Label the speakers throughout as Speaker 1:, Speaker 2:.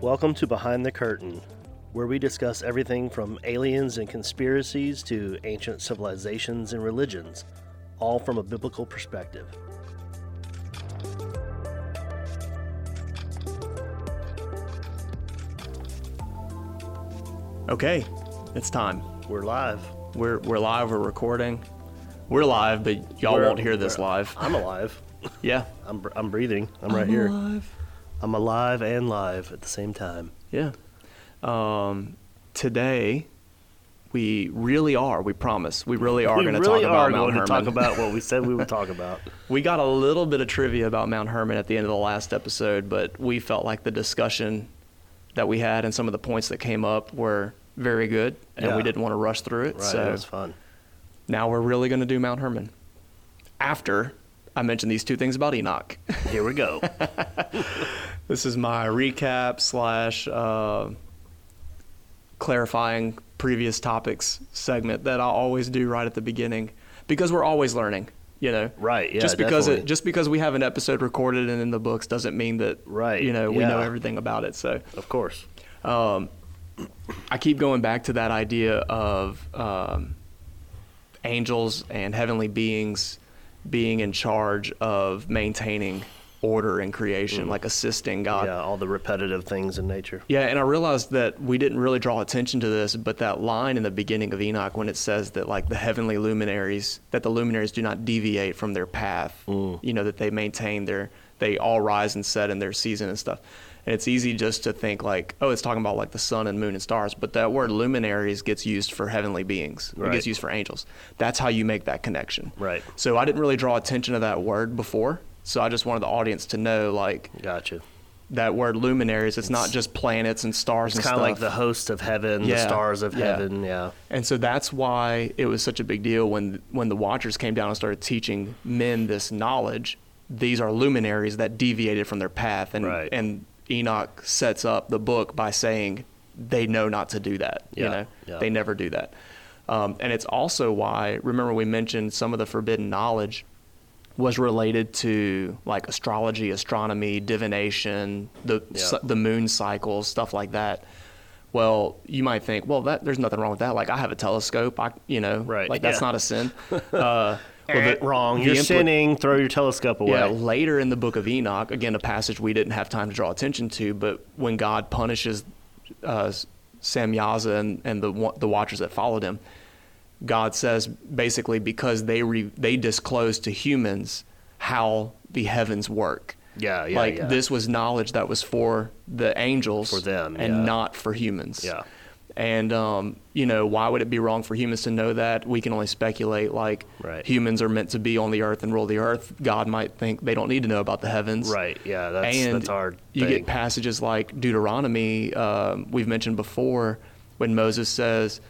Speaker 1: Welcome to Behind the Curtain, where we discuss everything from aliens and conspiracies to ancient civilizations and religions, all from a biblical perspective.
Speaker 2: Okay, it's time.
Speaker 1: We're live.
Speaker 2: We're we're live. We're recording. We're live, but y'all
Speaker 1: We're-
Speaker 2: won't hear this
Speaker 1: we're-
Speaker 2: live.
Speaker 1: I'm alive.
Speaker 2: Yeah,
Speaker 1: I'm, br- I'm breathing. I'm right here.
Speaker 2: Live.
Speaker 1: I'm alive and live at the same time.
Speaker 2: Yeah. Um, today, we really are. We promise. We really are
Speaker 1: we
Speaker 2: going to
Speaker 1: really
Speaker 2: talk
Speaker 1: are
Speaker 2: about Mount
Speaker 1: going
Speaker 2: Herman.
Speaker 1: to talk about what we said we would talk about.
Speaker 2: we got a little bit of trivia about Mount Herman at the end of the last episode, but we felt like the discussion that we had and some of the points that came up were very good, and
Speaker 1: Yeah.
Speaker 2: we didn't want to rush through it.
Speaker 1: Right,
Speaker 2: so
Speaker 1: it was fun.
Speaker 2: now we're really going to do Mount Herman. After I mentioned these two things about Enoch.
Speaker 1: Here we go.
Speaker 2: This is my recap slash uh, clarifying previous topics segment that I always do right at the beginning because we're always learning, you know.
Speaker 1: Right, yeah,
Speaker 2: Just because
Speaker 1: definitely.
Speaker 2: it just because we have an episode recorded and in the books doesn't mean that
Speaker 1: Right,
Speaker 2: you know we know
Speaker 1: yeah.
Speaker 2: everything about it. So
Speaker 1: of course.
Speaker 2: I keep going back to that idea of um, angels and heavenly beings being in charge of maintaining order in creation, like assisting God.
Speaker 1: Yeah, all the repetitive things in nature.
Speaker 2: Yeah, and I realized that we didn't really draw attention to this, but that line in the beginning of Enoch when it says that like the heavenly luminaries, that the luminaries do not deviate from their path,
Speaker 1: Mm.
Speaker 2: you know, that they maintain their, they all rise and set in their season and stuff. And it's easy just to think like, oh, it's talking about like the sun and moon and stars, but that word luminaries gets used for heavenly beings. It
Speaker 1: Right.
Speaker 2: gets used for angels. That's how you make that connection.
Speaker 1: Right.
Speaker 2: So I didn't really draw attention to that word before. So I just wanted the audience to know like
Speaker 1: Gotcha.
Speaker 2: that word luminaries. It's, not just planets and stars
Speaker 1: It's
Speaker 2: and
Speaker 1: kind
Speaker 2: stuff.
Speaker 1: of like the host of heaven, the
Speaker 2: Yeah,
Speaker 1: stars of
Speaker 2: yeah.
Speaker 1: heaven. Yeah.
Speaker 2: and so that's why it was such a big deal when when the Watchers came down and started teaching men this knowledge. These are luminaries that deviated from their path, and
Speaker 1: Right.
Speaker 2: and Enoch sets up the book by saying they know not to do that.
Speaker 1: Yeah,
Speaker 2: You know,
Speaker 1: yeah.
Speaker 2: they never do that. Um, and it's also why remember we mentioned some of the forbidden knowledge was related to like astrology, astronomy, divination, the
Speaker 1: Yeah.
Speaker 2: s- the moon cycles, stuff like that. Well, you might think, well, that there's nothing wrong with that. Like I have a telescope, I you know,
Speaker 1: Right,
Speaker 2: like that's
Speaker 1: yeah.
Speaker 2: not a sin. Uh, well, the-
Speaker 1: wrong.
Speaker 2: the
Speaker 1: You're
Speaker 2: impli-
Speaker 1: sinning. Throw your telescope away.
Speaker 2: yeah, later in the book of Enoch, again, a passage we didn't have time to draw attention to, but when God punishes uh, Samyaza and, and the wa- the watchers that followed him, God says basically because they re, they disclosed to humans how the heavens work.
Speaker 1: Yeah, yeah,
Speaker 2: Like
Speaker 1: yeah.
Speaker 2: this was knowledge that was for the angels
Speaker 1: For them,
Speaker 2: and
Speaker 1: yeah.
Speaker 2: not for humans.
Speaker 1: Yeah.
Speaker 2: And um, you know, why would it be wrong for humans to know that? We can only speculate like
Speaker 1: Right.
Speaker 2: humans are meant to be on the earth and rule the earth. God might think they don't need to know about the heavens.
Speaker 1: Right. Yeah. That's
Speaker 2: and
Speaker 1: that's our
Speaker 2: you
Speaker 1: thing.
Speaker 2: get passages like Deuteronomy, um, we've mentioned before, when Moses says,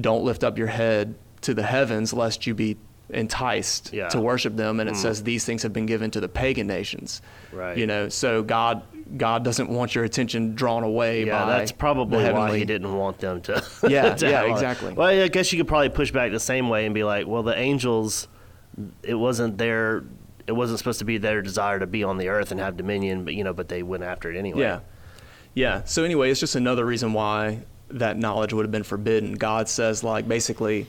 Speaker 2: Don't lift up your head to the heavens lest you be enticed
Speaker 1: Yeah. Hmm.
Speaker 2: to worship them. And it says, These things have been given to the pagan nations.
Speaker 1: Right.
Speaker 2: You know, so God. God doesn't want your attention drawn away
Speaker 1: yeah,
Speaker 2: by
Speaker 1: that's
Speaker 2: the
Speaker 1: probably why
Speaker 2: heavenly-
Speaker 1: he didn't want them to.
Speaker 2: Yeah,
Speaker 1: to
Speaker 2: yeah,
Speaker 1: have all-
Speaker 2: exactly.
Speaker 1: Well, I guess you could probably push back the same way and be like, well, the angels, it wasn't their, it wasn't supposed to be their desire to be on the earth and have dominion, but you know, but they went after it anyway.
Speaker 2: Yeah. Yeah. So anyway, it's just another reason why that knowledge would have been forbidden. God says like basically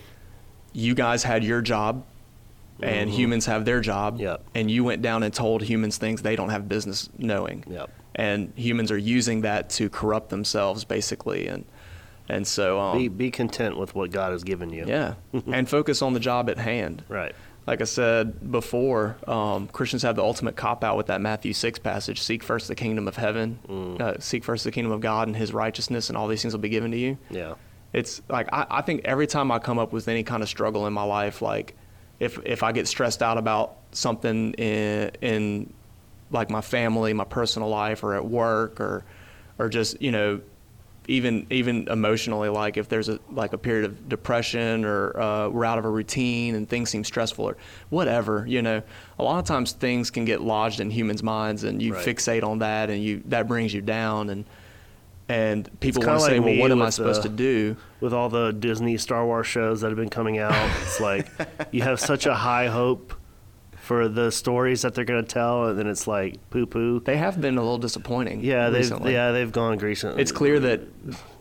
Speaker 2: you guys had your job and humans have their job
Speaker 1: Mm-hmm. Yep.
Speaker 2: and you went down and told humans things they don't have business knowing.
Speaker 1: Yep.
Speaker 2: And humans are using that to corrupt themselves basically and and so um
Speaker 1: Be be content with what God has given you.
Speaker 2: yeah. and focus on the job at hand.
Speaker 1: Right.
Speaker 2: Like I said before, um, Christians have the ultimate cop out with that Matthew 6 passage seek first the kingdom of heaven, uh, seek first the kingdom of God and his righteousness, and all these things will be given to you.
Speaker 1: Yeah.
Speaker 2: It's like, I, I think every time I come up with any kind of struggle in my life, like if, if I get stressed out about something in, in like my family, my personal life, or at work, or, or just, you know, even even emotionally, like if there's a like a period of depression or uh, we're out of a routine and things seem stressful or whatever, you know, a lot of times things can get lodged in humans' minds and you
Speaker 1: Right.
Speaker 2: fixate on that and you that brings you down and and people
Speaker 1: kinda
Speaker 2: want to say,
Speaker 1: like
Speaker 2: well,
Speaker 1: me
Speaker 2: what am I
Speaker 1: with uh,
Speaker 2: supposed
Speaker 1: the-
Speaker 2: to do?
Speaker 1: With all the Disney Star Wars shows that have been coming out, it's like you have such a high hope for the stories that they're going to tell, and then it's like poo poo.
Speaker 2: They have been a little disappointing.
Speaker 1: Yeah, they've
Speaker 2: recently.
Speaker 1: yeah they've gone recently.
Speaker 2: It's clear that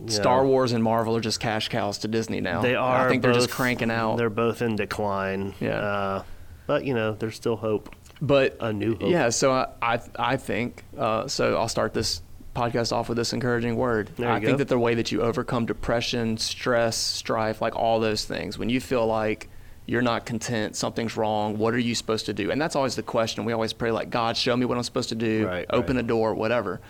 Speaker 2: Star
Speaker 1: Yeah.
Speaker 2: Wars and Marvel are just cash cows to Disney now.
Speaker 1: They
Speaker 2: And
Speaker 1: are.
Speaker 2: I think they're just
Speaker 1: both-
Speaker 2: cranking out.
Speaker 1: They're both in decline.
Speaker 2: Yeah.
Speaker 1: Uh, but you know, there's still hope.
Speaker 2: but
Speaker 1: a new hope.
Speaker 2: Yeah, so I I, I think uh, so. I'll start this podcast off with this encouraging word.
Speaker 1: There you
Speaker 2: I
Speaker 1: go.
Speaker 2: think that the way that you overcome depression, stress, strife, like all those things, when you feel like you're not content, something's wrong. What are you supposed to do? And that's always the question. We always pray like, God, show me what I'm supposed to do.
Speaker 1: Right,
Speaker 2: Open
Speaker 1: right.
Speaker 2: a door, whatever.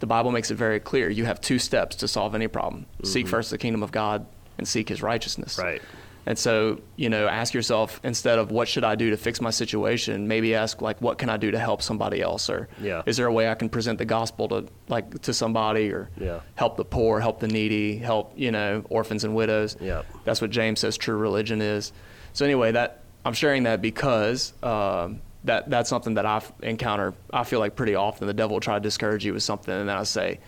Speaker 2: The Bible makes it very clear. You have two steps to solve any problem: seek first the kingdom of God and seek His righteousness.
Speaker 1: Mm-hmm. Right.
Speaker 2: And so, you know, ask yourself instead of what should I do to fix my situation, maybe ask like what can I do to help somebody else or
Speaker 1: Yeah.
Speaker 2: is there a way I can present the gospel to like to somebody or
Speaker 1: Yeah.
Speaker 2: help the poor, help the needy, help, you know, orphans and widows.
Speaker 1: Yep.
Speaker 2: That's what James says true religion is. So anyway, that I'm sharing that because um, that that's something that I've encountered. I feel like pretty often the devil will try to discourage you with something, and then I say,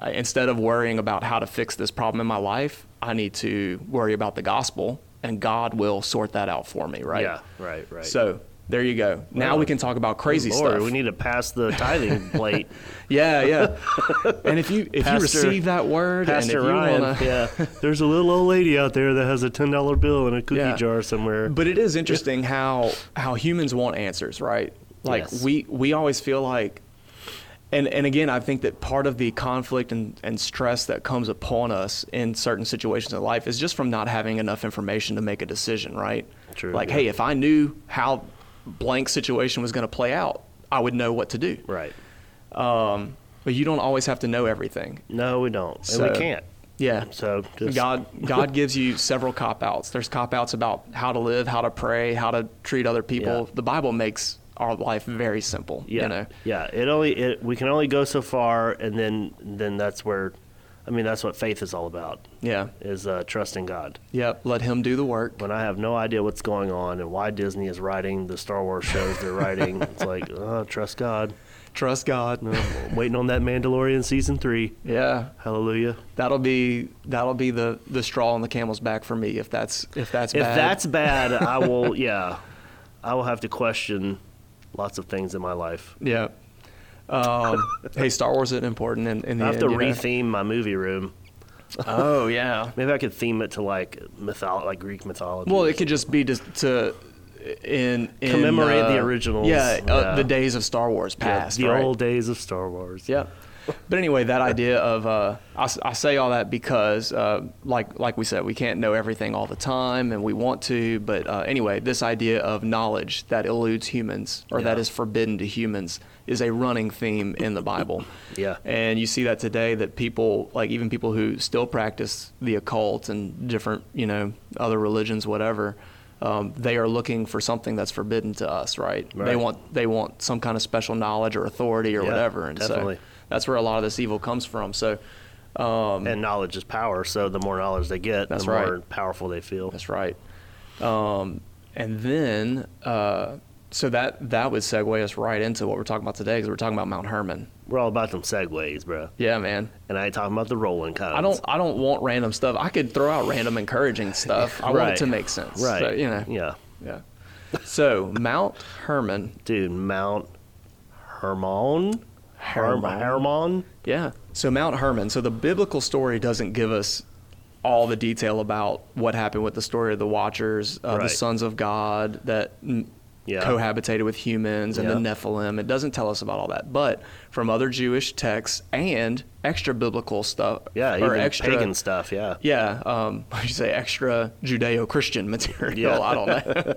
Speaker 2: uh, instead of worrying about how to fix this problem in my life, I need to worry about the gospel, and God will sort that out for me, right?
Speaker 1: Yeah. Right. Right.
Speaker 2: So there you go. Now
Speaker 1: Wow.
Speaker 2: we can talk about crazy
Speaker 1: Lord,
Speaker 2: stuff.
Speaker 1: we need to pass the tithing plate.
Speaker 2: yeah, yeah. and if you if
Speaker 1: Pastor-
Speaker 2: you receive that word,
Speaker 1: Pastor
Speaker 2: and if you
Speaker 1: Ryan.
Speaker 2: Wanna,
Speaker 1: Yeah. There's a little old lady out there that has a ten dollar bill in a cookie
Speaker 2: Yeah.
Speaker 1: jar somewhere.
Speaker 2: But it is interesting how how humans want answers, right? Like
Speaker 1: Yes.
Speaker 2: we we always feel like and and again, I think that part of the conflict and, and stress that comes upon us in certain situations in life is just from not having enough information to make a decision, right?
Speaker 1: True,
Speaker 2: Like,
Speaker 1: yeah.
Speaker 2: hey, if I knew how blank situation was going to play out, I would know what to do.
Speaker 1: right.
Speaker 2: But you don't always have to know everything.
Speaker 1: No, we don't, and
Speaker 2: So-
Speaker 1: we can't.
Speaker 2: Yeah.
Speaker 1: So just
Speaker 2: God God gives you several cop outs. There's cop outs about how to live, how to pray, how to treat other people.
Speaker 1: Yeah.
Speaker 2: The Bible makes our life very simple.
Speaker 1: Yeah,
Speaker 2: You know?
Speaker 1: yeah. It only it, we can only go so far, and then then that's where, I mean, that's what faith is all about.
Speaker 2: Yeah.
Speaker 1: Is uh, trusting God.
Speaker 2: Yep. Let him do the work.
Speaker 1: When I have no idea what's going on and why Disney is writing the Star Wars shows they're writing, it's like, oh, trust God.
Speaker 2: Trust God.
Speaker 1: I'm waiting on that Mandalorian season three.
Speaker 2: Yeah.
Speaker 1: Hallelujah.
Speaker 2: That'll be that'll be the, the straw on the camel's back for me if that's if that's
Speaker 1: If
Speaker 2: bad.
Speaker 1: that's bad, I will. Yeah, I will have to question lots of things in my life.
Speaker 2: yeah. Um, hey, Star Wars is important in, in the
Speaker 1: I have to
Speaker 2: end, you know?
Speaker 1: retheme my movie room.
Speaker 2: Oh yeah.
Speaker 1: Maybe I could theme it to like mytholo- like Greek mythology.
Speaker 2: Well, it could just be to, to in, in
Speaker 1: Commemorate the
Speaker 2: uh,
Speaker 1: originals.
Speaker 2: Yeah,
Speaker 1: Yeah.
Speaker 2: Uh, the days of Star Wars
Speaker 1: Yeah,
Speaker 2: past.
Speaker 1: the
Speaker 2: right?
Speaker 1: old days of Star Wars.
Speaker 2: Yeah. But anyway, that idea of uh, I, s- I say all that because, uh, like like we said, we can't know everything all the time, and we want to. But uh, anyway, this idea of knowledge that eludes humans or that
Speaker 1: Yeah.
Speaker 2: is forbidden to humans is a running theme in the Bible.
Speaker 1: Yeah.
Speaker 2: and you see that today that people like even people who still practice the occult and different you know other religions, whatever. Um, they are looking for something that's forbidden to us, right? They
Speaker 1: Right.
Speaker 2: want they want some kind of special knowledge or authority or
Speaker 1: Yeah,
Speaker 2: whatever. And
Speaker 1: definitely.
Speaker 2: so that's where a lot of this evil comes from. So
Speaker 1: and knowledge is power. So the more knowledge they get,
Speaker 2: That's
Speaker 1: the
Speaker 2: right.
Speaker 1: more powerful they feel.
Speaker 2: that's right. Um, and then uh, so that that would segue us right into what we're talking about today because we're talking about Mount Hermon.
Speaker 1: We're all about them segues, bro.
Speaker 2: Yeah, man.
Speaker 1: And I ain't talking about the rolling kind.
Speaker 2: I don't I don't want random stuff. I could throw out random encouraging stuff. I want
Speaker 1: Right.
Speaker 2: it to make sense.
Speaker 1: Right.
Speaker 2: So, you know.
Speaker 1: Yeah,
Speaker 2: Yeah. So Mount Hermon.
Speaker 1: dude. Mount Hermon. Herm-
Speaker 2: Hermon.
Speaker 1: Hermon.
Speaker 2: Yeah. So Mount Hermon. So the biblical story doesn't give us all the detail about what happened with the story of the Watchers, uh, the
Speaker 1: Right.
Speaker 2: sons of God that n-
Speaker 1: Yeah.
Speaker 2: cohabitated with humans, and the
Speaker 1: Yeah.
Speaker 2: Nephilim. It doesn't tell us about all that, but from other Jewish texts and extra biblical stuff,
Speaker 1: Yeah,
Speaker 2: or
Speaker 1: even
Speaker 2: extra
Speaker 1: pagan stuff. Yeah.
Speaker 2: Yeah, um, what do you say extra Judeo-Christian material.
Speaker 1: Yeah.
Speaker 2: I don't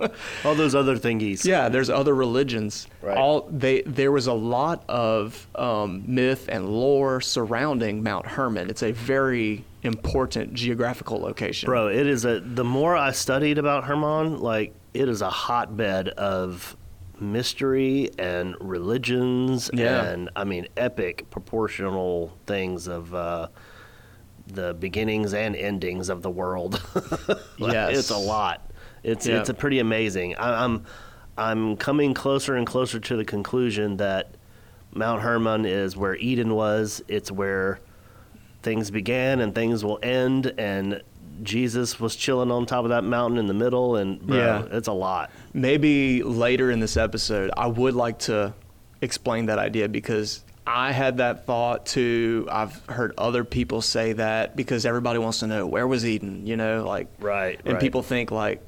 Speaker 2: know.
Speaker 1: all those other thingies.
Speaker 2: Yeah, there's other religions.
Speaker 1: Right.
Speaker 2: All they there was a lot of um, myth and lore surrounding Mount Hermon. It's a very important geographical location.
Speaker 1: bro. It is a. The more I studied about Hermon, like it is a hotbed of mystery and religions
Speaker 2: Yeah.
Speaker 1: and I mean epic proportional things of uh, the beginnings and endings of the world. Like,
Speaker 2: Yes.
Speaker 1: it's a lot. It's
Speaker 2: Yeah.
Speaker 1: it's a pretty amazing. I, I'm I'm coming closer and closer to the conclusion that Mount Hermon is where Eden was. It's where things began and things will end and Jesus was chilling on top of that mountain in the middle, and bro,
Speaker 2: Yeah.
Speaker 1: it's a lot.
Speaker 2: Maybe later in this episode, I would like to explain that idea because I had that thought too. I've heard other people say that because everybody wants to know where was Eden, you know, like
Speaker 1: Right,
Speaker 2: And
Speaker 1: right.
Speaker 2: people think like,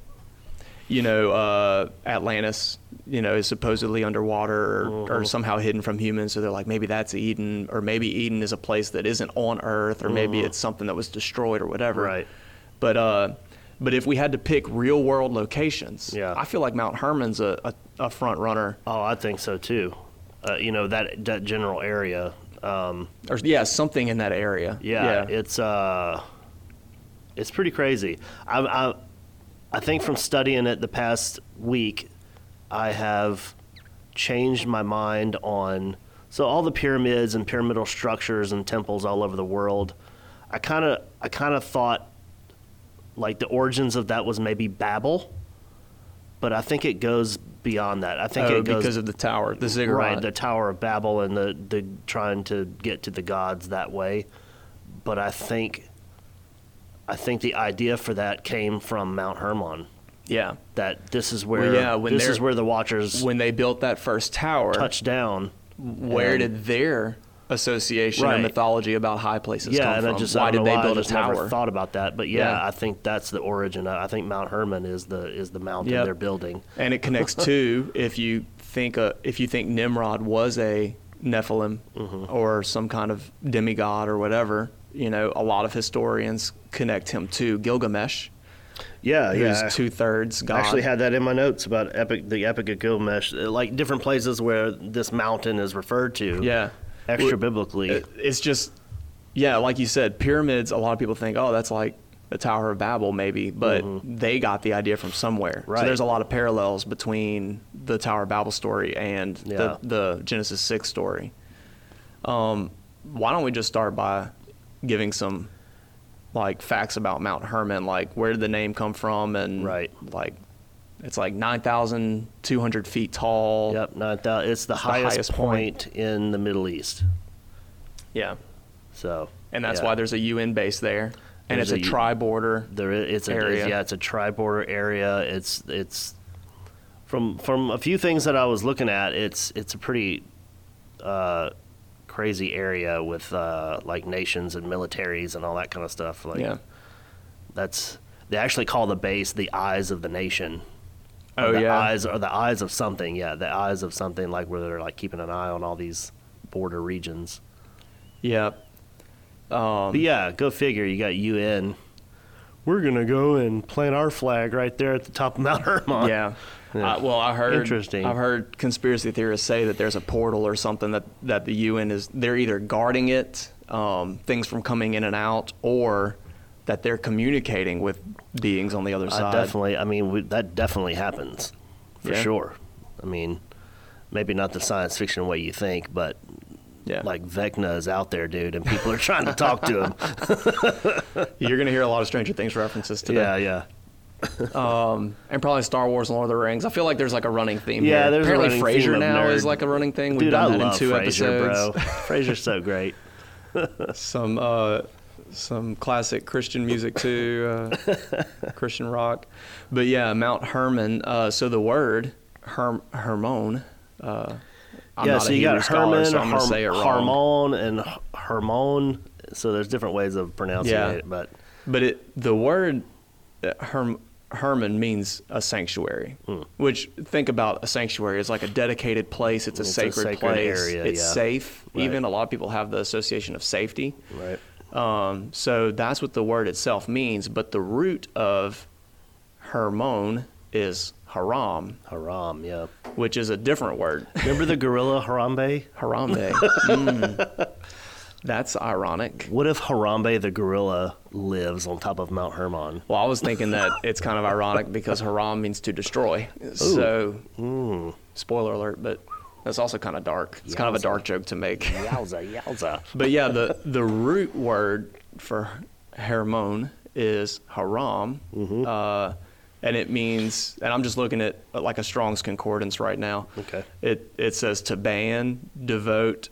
Speaker 2: you know, uh, Atlantis, you know, is supposedly underwater or,
Speaker 1: Mm-hmm.
Speaker 2: or somehow hidden from humans. So they're like, maybe that's Eden, or maybe Eden is a place that isn't on Earth, or maybe it's something that was destroyed or whatever.
Speaker 1: Mm-hmm. Right.
Speaker 2: But uh, but if we had to pick real world locations,
Speaker 1: Yeah.
Speaker 2: I feel like Mount Hermon's a, a, a front runner,
Speaker 1: Oh, I think so too. Uh, you know that that general area. Um,
Speaker 2: or yeah, something in that area.
Speaker 1: yeah, it's uh, it's pretty crazy. I, I I think from studying it the past week, I have changed my mind on so all the pyramids and pyramidal structures and temples all over the world. I kind of I kind of thought like the origins of that was maybe Babel, but I think it goes beyond that. I think
Speaker 2: Oh,
Speaker 1: it goes
Speaker 2: because of the tower, the ziggurat.
Speaker 1: right the tower of babel and the, the trying to get to the gods that way but i think i think the idea for that came from mount hermon
Speaker 2: yeah.
Speaker 1: that this is where
Speaker 2: Well, yeah, when
Speaker 1: this
Speaker 2: they're-
Speaker 1: is where the watchers
Speaker 2: When they built that first tower,
Speaker 1: touched down
Speaker 2: where
Speaker 1: and-
Speaker 2: did their association
Speaker 1: Right.
Speaker 2: and mythology about high places
Speaker 1: yeah
Speaker 2: come
Speaker 1: and
Speaker 2: from?
Speaker 1: i just
Speaker 2: why
Speaker 1: I don't
Speaker 2: did they
Speaker 1: know why,
Speaker 2: build
Speaker 1: I
Speaker 2: a
Speaker 1: just never
Speaker 2: tower?
Speaker 1: thought about that but yeah,
Speaker 2: Yeah.
Speaker 1: i think that's the origin i I think mount hermon is the is the mountain
Speaker 2: Yep.
Speaker 1: they're building
Speaker 2: and it connects to if you think uh if you think Nimrod was a Nephilim
Speaker 1: Mm-hmm.
Speaker 2: or some kind of demigod or whatever, you know, a lot of historians connect him to Gilgamesh,
Speaker 1: yeah
Speaker 2: who's two thirds god.
Speaker 1: I actually had that in my notes about epic the epic of gilgamesh uh, like different places where this mountain is referred to
Speaker 2: yeah, Uh,
Speaker 1: extra biblically
Speaker 2: It- it's just yeah, like you said, pyramids. A lot of people think, oh, that's like the Tower of Babel, maybe, but they got the idea from somewhere.
Speaker 1: Mm-hmm. Right.
Speaker 2: So there's a lot of parallels between the Tower of Babel story and
Speaker 1: Yeah.
Speaker 2: the, the Genesis six story. Um, why don't we just start by giving some like facts about Mount Hermon, like where did the name come from, and
Speaker 1: Right.
Speaker 2: like it's like nine thousand two hundred feet tall.
Speaker 1: Yep, not that. It's the highest,
Speaker 2: highest
Speaker 1: point, in the Middle East.
Speaker 2: Yeah,
Speaker 1: So,
Speaker 2: and that's
Speaker 1: yeah.
Speaker 2: why there's a UN base there, and
Speaker 1: There's
Speaker 2: it's a,
Speaker 1: a U-
Speaker 2: tri border.
Speaker 1: there i- it's a
Speaker 2: area.
Speaker 1: It's, yeah, it's a tri-border area. It's it's from from a few things that I was looking at. It's it's a pretty uh, crazy area with uh, like nations and militaries and all that kind of stuff. Like
Speaker 2: Yeah.
Speaker 1: that's they actually call the base the eyes of the nation. Or
Speaker 2: Oh,
Speaker 1: the
Speaker 2: yeah.
Speaker 1: eyes or the eyes of something. Yeah, the eyes of something like where they're like keeping an eye on all these border regions.
Speaker 2: Yep.
Speaker 1: But yeah, go figure. You got UN. We're gonna go and plant our flag right there at the top of Mount Hermon.
Speaker 2: Yeah.
Speaker 1: Yeah.
Speaker 2: I, well, I heard.
Speaker 1: Interesting.
Speaker 2: I've heard conspiracy theorists say that there's a portal or something that that the UN is they're either guarding it, um, things from coming in and out, or that they're communicating with beings on the other
Speaker 1: I
Speaker 2: side.
Speaker 1: definitely. I mean, we, that definitely happens for
Speaker 2: Yeah.
Speaker 1: sure. I mean, maybe not the science fiction way you think, but
Speaker 2: Yeah.
Speaker 1: like Vecna is out there, dude, and people are trying to talk to him.
Speaker 2: you're gonna hear a lot of Stranger Things references today.
Speaker 1: yeah, yeah.
Speaker 2: And probably Star Wars and Lord of the Rings. I feel like there's like a running theme.
Speaker 1: Yeah,
Speaker 2: here.
Speaker 1: there's a
Speaker 2: apparently
Speaker 1: running theme
Speaker 2: Frasier
Speaker 1: of
Speaker 2: now
Speaker 1: nerd.
Speaker 2: is like a running thing. We've
Speaker 1: Dude, I
Speaker 2: done that
Speaker 1: love
Speaker 2: in two
Speaker 1: Frasier, bro.
Speaker 2: episodes.
Speaker 1: Frasier's so great.
Speaker 2: some uh, some classic Christian music too, uh, Christian rock. But yeah, Mount Hermon. Uh, so the word Herm Hermon. Uh, I'm
Speaker 1: yeah,
Speaker 2: not
Speaker 1: so
Speaker 2: a
Speaker 1: you
Speaker 2: Hebrew
Speaker 1: got
Speaker 2: scholar,
Speaker 1: Herman,
Speaker 2: so I'm gonna
Speaker 1: Harm-
Speaker 2: say it wrong.
Speaker 1: Harmon, and H- Hermon. So there's different ways of pronouncing
Speaker 2: Yeah.
Speaker 1: it, but
Speaker 2: But it, the word uh, Herm, Hermon means a sanctuary,
Speaker 1: Hmm.
Speaker 2: which think about a sanctuary is like a dedicated place. It's a,
Speaker 1: It's a
Speaker 2: sacred,
Speaker 1: sacred
Speaker 2: place.
Speaker 1: area,
Speaker 2: it's
Speaker 1: yeah.
Speaker 2: safe.
Speaker 1: Right. Hmm.
Speaker 2: Even a lot of people have the association of safety.
Speaker 1: right.
Speaker 2: Um, so that's what the word itself means, but the root of Hermon is haram,
Speaker 1: Haram, yeah.
Speaker 2: which is a different word.
Speaker 1: Remember the gorilla Harambe?
Speaker 2: Harambe. Mm. That's ironic.
Speaker 1: What if Harambe the gorilla lives on top of Mount Hermon?
Speaker 2: Well, I was thinking that it's kind of ironic because haram means to destroy. So, spoiler alert, but that's also kind of dark. It's kind of a
Speaker 1: Yowza.
Speaker 2: dark joke to make.
Speaker 1: Yowza, yowza.
Speaker 2: But yeah, the the root word for hormone is haram,
Speaker 1: Mm-hmm.
Speaker 2: uh, and it means. And I'm just looking at uh, like a Strong's concordance right now.
Speaker 1: Okay.
Speaker 2: It it says to ban, devote,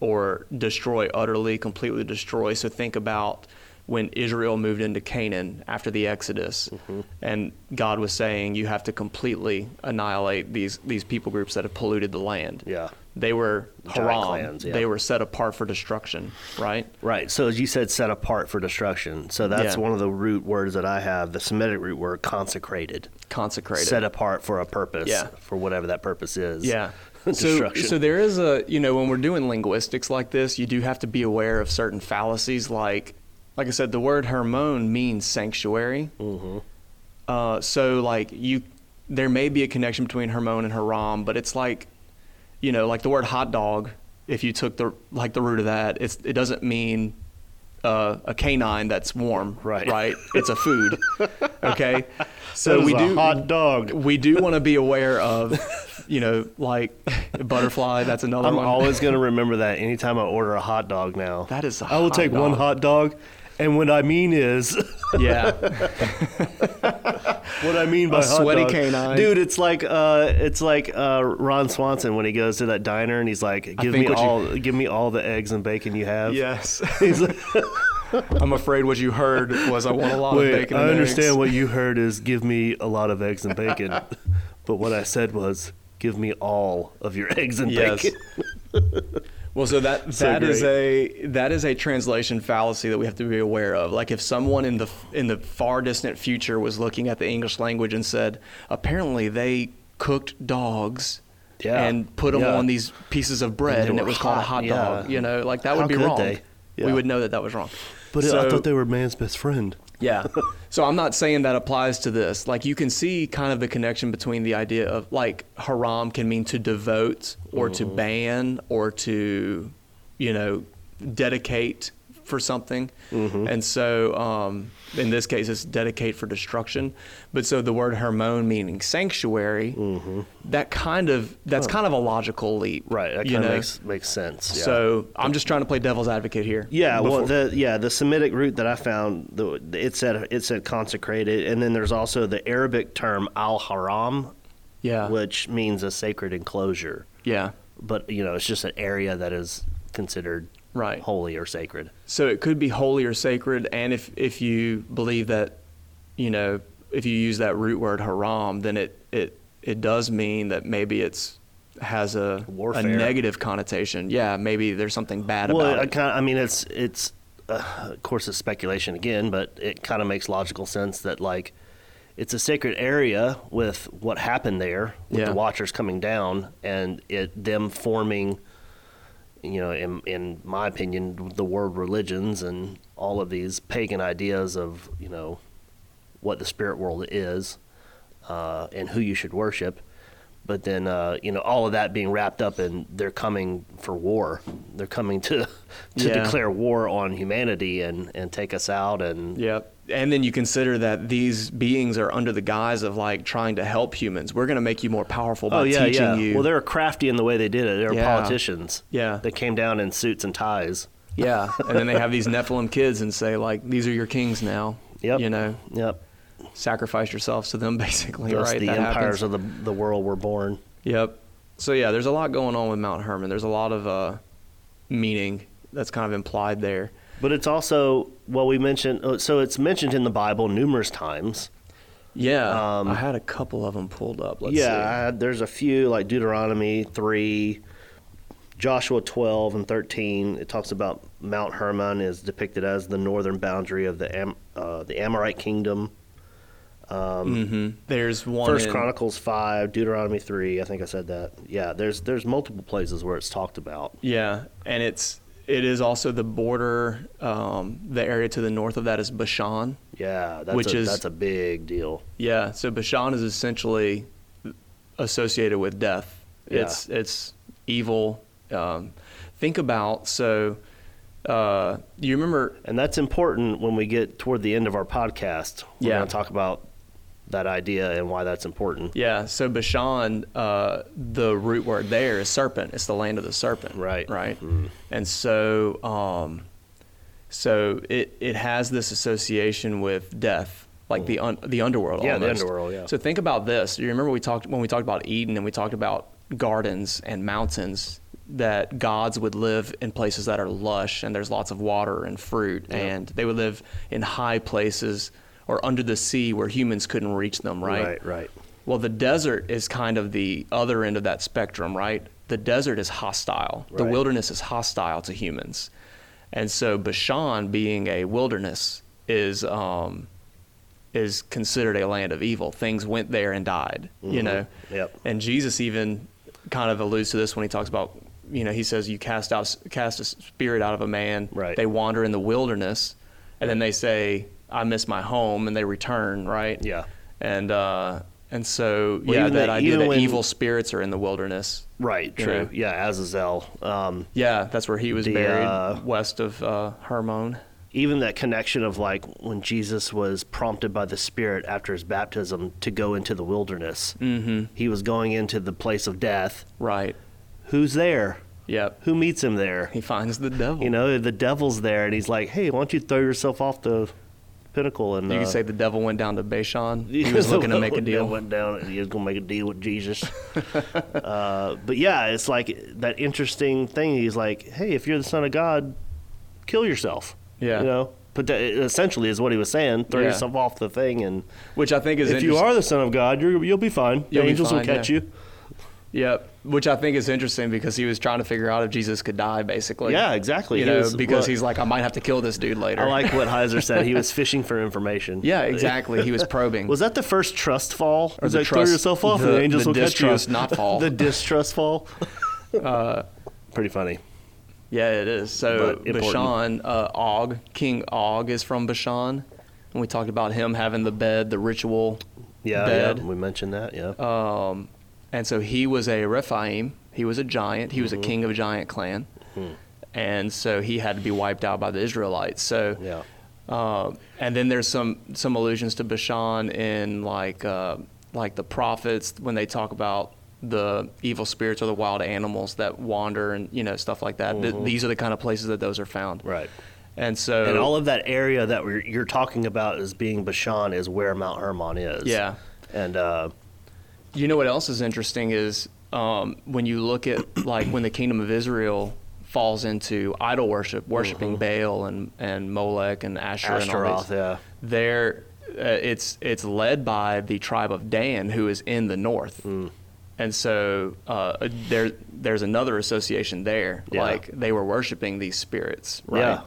Speaker 2: or destroy utterly, completely destroy. So think about when Israel moved into Canaan after the Exodus,
Speaker 1: Mm-hmm.
Speaker 2: and God was saying, "You have to completely annihilate these these people groups that have polluted the land."
Speaker 1: Yeah.
Speaker 2: they were
Speaker 1: Giant
Speaker 2: haram.
Speaker 1: clans, yeah.
Speaker 2: They were set apart for destruction. Right.
Speaker 1: Right. So as you said, set apart for destruction. So that's
Speaker 2: Yeah.
Speaker 1: one of the root words that I have. The Semitic root word consecrated,
Speaker 2: Consecrated.
Speaker 1: set apart for a purpose,
Speaker 2: Yeah.
Speaker 1: for whatever that purpose is.
Speaker 2: Yeah. So,
Speaker 1: destruction.
Speaker 2: so there is a you know when we're doing linguistics like this, you do have to be aware of certain fallacies. Like, like I said, the word Hermon means sanctuary. Mm-hmm. Uh, so like you, there may be a connection between Hermon and Haram, but it's like, you know, like the word hot dog. If you took the like the root of that, it's it doesn't mean uh, a canine that's warm,
Speaker 1: Right.
Speaker 2: Right. It's a food. okay. So
Speaker 1: That is
Speaker 2: we
Speaker 1: a
Speaker 2: do
Speaker 1: hot dog.
Speaker 2: we do want to be aware of, you know, like butterfly. That's another
Speaker 1: I'm
Speaker 2: one.
Speaker 1: always going to remember that anytime I order a hot dog now.
Speaker 2: That is a
Speaker 1: I will
Speaker 2: hot
Speaker 1: take one
Speaker 2: dog.
Speaker 1: hot dog. And what I mean is,
Speaker 2: yeah,
Speaker 1: what I mean by
Speaker 2: A
Speaker 1: hot
Speaker 2: sweaty
Speaker 1: dog-
Speaker 2: canine.
Speaker 1: dude. It's like uh, it's like uh, Ron Swanson when he goes to that diner and he's like, "Give me
Speaker 2: think what you-
Speaker 1: all, give me all the eggs and bacon you have."
Speaker 2: yes.
Speaker 1: He's like,
Speaker 2: I'm afraid what you heard was I want a lot
Speaker 1: Wait,
Speaker 2: of bacon.
Speaker 1: I
Speaker 2: and
Speaker 1: understand
Speaker 2: eggs.
Speaker 1: what you heard is give me a lot of eggs and bacon, but what I said was give me all of your eggs and
Speaker 2: Yes.
Speaker 1: bacon.
Speaker 2: Well, so that
Speaker 1: So
Speaker 2: that is a that is a translation fallacy that we have to be aware of. Like if someone in the in the far distant future was looking at the English language and said, apparently they cooked dogs.
Speaker 1: Yeah.
Speaker 2: And put them
Speaker 1: Yeah.
Speaker 2: on these pieces of bread,
Speaker 1: they
Speaker 2: and, it
Speaker 1: were
Speaker 2: was called a
Speaker 1: hot,
Speaker 2: hot
Speaker 1: yeah.
Speaker 2: dog. You know, like that
Speaker 1: How
Speaker 2: would be
Speaker 1: could
Speaker 2: wrong.
Speaker 1: they? Yeah.
Speaker 2: We would know that that was wrong.
Speaker 1: But I
Speaker 2: So-
Speaker 1: thought they were man's best friend.
Speaker 2: yeah. so I'm not saying that applies to this. Like you can see kind of the connection between the idea of like haram can mean to devote or to
Speaker 1: Mm-hmm.
Speaker 2: ban or to, you know, dedicate for something.
Speaker 1: Mm-hmm.
Speaker 2: And so um, in this case, it's dedicate for destruction. But so the word hermon meaning sanctuary, that kind of that's kind of a logical leap.
Speaker 1: Mm-hmm. Right. That
Speaker 2: you
Speaker 1: kind of
Speaker 2: know?
Speaker 1: makes makes sense. yeah.
Speaker 2: So I'm just trying to play devil's advocate here.
Speaker 1: Yeah, well,
Speaker 2: Before-
Speaker 1: the yeah the Semitic root that I found, the, it said it said consecrated, and then there's also the Arabic term al haram,
Speaker 2: yeah,
Speaker 1: which means a sacred enclosure.
Speaker 2: yeah.
Speaker 1: But you know, it's just an area that is considered
Speaker 2: Right.
Speaker 1: holy or sacred.
Speaker 2: So it could be holy or sacred, and if if you believe that, you know, if you use that root word haram, then it it it does mean that maybe it's has a
Speaker 1: Warfare.
Speaker 2: a negative connotation. Yeah, maybe there's something bad
Speaker 1: Well,
Speaker 2: about
Speaker 1: I
Speaker 2: it.
Speaker 1: kind of, I mean, it's it's uh, of course it's speculation again, but it kind of makes logical sense that like it's a sacred area with what happened there with
Speaker 2: Yeah.
Speaker 1: the Watchers coming down and it them forming, you know, in in my opinion, the world religions and all of these pagan ideas of you know what the spirit world is uh, and who you should worship. But then, uh, you know, all of that being wrapped up in they're coming for war. They're coming to to
Speaker 2: Yeah.
Speaker 1: declare war on humanity and, and take us out. And
Speaker 2: Yeah. And then you consider that these beings are under the guise of like trying to help humans. We're going to make you more powerful by
Speaker 1: oh yeah,
Speaker 2: teaching
Speaker 1: yeah.
Speaker 2: you.
Speaker 1: Well, they were crafty in the way they did it. They were
Speaker 2: Yeah.
Speaker 1: politicians.
Speaker 2: Yeah.
Speaker 1: they came down in suits and ties.
Speaker 2: yeah. And then they have these Nephilim kids and say like, these are your kings now.
Speaker 1: Yep.
Speaker 2: You know,
Speaker 1: Yep.
Speaker 2: sacrifice yourselves to them basically,
Speaker 1: Thus,
Speaker 2: right?
Speaker 1: the
Speaker 2: That happens.
Speaker 1: empires of the the world were born.
Speaker 2: Yep. So yeah, there's a lot going on with Mount Hermon. There's a lot of uh, meaning that's kind of implied there.
Speaker 1: But it's also well, we mentioned. oh, So it's mentioned in the Bible numerous times.
Speaker 2: Yeah,
Speaker 1: Um,
Speaker 2: I had a couple of them pulled up. Let's
Speaker 1: yeah,
Speaker 2: see.
Speaker 1: I- there's a few like Deuteronomy three, Joshua twelve and thirteen. It talks about Mount Hermon is depicted as the northern boundary of the Am, uh, the Amorite kingdom.
Speaker 2: Mm-hmm. There's one.
Speaker 1: First
Speaker 2: in-
Speaker 1: Chronicles five, Deuteronomy three. I think I said that. Yeah, there's there's multiple places where it's talked about.
Speaker 2: Yeah, and it's it is also the border. Um, the area to the north of that is Bashan.
Speaker 1: Yeah, that's
Speaker 2: Which
Speaker 1: a,
Speaker 2: is-
Speaker 1: that's a big deal.
Speaker 2: Yeah, so Bashan is essentially associated with death. It's it's evil. Um, think about so. Uh, you remember
Speaker 1: And that's important when we get toward the end of our podcast. We're
Speaker 2: Yeah.
Speaker 1: going to talk about that idea and why that's important.
Speaker 2: Yeah, so Bashan, uh, the root word there is serpent. It's the land of the serpent.
Speaker 1: Right. Mm-hmm.
Speaker 2: Right. And so, um, so it, it has this association with death, like the un- the underworld.
Speaker 1: Mm. Yeah, the
Speaker 2: almost.
Speaker 1: underworld, yeah.
Speaker 2: So think about this. You remember we talked when we talked about Eden and we talked about gardens and mountains. that gods would live in places that are lush and there's lots of water and fruit, and they would live in high places or under the sea where humans couldn't reach them, right?
Speaker 1: Right, right.
Speaker 2: Well, the desert is kind of the other end of that spectrum, right? The desert is hostile. The
Speaker 1: Right.
Speaker 2: wilderness is hostile to humans. And so Bashan being a wilderness is um, is considered a land of evil. Things went there and died, you know.
Speaker 1: Mm-hmm. Yep.
Speaker 2: And Jesus even kind of alludes to this when he talks about, you know, he says you cast out cast a spirit out of a man.
Speaker 1: Right.
Speaker 2: They wander in the wilderness, and then they say, "I miss my home," and they return. Right.
Speaker 1: Yeah.
Speaker 2: And uh, and so
Speaker 1: Well,
Speaker 2: yeah,
Speaker 1: even
Speaker 2: that
Speaker 1: the-
Speaker 2: idea
Speaker 1: even
Speaker 2: that
Speaker 1: when-
Speaker 2: evil spirits are in the wilderness.
Speaker 1: Right,
Speaker 2: You
Speaker 1: true.
Speaker 2: know?
Speaker 1: Yeah, Azazel. Um,
Speaker 2: Yeah, that's where he was
Speaker 1: The,
Speaker 2: buried,
Speaker 1: uh,
Speaker 2: west of uh, Hermon.
Speaker 1: even that connection of like when Jesus was prompted by the Spirit after his baptism to go into the wilderness, mm-hmm. he was going into the place of death.
Speaker 2: Right.
Speaker 1: Who's there?
Speaker 2: Yep.
Speaker 1: Who meets him there?
Speaker 2: He finds the devil.
Speaker 1: You know, the devil's there, and he's like, "Hey, why don't you throw yourself off the pinnacle?" And
Speaker 2: You
Speaker 1: uh,
Speaker 2: could say the devil went down to Bashan. He was
Speaker 1: the
Speaker 2: looking to make a
Speaker 1: devil
Speaker 2: deal.
Speaker 1: Went down. and He was gonna make a deal with Jesus. uh, but yeah, it's like that interesting thing. He's like, "Hey, if you're the son of God, kill yourself."
Speaker 2: Yeah.
Speaker 1: you know. But that essentially is what he was saying: throw
Speaker 2: Yeah.
Speaker 1: yourself off the thing, and
Speaker 2: Which I think is
Speaker 1: if you
Speaker 2: interest-
Speaker 1: are the son of God, you're, you'll be fine.
Speaker 2: You'll
Speaker 1: the
Speaker 2: be
Speaker 1: angels
Speaker 2: fine,
Speaker 1: will catch
Speaker 2: yeah.
Speaker 1: you.
Speaker 2: Yep. Which I think is interesting because he was trying to figure out if Jesus could die, basically.
Speaker 1: Yeah, exactly.
Speaker 2: You
Speaker 1: He
Speaker 2: know,
Speaker 1: was-
Speaker 2: because
Speaker 1: look,
Speaker 2: he's like, I might have to kill this dude later.
Speaker 1: I like what Heiser said. He was fishing for information.
Speaker 2: Yeah, exactly. He was probing.
Speaker 1: Was that the first trust fall? Or
Speaker 2: the
Speaker 1: like
Speaker 2: trust-
Speaker 1: throw yourself off
Speaker 2: the-
Speaker 1: and the angels
Speaker 2: the
Speaker 1: will catch you?
Speaker 2: distrust not fall. Uh,
Speaker 1: the distrust fall. Pretty funny.
Speaker 2: yeah, it is. So
Speaker 1: But important.
Speaker 2: Bashan, uh, Og, King Og is from Bashan, and we talked about him having the bed, the ritual
Speaker 1: Yeah,
Speaker 2: bed. Uh,
Speaker 1: yeah, we mentioned that. Yeah,
Speaker 2: And so he was a Rephaim. He was a giant. He was
Speaker 1: Mm-hmm.
Speaker 2: a king of a giant clan.
Speaker 1: Hmm.
Speaker 2: And so he had to be wiped out by the Israelites. So,
Speaker 1: Yeah.
Speaker 2: uh, and then there's some some allusions to Bashan in like uh, like the prophets when they talk about the evil spirits or the wild animals that wander and you know stuff like that. Th- these are the kind of places that those are found.
Speaker 1: Mm-hmm. right.
Speaker 2: And so
Speaker 1: And all of that area that we're, you're talking about as being Bashan is where Mount Hermon is.
Speaker 2: Yeah.
Speaker 1: and uh,
Speaker 2: You know what else is interesting is um, when you look at like when the kingdom of Israel falls into idol worship, worshiping Baal and, and Molech and Asherah and all
Speaker 1: Ashtaroth.
Speaker 2: these,
Speaker 1: Mm-hmm. Yeah,
Speaker 2: there uh, it's it's led by the tribe of Dan who is in the north.
Speaker 1: Mm.
Speaker 2: And so uh, there there's another association there.
Speaker 1: Yeah.
Speaker 2: Like they were worshiping these spirits, right?
Speaker 1: Yeah.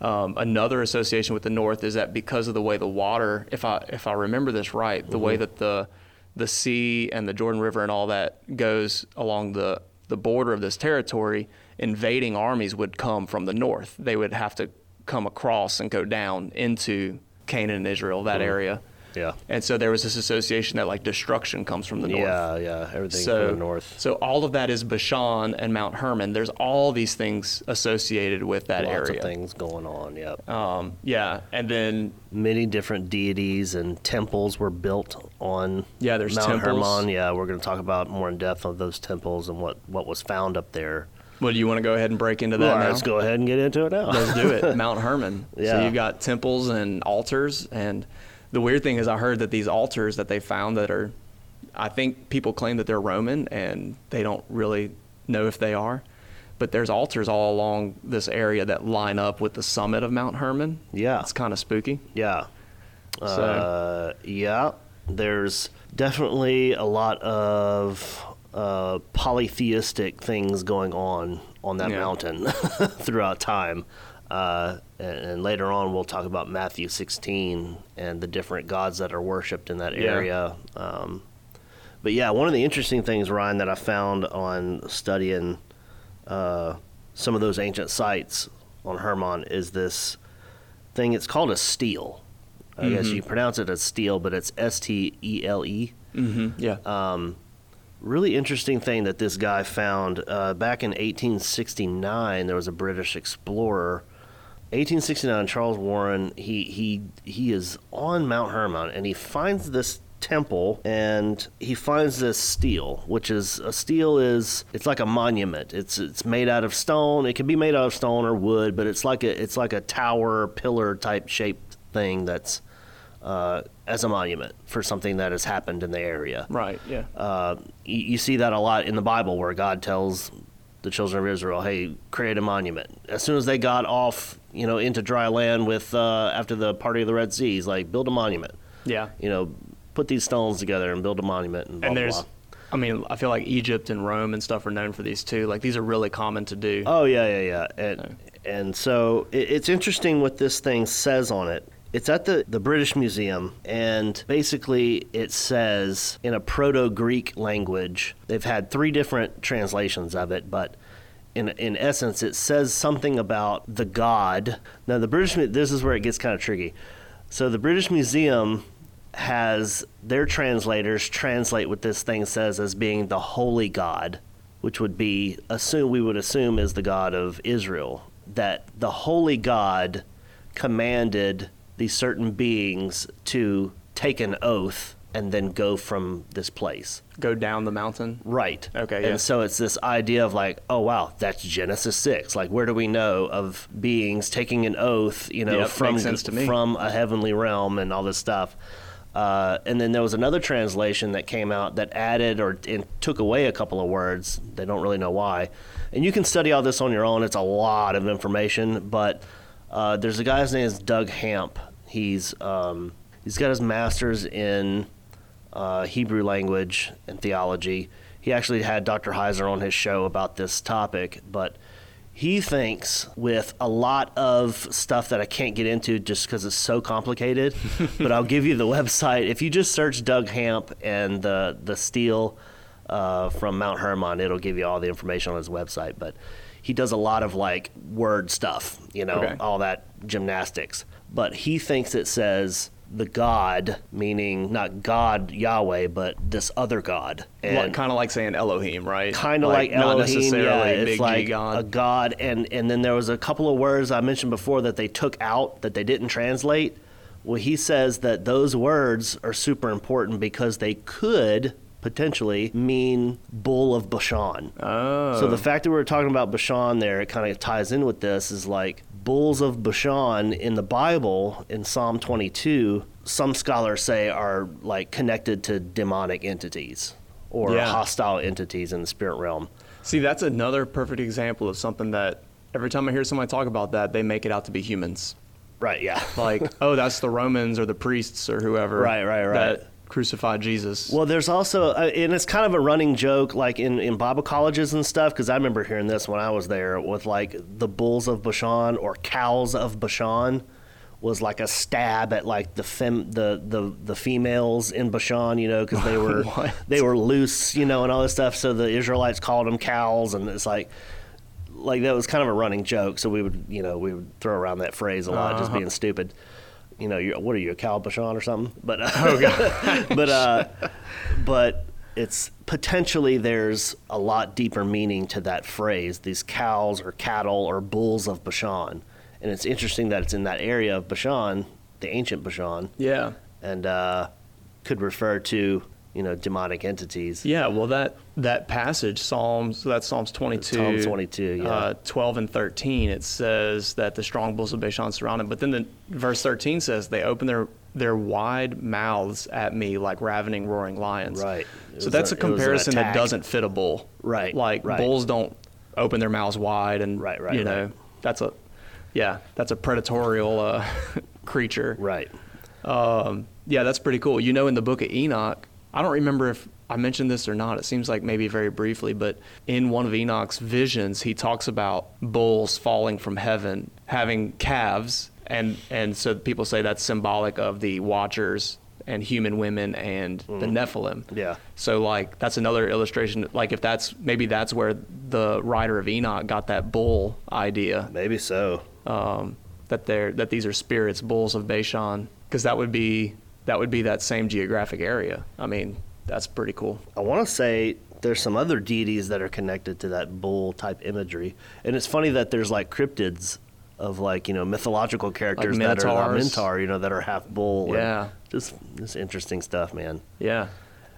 Speaker 2: Um, another association with the north is that because of the way the water, if I if I remember this right, the
Speaker 1: Mm-hmm.
Speaker 2: way that the the sea and the Jordan River and all that goes along the the border of this territory, invading armies would come from the north. They would have to come across and go down into Canaan and Israel, that
Speaker 1: Mm-hmm.
Speaker 2: area.
Speaker 1: yeah,
Speaker 2: And so there was this association that like destruction comes from the north.
Speaker 1: yeah, yeah. Everything
Speaker 2: So,
Speaker 1: from the north.
Speaker 2: so all of that is Bashan and Mount Hermon. There's all these things associated with that
Speaker 1: Lots
Speaker 2: area.
Speaker 1: of things going on. Yeah,
Speaker 2: Um, yeah, and then
Speaker 1: many different deities and temples were built on.
Speaker 2: Yeah, there's
Speaker 1: Mount
Speaker 2: temples.
Speaker 1: Hermon. Yeah, we're going to talk about more in depth of those temples and what what was found up there.
Speaker 2: well, do you want to go ahead and break into that
Speaker 1: All right,
Speaker 2: now?
Speaker 1: let's go ahead and get into it now.
Speaker 2: Let's do it. Mount Hermon. So
Speaker 1: Yeah.
Speaker 2: you've got temples and altars, and the weird thing is, I heard that these altars that they found that are, I think people claim that they're Roman, and they don't really know if they are. But there's altars all along this area that line up with the summit of Mount Hermon.
Speaker 1: Yeah.
Speaker 2: it's kind of spooky.
Speaker 1: Yeah.
Speaker 2: So
Speaker 1: Uh, yeah. There's definitely a lot of uh, polytheistic things going on on that
Speaker 2: Yeah.
Speaker 1: mountain throughout time. Uh, and, and later on, we'll talk about Matthew 16 and the different gods that are worshipped in that
Speaker 2: Yeah.
Speaker 1: area. Um, but yeah, one of the interesting things, Ryan, that I found on studying uh, some of those ancient sites on Hermon is this thing. It's called a stele. I guess you pronounce it as stele, but it's S T E L E.
Speaker 2: mhm, yeah,
Speaker 1: Um, Really interesting thing that this guy found uh, back in 1869. There was a British explorer. 1869, Charles Warren. He he he is on Mount Hermon, and he finds this temple, and he finds this stele, which is a stele is it's like a monument. It's it's made out of stone. It can be made out of stone or wood, but it's like a it's like a tower pillar type shaped thing that's uh, as a monument for something that has happened in the area
Speaker 2: right, yeah,
Speaker 1: uh, you, you see that a lot in the Bible where God tells the children of Israel, hey, create a monument. As soon as they got off, you know, into dry land with uh, after the party of the Red Sea, he's like, build a monument.
Speaker 2: Yeah.
Speaker 1: You know, put these stones together and build a monument. And, blah,
Speaker 2: and
Speaker 1: blah,
Speaker 2: there's
Speaker 1: blah.
Speaker 2: i mean i feel like egypt and rome and stuff are known for these too like these are really common to do
Speaker 1: Oh yeah, yeah, yeah. And and so it, it's interesting what this thing says on it. It's at the, the British Museum, and basically it says in a proto Greek language, they've had three different translations of it, but in, in essence, it says something about the god. Now, the British, Mu- this is where it gets kind of tricky. So, the British Museum has their translators translate what this thing says as being the holy god which would be assume we would assume is the God of Israel, that the holy God commanded these certain beings to take an oath and then go from this place.
Speaker 2: go down the mountain
Speaker 1: Right.
Speaker 2: Okay,
Speaker 1: And
Speaker 2: yeah.
Speaker 1: so it's this idea of like, oh wow, that's Genesis six. Like, where do we know of beings taking an oath? You know,
Speaker 2: Yep,
Speaker 1: from
Speaker 2: makes sense to me.
Speaker 1: from a heavenly realm and all this stuff. Uh, and then there was another translation that came out that added or and took away a couple of words. They don't really know why. And you can study all this on your own. It's a lot of information. But uh, there's a guy's name is Doug Hamp. He's um, he's got his master's in uh, Hebrew language and theology. He actually had Dr. Heiser on his show about this topic, but he thinks with a lot of stuff that I can't get into just because it's so complicated. but I'll give you the website. If you just search Doug Hamp and the the steel uh, from Mount Hermon, it'll give you all the information on his website. But he does a lot of like word stuff, you know,
Speaker 2: Okay.
Speaker 1: all that gymnastics. But he thinks it says the God, meaning not God Yahweh, but this other God. And
Speaker 2: kind of like saying elohim right
Speaker 1: kind of like,
Speaker 2: not
Speaker 1: Elohim,
Speaker 2: necessarily
Speaker 1: yeah,
Speaker 2: big
Speaker 1: it's
Speaker 2: G
Speaker 1: like
Speaker 2: God.
Speaker 1: a god. And and then there was a couple of words I mentioned before that they took out that they didn't translate. Well, he says that those words are super important because they could potentially mean bull of Bashan.
Speaker 2: oh
Speaker 1: So the fact that we were talking about Bashan there, it kind of ties in with this is like bulls of Bashan in the Bible in Psalm 22, some scholars say are like connected to demonic entities or
Speaker 2: Yeah.
Speaker 1: hostile entities in the spirit realm.
Speaker 2: see that's another perfect example of something that every time i hear somebody talk about that they make it out to be humans
Speaker 1: Right, yeah.
Speaker 2: like oh that's the romans or the priests or whoever
Speaker 1: Right, right, right.
Speaker 2: that crucified jesus
Speaker 1: Well, there's also, uh, and it's kind of a running joke, like in, in Bible colleges and stuff, because I remember hearing this when I was there with like the bulls of Bashan or cows of Bashan was like a stab at like the fem the the, the females in Bashan, you know, because they were
Speaker 2: What?
Speaker 1: they were loose, you know, and all this stuff. So the Israelites called them cows, and it's like. Like that was kind of a running joke, so we would, you know, we would throw around that phrase a lot, just being stupid. You know, you're, what are you, a cow Bashan or something? But uh, but uh, but it's potentially there's a lot deeper meaning to that phrase. These cows or cattle or bulls of Bashan, and it's interesting that it's in that area of Bashan, the ancient Bashan,
Speaker 2: yeah
Speaker 1: and uh, could refer to you know demonic entities.
Speaker 2: Yeah, well that that passage Psalms that's Psalms 22
Speaker 1: Psalm 22, yeah.
Speaker 2: uh, 12 and 13 it says that the strong bulls of Bashan surrounded but then the verse 13 says they open their their wide mouths at me like ravening roaring lions.
Speaker 1: Right. It
Speaker 2: So
Speaker 1: was
Speaker 2: that's
Speaker 1: a-
Speaker 2: a
Speaker 1: it was an
Speaker 2: comparison that
Speaker 1: attack.
Speaker 2: doesn't fit a bull.
Speaker 1: Right,
Speaker 2: Like
Speaker 1: right.
Speaker 2: bulls don't open their mouths wide and
Speaker 1: Right, right,
Speaker 2: you know
Speaker 1: right.
Speaker 2: that's a yeah, that's a predatorial uh, creature.
Speaker 1: Right.
Speaker 2: Yeah, that's pretty cool. You know, in the book of Enoch, I don't remember if I mentioned this or not. It seems like maybe very briefly, but in one of Enoch's visions, he talks about bulls falling from heaven, having calves, and and so people say that's symbolic of the watchers and human women and the Nephilim.
Speaker 1: Yeah.
Speaker 2: So like that's another illustration. Like if that's maybe that's where the writer of Enoch got that bull idea
Speaker 1: Maybe so.
Speaker 2: that they're that these are spirits, bulls of Bashan, because that would be that would be that same geographic area. I mean, that's pretty cool.
Speaker 1: I want to say there's some other deities that are connected to that bull type imagery, and it's funny that there's like cryptids of like you know mythological characters that are not
Speaker 2: minotaurs.
Speaker 1: minotaur, you know, that are half bull. and
Speaker 2: Yeah.
Speaker 1: just just interesting stuff, man.
Speaker 2: Yeah,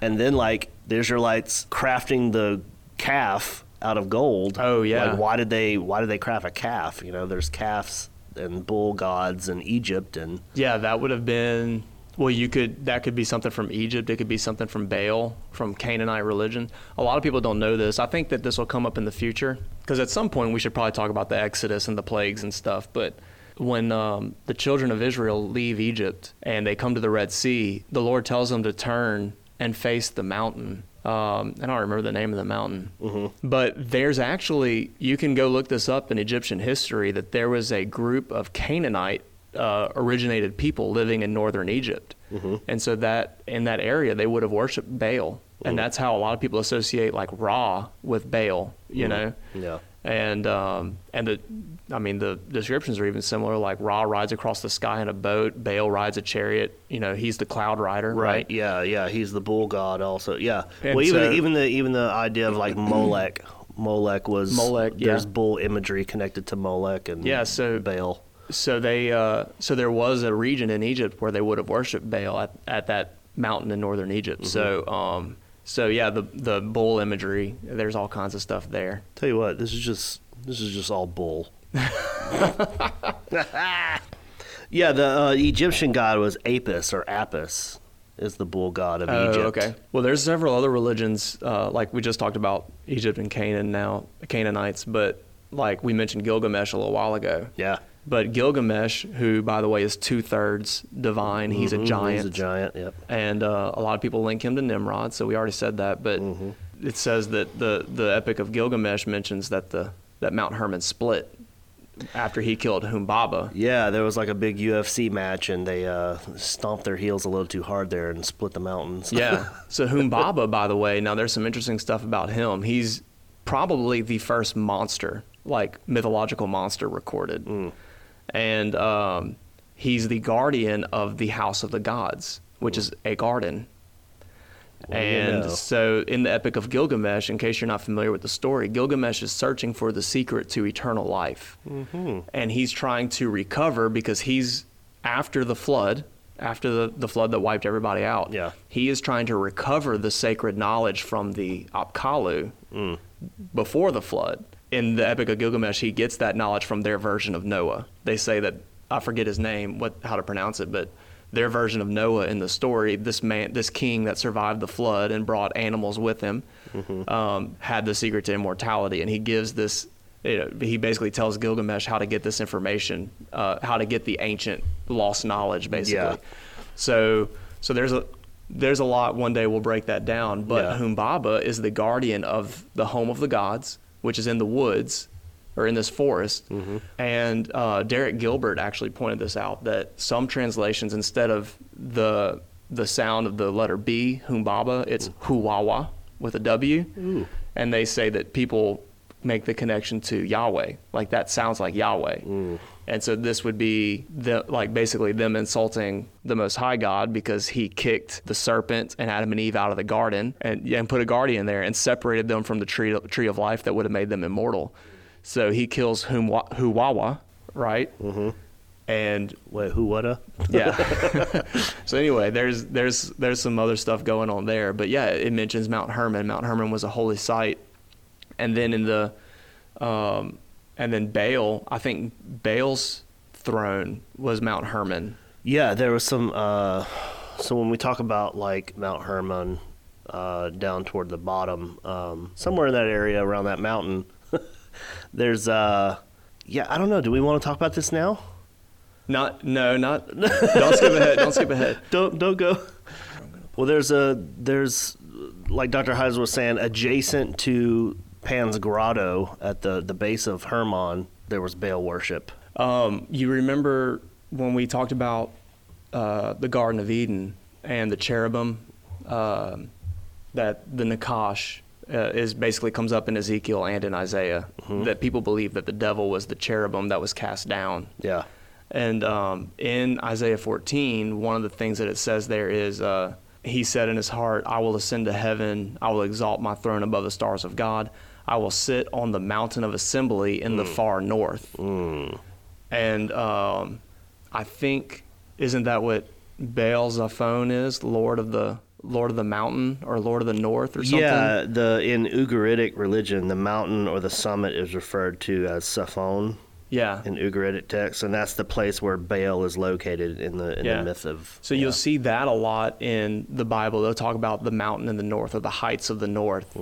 Speaker 1: And then like the Israelites crafting the calf out of gold.
Speaker 2: Oh, yeah.
Speaker 1: Like why did they why did they craft a calf? You know, there's calves and bull gods in Egypt and
Speaker 2: yeah, that would have been well, you could that could be something from Egypt. It could be something from Baal, from Canaanite religion. A lot of people don't know this. I think that this will come up in the future because at some point we should probably talk about the Exodus and the plagues and stuff. But when um, the children of Israel leave Egypt and they come to the Red Sea, the Lord tells them to turn and face the mountain. Um, and I don't remember the name of the mountain, but there's actually you can go look this up in Egyptian history that there was a group of Canaanite uh, originated people living in northern Egypt, and so that in that area they would have worshipped Baal, and that's how a lot of people associate like Ra with Baal, you know.
Speaker 1: Yeah.
Speaker 2: And um, and the, I mean the descriptions are even similar. Like Ra rides across the sky in a boat, Baal rides a chariot. You know, he's the cloud rider, right?
Speaker 1: Yeah, yeah. He's the bull god also. Yeah.
Speaker 2: And
Speaker 1: well, even
Speaker 2: so-
Speaker 1: even the even the idea of like Molech, Molech was
Speaker 2: Molech, yeah.
Speaker 1: There's bull imagery connected to Molech and
Speaker 2: Yeah, so-
Speaker 1: Baal.
Speaker 2: so they uh, so there was a region in Egypt where they would have worshipped Baal at, at that mountain in northern Egypt. So um, so yeah, the the bull imagery. There's all kinds of stuff there.
Speaker 1: Tell you what, this is just this is just all bull. yeah, the uh, Egyptian god was Apis or Apis, is the bull god of Egypt.
Speaker 2: Oh, okay. Well, there's several other religions uh, like we just talked about Egypt and Canaan now Canaanites, but like we mentioned Gilgamesh a little while ago.
Speaker 1: Yeah. Mm,
Speaker 2: But Gilgamesh, who by the way is two thirds divine, Mm-hmm. he's a
Speaker 1: Mhm,
Speaker 2: giant.
Speaker 1: He's a giant. Yep.
Speaker 2: and uh, a lot of people link him to Nimrod. So we already said that, but it says that the the Epic of Gilgamesh mentions that the that Mount Hermon split after he killed Humbaba.
Speaker 1: Yeah, there was like a big UFC match, and they uh, stomped their heels a little too hard there and split the mountains.
Speaker 2: Yeah. So Humbaba, by the way, now there's some interesting stuff about him. He's probably the first monster, like mythological monster, recorded, and um, he's the guardian of the House of the Gods, which is a garden.
Speaker 1: do you
Speaker 2: and
Speaker 1: know?
Speaker 2: so, in the Epic of Gilgamesh, in case you're not familiar with the story, Gilgamesh is searching for the secret to eternal life. Mm-hmm. And he's trying to recover because he's after the flood, after the, the flood that wiped everybody out.
Speaker 1: Yeah.
Speaker 2: He is trying to recover the sacred knowledge from the Apkalu before the flood. In the Epic of Gilgamesh, he gets that knowledge from their version of Noah. They say that I forget his name, what how to pronounce it, but their version of Noah in the story, this man, this king that survived the flood and brought animals with him, um, had the secret to immortality, and he gives this. You know, he basically tells Gilgamesh how to get this information, uh, how to get the ancient lost knowledge, basically.
Speaker 1: Yeah.
Speaker 2: So, so there's a there's a lot. One day we'll break that down. But
Speaker 1: Yeah.
Speaker 2: Humbaba is the guardian of the home of the gods, which is in the woods or in this forest. And uh, Derek Gilbert actually pointed this out that some translations, instead of the the sound of the letter B, Humbaba, it's Huwawa with a W. And they say that people make the connection to Yahweh. Like that sounds like Yahweh. And so this would be the, like basically them insulting the Most High God because he kicked the serpent and Adam and Eve out of the garden and, and put a guardian there and separated them from the tree, tree of life that would have made them immortal. So he kills Humwa- Huwawa, right? Mm-hmm. And
Speaker 1: Wait, who? What? uh? A?
Speaker 2: yeah. so anyway, there's there's there's some other stuff going on there, but yeah, it mentions Mount Hermon. Mount Hermon was a holy site, and then in the, um, and then Baal. I think Baal's throne was Mount Hermon.
Speaker 1: Yeah, there was some. Uh, so when we talk about like Mount Hermon, uh, down toward the bottom, um, somewhere in that area around that mountain, there's. Uh, yeah, I don't know. Do we want to talk about this now?
Speaker 2: Not no not. don't skip ahead. Don't skip ahead.
Speaker 1: Don't don't go. Well, there's a there's like Dr. Heise was saying, adjacent to Pan's Grotto at the the base of Hermon, there was Baal worship.
Speaker 2: Um, you remember when we talked about uh, the Garden of Eden and the cherubim, um that the Nakash uh, is basically comes up in Ezekiel and in Isaiah, that people believe that the devil was the cherubim that was cast down.
Speaker 1: Yeah.
Speaker 2: And um, in Isaiah 14, one of the things that it says there is, uh, he said in his heart, I will ascend to heaven. I will exalt my throne above the stars of God. I will sit on the mountain of assembly in the far north. And um, I think, isn't that what Baal Zephon is? Lord of the Lord of the mountain or Lord of the north or something?
Speaker 1: Yeah, the in Ugaritic religion, the mountain or the summit is referred to as Saphon,
Speaker 2: Yeah.
Speaker 1: in Ugaritic texts, and that's the place where Baal is located in the in
Speaker 2: Yeah.
Speaker 1: the myth of.
Speaker 2: So you'll see that a lot in the Bible. They'll talk about the mountain in the north or the heights of the north.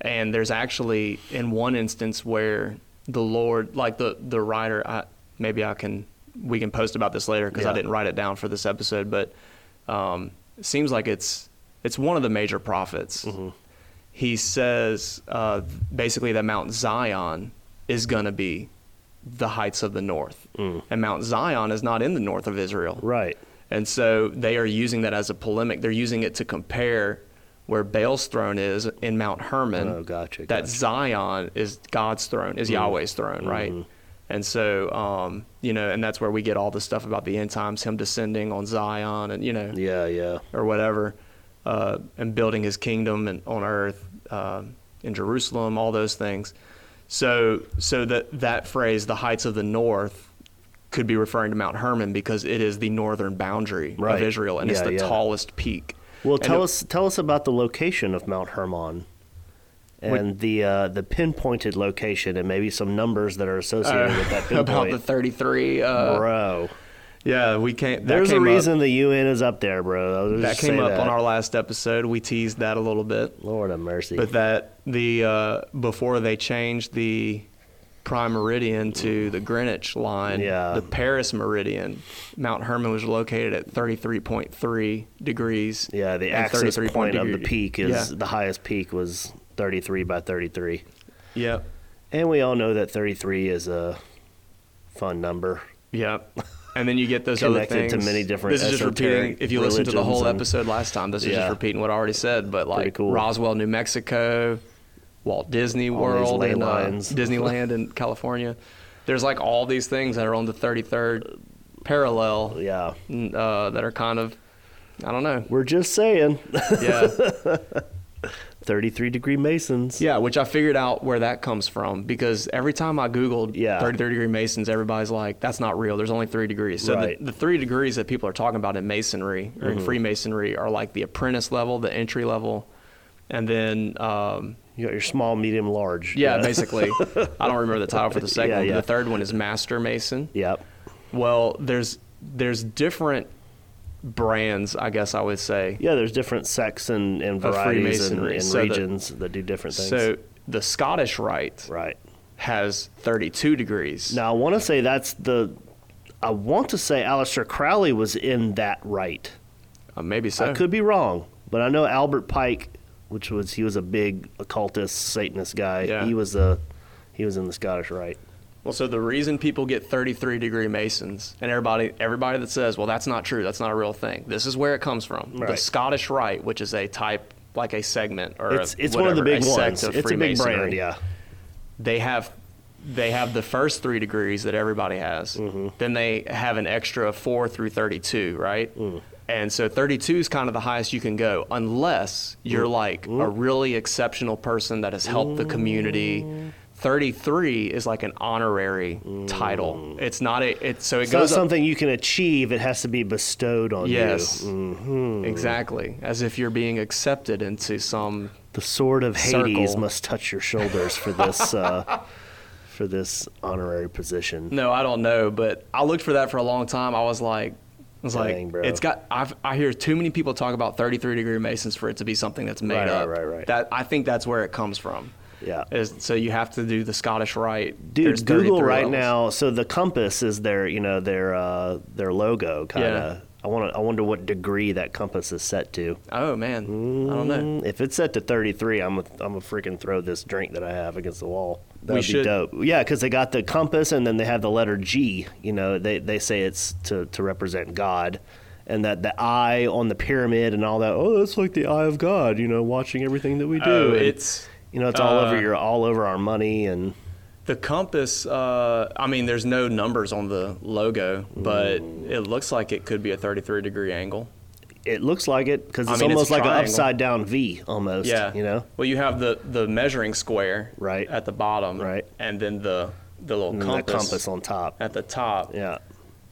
Speaker 2: And there's actually in one instance where the Lord, like the the writer, I, maybe I can we can post about this later because I
Speaker 1: Yeah.
Speaker 2: didn't write it down for this episode, but um, it seems like it's it's one of the major prophets. He says uh, basically that Mount Zion is going to be the heights of the north, and Mount Zion is not in the north of Israel.
Speaker 1: right.
Speaker 2: And so they are using that as a polemic. They're using it to compare where Baal's throne is in Mount Hermon.
Speaker 1: Oh, gotcha,
Speaker 2: That
Speaker 1: gotcha. Mm. Mm-hmm.
Speaker 2: Zion is God's throne, is Yahweh's throne, right? And so, um, you know, and that's where we get all the stuff about the end times, him descending on Zion and, you know,
Speaker 1: Yeah, yeah.
Speaker 2: or whatever, uh, and building his kingdom and on earth um in Jerusalem, all those things. So, so that that phrase, the heights of the north, could be referring to Mount Hermon because it is the northern boundary
Speaker 1: Right.
Speaker 2: of Israel, and it's
Speaker 1: Yeah,
Speaker 2: the
Speaker 1: yeah.
Speaker 2: tallest peak.
Speaker 1: Well,
Speaker 2: And
Speaker 1: tell
Speaker 2: it-
Speaker 1: us tell us about the location of Mount Hermon, and the uh, the pinpointed location, and maybe some numbers that are associated with that pinpoint.
Speaker 2: uh, about the thirty-three. Uh,
Speaker 1: bro,
Speaker 2: yeah, we can't. that
Speaker 1: there's a
Speaker 2: came up-
Speaker 1: reason the UN is up there, bro. I'll just
Speaker 2: that
Speaker 1: say
Speaker 2: came up on
Speaker 1: that.
Speaker 2: our last episode. We teased that a little bit.
Speaker 1: Lord of mercy.
Speaker 2: But that the uh, before they changed the prime meridian to the Greenwich line,
Speaker 1: Yeah.
Speaker 2: the Paris meridian, Mount Herman was located at 33.3 degrees.
Speaker 1: yeah, the
Speaker 2: and
Speaker 1: axis
Speaker 2: 33
Speaker 1: point of the
Speaker 2: degree-
Speaker 1: peak is
Speaker 2: Yeah.
Speaker 1: the highest peak was 33 by 33,
Speaker 2: Yep.
Speaker 1: and we all know that 33 is a fun number.
Speaker 2: Yep. And then you get those other
Speaker 1: Connected
Speaker 2: things.
Speaker 1: to many different
Speaker 2: This is just
Speaker 1: esoteric
Speaker 2: repeating. If you listen to the
Speaker 1: religions
Speaker 2: whole
Speaker 1: and-
Speaker 2: episode last time, this is
Speaker 1: Yeah.
Speaker 2: just repeating what I already said. But
Speaker 1: Pretty
Speaker 2: like
Speaker 1: cool.
Speaker 2: Roswell, New Mexico, Walt Disney
Speaker 1: these
Speaker 2: World,
Speaker 1: ley
Speaker 2: and, uh,
Speaker 1: lines.
Speaker 2: Disneyland in California. There's like all these things that are on the 33rd parallel.
Speaker 1: Yeah,
Speaker 2: n- uh, that are kind of, I don't know.
Speaker 1: we're just saying,
Speaker 2: Yeah.
Speaker 1: 33 degree Masons.
Speaker 2: yeah, which I figured out where that comes from because every time I Googled
Speaker 1: Yeah.
Speaker 2: 33 degree Masons, everybody's like, that's not real. There's only three degrees. So
Speaker 1: Right. Mm-hmm.
Speaker 2: the, the three degrees that people are talking about in Masonry or in Freemasonry are like the apprentice level, the entry level, and then, um,
Speaker 1: You got your small, medium, large.
Speaker 2: yeah, basically, I don't remember the title for the second
Speaker 1: Yeah,
Speaker 2: one, but
Speaker 1: yeah.
Speaker 2: the third one is Master Mason.
Speaker 1: Yep.
Speaker 2: Well, there's there's different brands, I guess I would say.
Speaker 1: Yeah, there's different sects and, and varieties and,
Speaker 2: Freemasonry,
Speaker 1: and
Speaker 2: so the-
Speaker 1: regions that do different things.
Speaker 2: So the Scottish Rite
Speaker 1: right.
Speaker 2: has 32 degrees.
Speaker 1: Now, I want to say that's the. I want to say Aleister Crowley was in that right.
Speaker 2: Uh, maybe so.
Speaker 1: I could be wrong, but I know Albert Pike, which was he was a big occultist, Satanist guy.
Speaker 2: Yeah.
Speaker 1: He was a, he was in the Scottish Rite.
Speaker 2: Well, so the reason people get 33 degree masons and everybody everybody that says, "Well, that's not true. That's not a real thing." This is where it comes from. The
Speaker 1: Right.
Speaker 2: Scottish Rite, which is a type like a segment or a
Speaker 1: It's it's one of the
Speaker 2: whatever,
Speaker 1: big
Speaker 2: a sect
Speaker 1: ones.
Speaker 2: of
Speaker 1: It's a big
Speaker 2: Freemasonry,
Speaker 1: brand. Yeah.
Speaker 2: They have they have the first 3 degrees that everybody has.
Speaker 1: Mm-hmm.
Speaker 2: Then they have an extra 4 through 32, right?
Speaker 1: Mm.
Speaker 2: And so 32 is kind of the highest you can go unless you're
Speaker 1: Mm.
Speaker 2: like a really exceptional person that has helped the
Speaker 1: Mm.
Speaker 2: community. 33 is like an honorary title. It's not a it's so it
Speaker 1: It's not
Speaker 2: goes up-
Speaker 1: something you can achieve. It has to be bestowed on
Speaker 2: Yes.
Speaker 1: you. Mm.
Speaker 2: Exactly. As if you're being accepted into some
Speaker 1: The sword of Hades
Speaker 2: Circle.
Speaker 1: must touch your shoulders for this uh, for this honorary position.
Speaker 2: No, I don't know, but I looked for that for a long time. I was like, I was
Speaker 1: Dang,
Speaker 2: like,
Speaker 1: bro.
Speaker 2: it's got. I've, I hear too many people talk about 33 degree masons for it to be something that's made
Speaker 1: Right, right,
Speaker 2: up.
Speaker 1: right, right.
Speaker 2: That I think that's where it comes from.
Speaker 1: Yeah.
Speaker 2: Is, so you have to do the Scottish rite.
Speaker 1: Dude,
Speaker 2: There's
Speaker 1: Google
Speaker 2: 33
Speaker 1: right
Speaker 2: levels.
Speaker 1: now. So the compass is their, you know, their uh, their logo kind of.
Speaker 2: Yeah.
Speaker 1: I want to. I wonder what degree that compass is set to.
Speaker 2: Oh man, I don't know.
Speaker 1: Mm, If it's set to 33, I'm a, I'm a freaking throw this drink that I have against the wall. That
Speaker 2: We
Speaker 1: would be
Speaker 2: should-
Speaker 1: dope. Yeah, because they got the compass and then they have the letter G. You know, they, they say it's to, to represent God. And that the eye on the pyramid and all that. Oh, that's like the eye of God. You know, watching everything that we do.
Speaker 2: Oh,
Speaker 1: And,
Speaker 2: it's
Speaker 1: you know, it's all over
Speaker 2: uh,
Speaker 1: your all over our money and
Speaker 2: the compass. Uh, I mean, there's no numbers on the logo, but
Speaker 1: Mm.
Speaker 2: it looks like it could be a 33 degree angle.
Speaker 1: it looks like it because
Speaker 2: I
Speaker 1: it's
Speaker 2: mean, it's a
Speaker 1: almost like an
Speaker 2: triangle.
Speaker 1: upside down V almost.
Speaker 2: Yeah.
Speaker 1: you know.
Speaker 2: Well, you have the the measuring square
Speaker 1: Right.
Speaker 2: at the bottom,
Speaker 1: Right.
Speaker 2: and then the the little
Speaker 1: And
Speaker 2: compass,
Speaker 1: the compass on top.
Speaker 2: at the top.
Speaker 1: Yeah.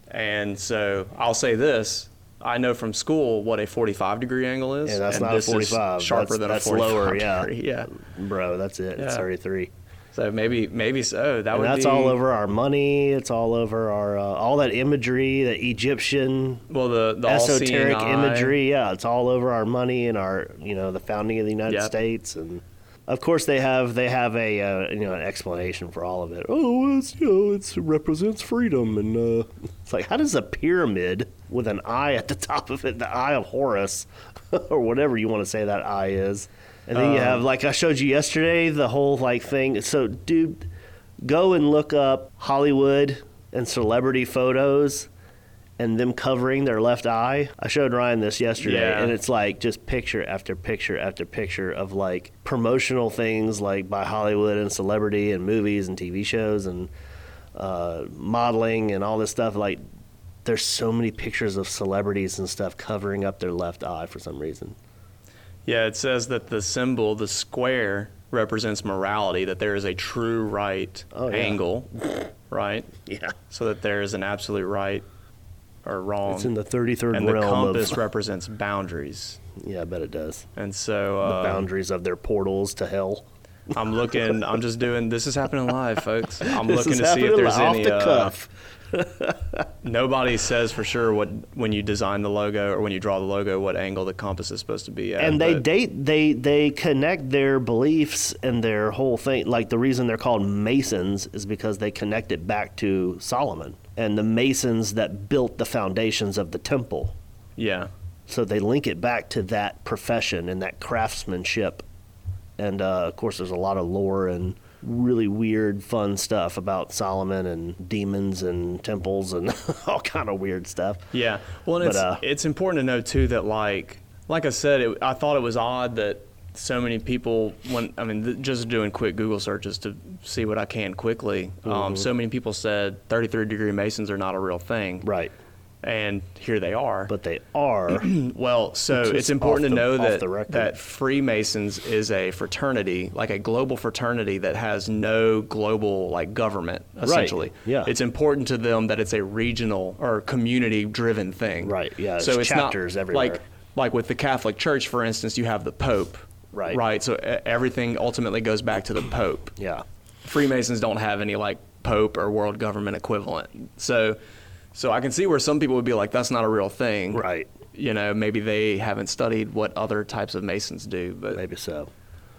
Speaker 2: And so I'll say this: I know from school what a 45 degree angle is.
Speaker 1: Yeah, that's
Speaker 2: and
Speaker 1: not a
Speaker 2: this is
Speaker 1: 45. That's-
Speaker 2: Sharper than
Speaker 1: that's
Speaker 2: a 45
Speaker 1: lower, yeah.
Speaker 2: degree. Yeah.
Speaker 1: Bro, that's it. It's
Speaker 2: Yeah.
Speaker 1: 33.
Speaker 2: So maybe maybe so. That
Speaker 1: And
Speaker 2: would
Speaker 1: that's
Speaker 2: be,
Speaker 1: all over our money. It's all over our uh, all that imagery, that Egyptian
Speaker 2: Well, the the
Speaker 1: esoteric
Speaker 2: all-seeing eye.
Speaker 1: imagery. Yeah, it's all over our money and our you know the founding of the United
Speaker 2: Yep.
Speaker 1: States and. Of course, they have they have a uh, you know an explanation for all of it. Oh, it's you know it's, it represents freedom, and uh, it's like how does a pyramid with an eye at the top of it, the Eye of Horus, or whatever you want to say that eye is, and
Speaker 2: Um,
Speaker 1: then you have like I showed you yesterday the whole like thing. So, dude, go and look up Hollywood and celebrity photos and them covering their left eye. I showed Ryan this yesterday,
Speaker 2: Yeah.
Speaker 1: and it's like just picture after picture after picture of like promotional things like by Hollywood and celebrity and movies and TV shows and uh, modeling and all this stuff. Like, there's so many pictures of celebrities and stuff covering up their left eye for some reason.
Speaker 2: Yeah, it says that the symbol, the square, represents morality. That there is a true right
Speaker 1: Oh, yeah.
Speaker 2: angle, right?
Speaker 1: Yeah.
Speaker 2: So that there is an absolute right or wrong.
Speaker 1: It's in the 33rd
Speaker 2: and the
Speaker 1: realm
Speaker 2: compass
Speaker 1: of.
Speaker 2: represents boundaries.
Speaker 1: yeah, I bet it does.
Speaker 2: And so
Speaker 1: The
Speaker 2: uh,
Speaker 1: boundaries of their portals to hell.
Speaker 2: I'm looking. I'm just doing. This is happening live, folks. I'm
Speaker 1: This
Speaker 2: looking
Speaker 1: is
Speaker 2: to see if
Speaker 1: happening
Speaker 2: there's
Speaker 1: off
Speaker 2: any.
Speaker 1: the
Speaker 2: uh,
Speaker 1: cuff.
Speaker 2: nobody says for sure what when you design the logo or when you draw the logo what angle the compass is supposed to be at.
Speaker 1: and they
Speaker 2: but-
Speaker 1: date they they connect their beliefs and their whole thing like the reason they're called masons is because they connect it back to solomon and the masons that built the foundations of the temple
Speaker 2: Yeah.
Speaker 1: so they link it back to that profession and that craftsmanship and uh, of course there's a lot of lore and really weird fun stuff about solomon and demons and temples and all kind of weird stuff
Speaker 2: Yeah. Well, and
Speaker 1: But,
Speaker 2: it's
Speaker 1: uh,
Speaker 2: it's important to know too that like like I said, it, I thought it was odd that so many people when I mean th- just doing quick Google searches to see what I can quickly. Um,
Speaker 1: Mm-hmm.
Speaker 2: so many people said 33 degree Masons are not a real thing.
Speaker 1: right
Speaker 2: And here they are.
Speaker 1: but they are
Speaker 2: Well, so
Speaker 1: Mm. Just
Speaker 2: it's important
Speaker 1: off
Speaker 2: to
Speaker 1: the-
Speaker 2: know
Speaker 1: off the
Speaker 2: that
Speaker 1: record.
Speaker 2: that Freemasons is a fraternity, like a global fraternity that has no global like government essentially.
Speaker 1: yeah.
Speaker 2: It's important to them that it's a regional or community driven thing.
Speaker 1: Right, yeah,
Speaker 2: So
Speaker 1: there's
Speaker 2: it's not
Speaker 1: chapters everywhere.
Speaker 2: Like like with the Catholic Church for instance, you have the pope.
Speaker 1: Right.
Speaker 2: Right. So e- everything ultimately goes back to the pope.
Speaker 1: yeah
Speaker 2: Freemasons don't have any like pope or world government equivalent. So so I can see where some people would be like that's not a real thing.
Speaker 1: Right.
Speaker 2: You know, maybe they haven't studied what other types of masons do, but
Speaker 1: maybe so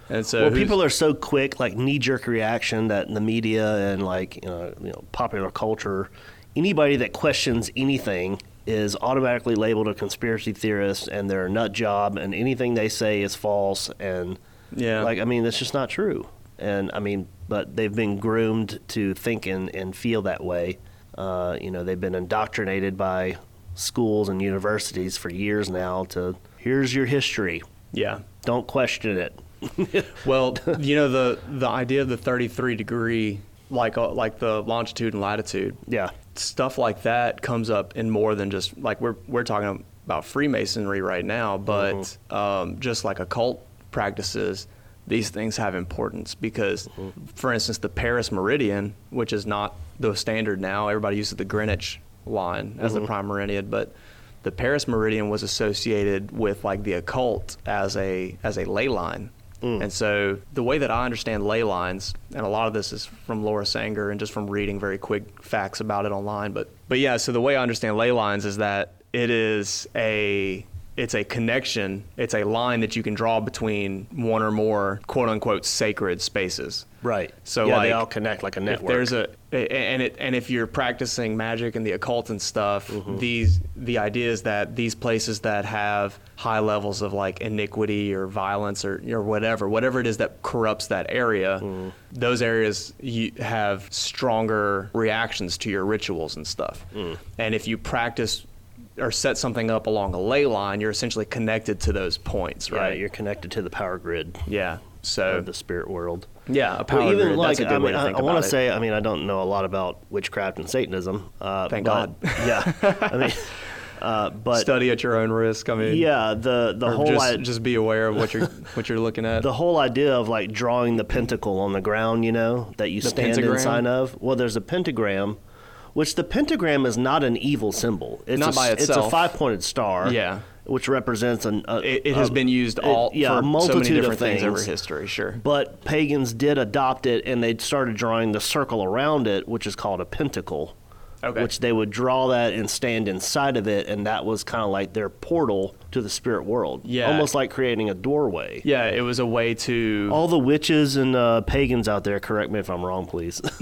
Speaker 2: and so
Speaker 1: Well,
Speaker 2: who's-
Speaker 1: people are so quick, like knee jerk reaction that in the media and like you know, you know, popular culture, anybody that questions anything is automatically labeled a conspiracy theorist and they're a nut job, and anything they say is false. And
Speaker 2: Yeah.
Speaker 1: like I mean, that's just not true. And I mean, but they've been groomed to think and, and feel that way. Uh, you know, they've been indoctrinated by schools and universities for years now to here's your history.
Speaker 2: yeah.
Speaker 1: Don't question it.
Speaker 2: Well, you know the the idea of the 33 degree like uh, like the longitude and latitude.
Speaker 1: Yeah.
Speaker 2: stuff like that comes up in more than just like we're we're talking about Freemasonry right now, but um, just like occult practices, these things have importance because, for instance, the Paris Meridian, which is not the standard now, everybody uses the Greenwich line as the prime meridian, but the Paris Meridian was associated with like the occult as a as a ley line. And so the way that I understand ley lines, and a lot of this is from Laura Sanger and just from reading very quick facts about it online, but but yeah, so the way I understand ley lines is that it is a it's a connection, it's a line that you can draw between one or more quote unquote sacred spaces.
Speaker 1: Right.
Speaker 2: So
Speaker 1: yeah,
Speaker 2: like,
Speaker 1: they all connect like a
Speaker 2: if
Speaker 1: network.
Speaker 2: there's a a- and it and if you're practicing magic and the occult and stuff these the idea is that these places that have high levels of like iniquity or violence or or whatever whatever it is that corrupts that area those areas you have stronger reactions to your rituals and stuff and if you practice or set something up along a ley line you're essentially connected to those points
Speaker 1: yeah,
Speaker 2: right
Speaker 1: you're connected to the power grid
Speaker 2: yeah so
Speaker 1: of the spirit world.
Speaker 2: yeah a power
Speaker 1: Well, even
Speaker 2: grid,
Speaker 1: like
Speaker 2: that's a good
Speaker 1: I
Speaker 2: way
Speaker 1: mean,
Speaker 2: to
Speaker 1: I,
Speaker 2: think
Speaker 1: I
Speaker 2: want
Speaker 1: to say, I mean, I don't know a lot about witchcraft and Satanism. Uh,
Speaker 2: Thank
Speaker 1: but-
Speaker 2: God.
Speaker 1: Yeah, I mean, uh, but
Speaker 2: study at your own risk i mean
Speaker 1: yeah, the the
Speaker 2: Or
Speaker 1: whole
Speaker 2: just,
Speaker 1: I-
Speaker 2: just be aware of what you're what you're looking at.
Speaker 1: the whole idea of like drawing the pentacle on the ground, you know, that you stand
Speaker 2: pentagram?
Speaker 1: in sign of. Well, there's a pentagram. which the pentagram is not an evil symbol. It's
Speaker 2: Not
Speaker 1: a,
Speaker 2: by
Speaker 1: It's a
Speaker 2: itself.
Speaker 1: five pointed star.
Speaker 2: Yeah.
Speaker 1: Which represents an. A,
Speaker 2: It, it has
Speaker 1: a-
Speaker 2: been used
Speaker 1: um, it-
Speaker 2: all
Speaker 1: yeah, a
Speaker 2: for so
Speaker 1: multitude
Speaker 2: many different
Speaker 1: of
Speaker 2: things.
Speaker 1: things,
Speaker 2: over history. Sure.
Speaker 1: But pagans did adopt it, and they started drawing the circle around it, which is called a pentacle.
Speaker 2: Okay.
Speaker 1: Which they would draw that and stand inside of it, and that was kind of like their portal to the spirit world.
Speaker 2: Yeah.
Speaker 1: Almost like creating a doorway.
Speaker 2: Yeah, it was a way to.
Speaker 1: All the witches and uh, pagans out there, correct me if I'm wrong, please.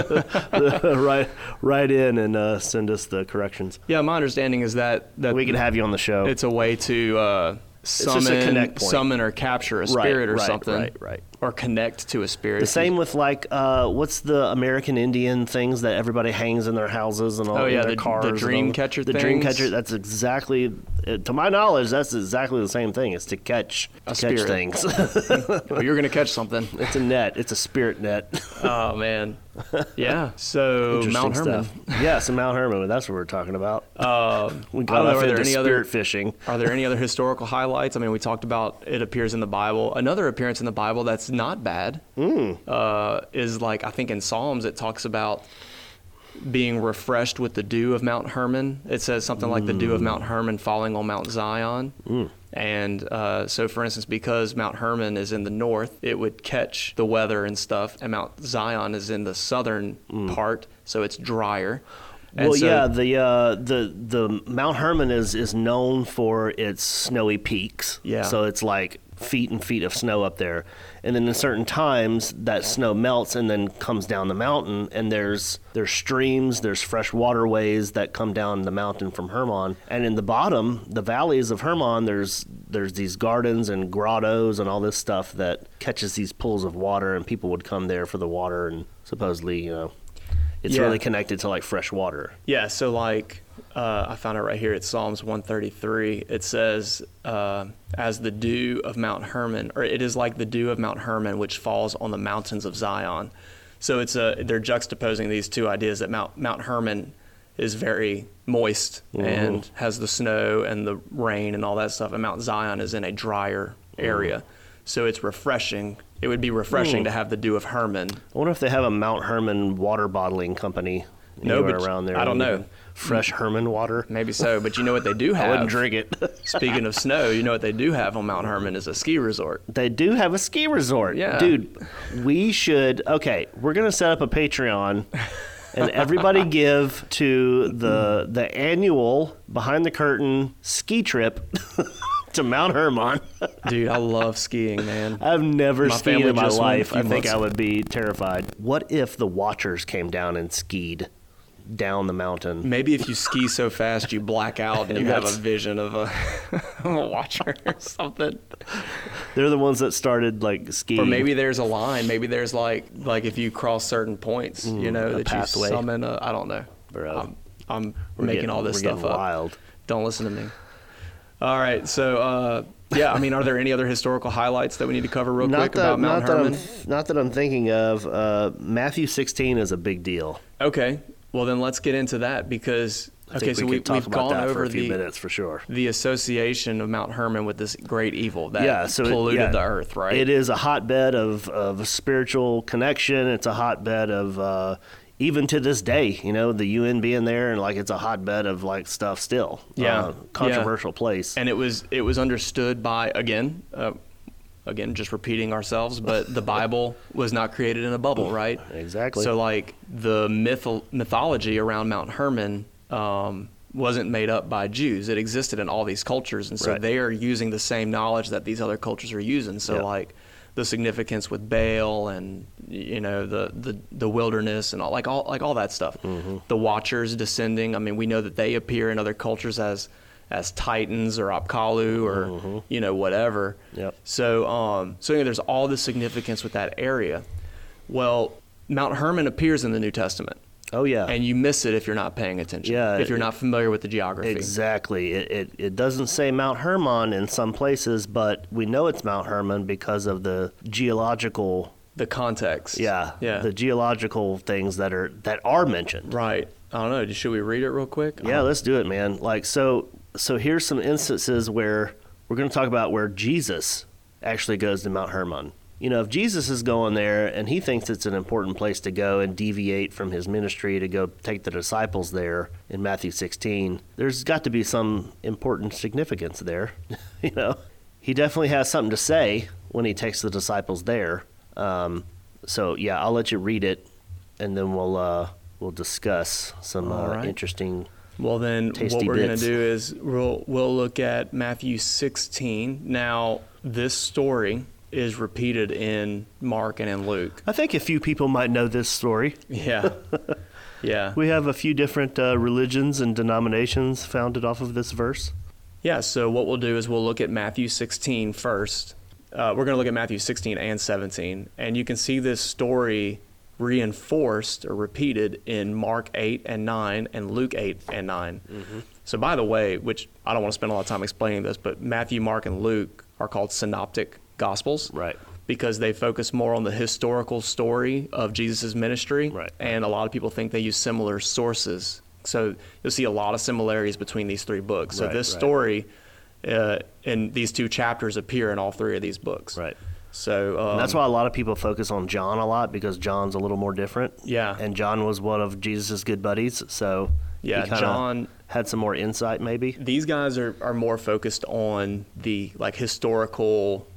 Speaker 1: right, right in and uh, send us the corrections.
Speaker 2: Yeah, my understanding is that that
Speaker 1: We could have you on the show.
Speaker 2: it's a way to uh,
Speaker 1: just a
Speaker 2: summon,
Speaker 1: connect point.
Speaker 2: summon or capture a
Speaker 1: Right,
Speaker 2: spirit or
Speaker 1: right,
Speaker 2: something,
Speaker 1: right, right.
Speaker 2: or connect to a spirit.
Speaker 1: the same with like uh, what's the American Indian things that everybody hangs in their houses and all
Speaker 2: Oh,
Speaker 1: in
Speaker 2: yeah,
Speaker 1: their
Speaker 2: the- the
Speaker 1: cars. and
Speaker 2: dream
Speaker 1: all-
Speaker 2: catcher
Speaker 1: The dream
Speaker 2: things.
Speaker 1: catcher. That's exactly, uh, to my knowledge, that's exactly the same thing. It's to catch
Speaker 2: A
Speaker 1: to catch
Speaker 2: spirit.
Speaker 1: things.
Speaker 2: Oh, you're gonna catch something.
Speaker 1: it's a net. It's a spirit net.
Speaker 2: oh man, yeah. So
Speaker 1: Interesting
Speaker 2: Oh, Mount Hermon.
Speaker 1: stuff. Yes, and Mount Herman. That's what we're talking about.
Speaker 2: Um,
Speaker 1: we
Speaker 2: I
Speaker 1: got
Speaker 2: don't know,
Speaker 1: off
Speaker 2: are there
Speaker 1: into
Speaker 2: any
Speaker 1: spirit
Speaker 2: other-
Speaker 1: fishing.
Speaker 2: Are there any other historical highlights? I mean, we talked about it appears in the Bible. Another appearance in the Bible that's not bad
Speaker 1: Hmm.
Speaker 2: uh, is like I think in Psalms it talks about being refreshed with the dew of Mount Hermon. It says something like the dew of
Speaker 1: Hmm.
Speaker 2: Mount Hermon falling on Mount Zion. And uh, so, for instance, because Mount Hermon is in the north, it would catch the weather and stuff, and Mount Zion is in the southern part, so it's drier. And
Speaker 1: Hmm. well,
Speaker 2: so-
Speaker 1: yeah, the uh, the the Mount Herman is is known for its snowy peaks.
Speaker 2: Yeah.
Speaker 1: So it's like feet and feet of snow up there, and then in certain times that snow melts and then comes down the mountain, and there's there's streams, there's fresh waterways that come down the mountain from Hermon, and in the bottom, the valleys of Hermon, there's there's these gardens and grottos and all this stuff that catches these pools of water, and people would come there for the water, and supposedly, you know. It's
Speaker 2: Yeah.
Speaker 1: really connected to like fresh water.
Speaker 2: Yeah, so like uh, I found it right here. It's Psalms 133. It says, uh, "As the dew of Mount Hermon, or it is like the dew of Mount Hermon, which falls on the mountains of Zion." So it's a they're juxtaposing these two ideas that Mount Mount Hermon is very moist and has the snow and the rain and all that stuff, and Mount Zion is in a drier area. So it's refreshing. It would be refreshing to have the dew of Hermon.
Speaker 1: I wonder if they have a Mount Herman water bottling company
Speaker 2: No,
Speaker 1: anywhere
Speaker 2: but
Speaker 1: around there.
Speaker 2: I don't know.
Speaker 1: Maybe Fresh Herman water.
Speaker 2: Maybe so, but you know what they do have?
Speaker 1: I wouldn't drink it.
Speaker 2: Speaking of snow, you know what they do have on Mount Hermon is a ski resort.
Speaker 1: they do have a ski resort.
Speaker 2: Yeah.
Speaker 1: Dude, we should. Okay, we're going to set up a Patreon. And everybody give to the the annual behind the curtain ski trip to Mount Hermon.
Speaker 2: Dude, I love skiing, man.
Speaker 1: I've never
Speaker 2: My
Speaker 1: skied
Speaker 2: family
Speaker 1: in my
Speaker 2: just went a
Speaker 1: life.
Speaker 2: few
Speaker 1: I think
Speaker 2: months
Speaker 1: I would be terrified. What if the Watchers came down and skied down the mountain?
Speaker 2: Maybe if you ski so fast you black out and you have a
Speaker 1: That's-
Speaker 2: vision of a, of a watcher or something.
Speaker 1: They're the ones that started like skiing.
Speaker 2: Or maybe there's a line. Maybe there's like like if you cross certain points, you know,
Speaker 1: Mm, a
Speaker 2: that
Speaker 1: pathway.
Speaker 2: you summon a I don't know.
Speaker 1: Bro.
Speaker 2: I'm, I'm
Speaker 1: We're
Speaker 2: making
Speaker 1: getting-
Speaker 2: all this
Speaker 1: we're
Speaker 2: stuff
Speaker 1: getting
Speaker 2: up.
Speaker 1: Wild.
Speaker 2: Don't listen to me. All right, so uh, yeah, I mean, are there any other historical highlights that we need to cover real
Speaker 1: Not
Speaker 2: quick
Speaker 1: that,
Speaker 2: about Mount
Speaker 1: not, that
Speaker 2: Hermon?
Speaker 1: I'm, not that I'm thinking of. Uh, Matthew 16 is a big deal.
Speaker 2: Okay. Well, then let's get into that because
Speaker 1: I
Speaker 2: okay,
Speaker 1: think
Speaker 2: so
Speaker 1: we
Speaker 2: we,
Speaker 1: could talk
Speaker 2: we've
Speaker 1: about
Speaker 2: gone
Speaker 1: that
Speaker 2: over
Speaker 1: for a few
Speaker 2: the
Speaker 1: minutes for sure.
Speaker 2: the association of Mount Hermon with this great evil that
Speaker 1: yeah, so it-
Speaker 2: uh, polluted
Speaker 1: yeah.
Speaker 2: the earth, right?
Speaker 1: It is a hotbed of of spiritual connection. It's a hotbed of uh, even to this day, you know, the UN being there and like it's a hotbed of like stuff still.
Speaker 2: Yeah.
Speaker 1: Uh,
Speaker 2: Yeah.
Speaker 1: controversial place.
Speaker 2: And it was it was understood by again, uh, again, just repeating ourselves, but the Bible was not created in a bubble, right?
Speaker 1: Exactly.
Speaker 2: So like the myth mythology around Mount Hermon. Um, wasn't made up by Jews. It existed in all these cultures, and so
Speaker 1: Right.
Speaker 2: they are using the same knowledge that these other cultures are using. So,
Speaker 1: Yeah.
Speaker 2: like the significance with Baal, and you know the the, the wilderness, and all like all like all that stuff.
Speaker 1: Mm-hmm.
Speaker 2: The Watchers descending. I mean, we know that they appear in other cultures as as titans or Apkalu or
Speaker 1: Mm-hmm.
Speaker 2: you know whatever.
Speaker 1: Yep.
Speaker 2: So um so anyway, there's all this significance with that area. Well, Mount Hermon appears in the New Testament,
Speaker 1: oh yeah.
Speaker 2: and you miss it if you're not paying attention.
Speaker 1: Yeah,
Speaker 2: If you're
Speaker 1: it-
Speaker 2: not familiar with the geography.
Speaker 1: Exactly. It, it, it doesn't say Mount Hermon in some places, but we know it's Mount Hermon because of the geological
Speaker 2: The context.
Speaker 1: yeah,
Speaker 2: Yeah.
Speaker 1: the geological things that are that are mentioned.
Speaker 2: right. I don't know. Should we read it real quick? Uh,
Speaker 1: Yeah, let's do it, man. Like so so here's some instances where we're going to talk about where Jesus actually goes to Mount Hermon. you know, if Jesus is going there and he thinks it's an important place to go and deviate from his ministry to go take the disciples there in Matthew 16, there's got to be some important significance there. you know, he definitely has something to say when he takes the disciples there. Um, so yeah, I'll let you read it, and then we'll uh, we'll discuss some uh,
Speaker 2: All right.
Speaker 1: interesting.
Speaker 2: Well, then what
Speaker 1: Tasty
Speaker 2: we're going
Speaker 1: bits.
Speaker 2: to do is we'll we'll look at Matthew 16. Now, this story is repeated in Mark and in Luke.
Speaker 1: I think a few people might know this story.
Speaker 2: Yeah, yeah,
Speaker 1: We have a few different uh, religions and denominations founded off of this verse.
Speaker 2: yeah. So what we'll do is we'll look at Matthew 16 first. Uh, we're going to look at Matthew 16 and 17, and you can see this story reinforced or repeated in Mark 8 and 9 and Luke 8 and 9.
Speaker 1: Mm-hmm.
Speaker 2: So, by the way, which I don't want to spend a lot of time explaining this, but Matthew, Mark, and Luke are called synoptic gospels.
Speaker 1: Right.
Speaker 2: Because they focus more on the historical story of Jesus' ministry.
Speaker 1: Right.
Speaker 2: And a lot of people think they use similar sources. So, you'll see a lot of similarities between these three books. So,
Speaker 1: Right,
Speaker 2: this
Speaker 1: right.
Speaker 2: story uh, in these two chapters appear in all three of these books.
Speaker 1: Right.
Speaker 2: So, um,
Speaker 1: And that's why a lot of people focus on John a lot because John's a little more different.
Speaker 2: Yeah.
Speaker 1: And John was one of Jesus' good buddies, so he
Speaker 2: Yeah,
Speaker 1: kinda
Speaker 2: John-
Speaker 1: had some more insight maybe.
Speaker 2: these guys are, are more focused on the like historical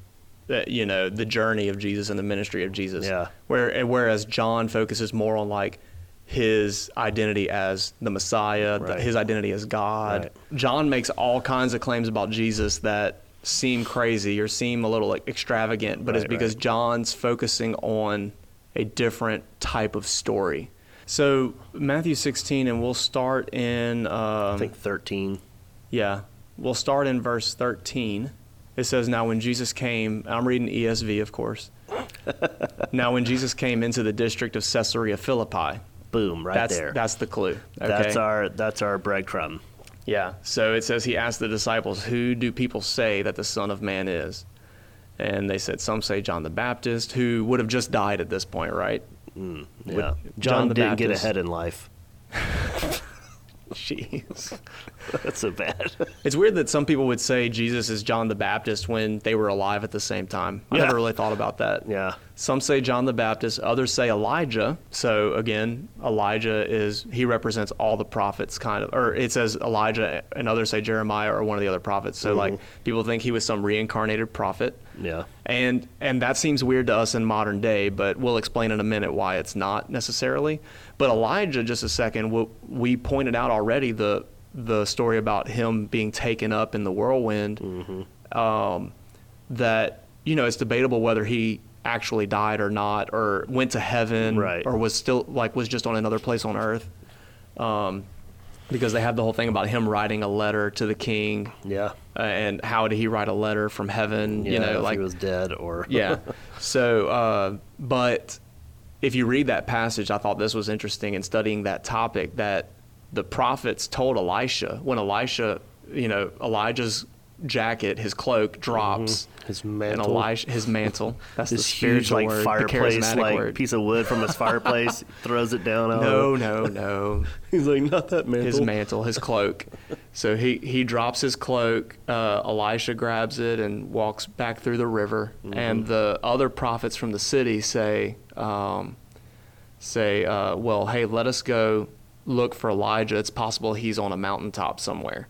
Speaker 2: uh, you know the journey of jesus and the ministry of jesus
Speaker 1: Yeah.
Speaker 2: Where, and whereas john focuses more on like his identity as the messiah the-
Speaker 1: Right.
Speaker 2: his identity as god
Speaker 1: Right.
Speaker 2: john makes all kinds of claims about jesus that seem crazy or seem a little like extravagant but it's
Speaker 1: Right,
Speaker 2: because
Speaker 1: right.
Speaker 2: john's focusing on a different type of story so matthew 16 and we'll start in um,
Speaker 1: I think 13.
Speaker 2: yeah. We'll start in verse 13. It says, Now when Jesus came, I'm reading ESV, of course. now when Jesus came into the district of Caesarea Philippi,
Speaker 1: Boom, right
Speaker 2: that's,
Speaker 1: there.
Speaker 2: that's the clue. Okay?
Speaker 1: That's our that's our breadcrumb.
Speaker 2: Yeah. So it says he asked the disciples, "Who do people say that the Son of Man is?" And they said, "Some say John the Baptist, who would have just died at this point, right?"
Speaker 1: Yeah.
Speaker 2: With-
Speaker 1: John,
Speaker 2: John the
Speaker 1: didn't get
Speaker 2: Baptist.
Speaker 1: ahead in life.
Speaker 2: Jeez.
Speaker 1: That's so bad.
Speaker 2: It's weird that some people would say Jesus is John the Baptist when they were alive at the same time. I
Speaker 1: Yeah.
Speaker 2: never really thought about that.
Speaker 1: Yeah.
Speaker 2: Some say John the Baptist, others say Elijah. So again, Elijah is he represents all the prophets kind of or it says Elijah and others say Jeremiah or one of the other prophets. So like
Speaker 1: Mm-hmm.
Speaker 2: people think he was some reincarnated prophet.
Speaker 1: Yeah.
Speaker 2: And and that seems weird to us in modern day, but we'll explain in a minute why it's not necessarily. But Elijah, just a second, we, we pointed out already the the story about him being taken up in the whirlwind.
Speaker 1: Mm-hmm.
Speaker 2: Um, that you know, it's debatable whether he actually died or not, or went to heaven,
Speaker 1: Right.
Speaker 2: or was still like was just on another place on earth. Um, because they have the whole thing about him writing a letter to the king.
Speaker 1: Yeah.
Speaker 2: Uh, and how did he write a letter from heaven?
Speaker 1: Yeah,
Speaker 2: you know,
Speaker 1: if
Speaker 2: like
Speaker 1: he was dead or
Speaker 2: yeah. So, uh, but if you read that passage, I thought this was interesting in studying that topic that the prophets told Elisha when Elisha, you know, Elijah's jacket, his cloak drops.
Speaker 1: Mm-hmm. His mantle.
Speaker 2: And Elisha, his mantle. That's the
Speaker 1: this huge
Speaker 2: spiritual
Speaker 1: like
Speaker 2: word, the
Speaker 1: fireplace
Speaker 2: charismatic
Speaker 1: like
Speaker 2: word.
Speaker 1: piece of wood from his fireplace throws it down on
Speaker 2: No,
Speaker 1: him.
Speaker 2: no, no.
Speaker 1: He's like not that mantle.
Speaker 2: His mantle, his cloak. So he, he drops his cloak. Uh, Elisha grabs it and walks back through the river.
Speaker 1: Mm-hmm.
Speaker 2: And the other prophets from the city say, um, say, uh, well, hey, let us go look for Elijah. It's possible he's on a mountaintop somewhere.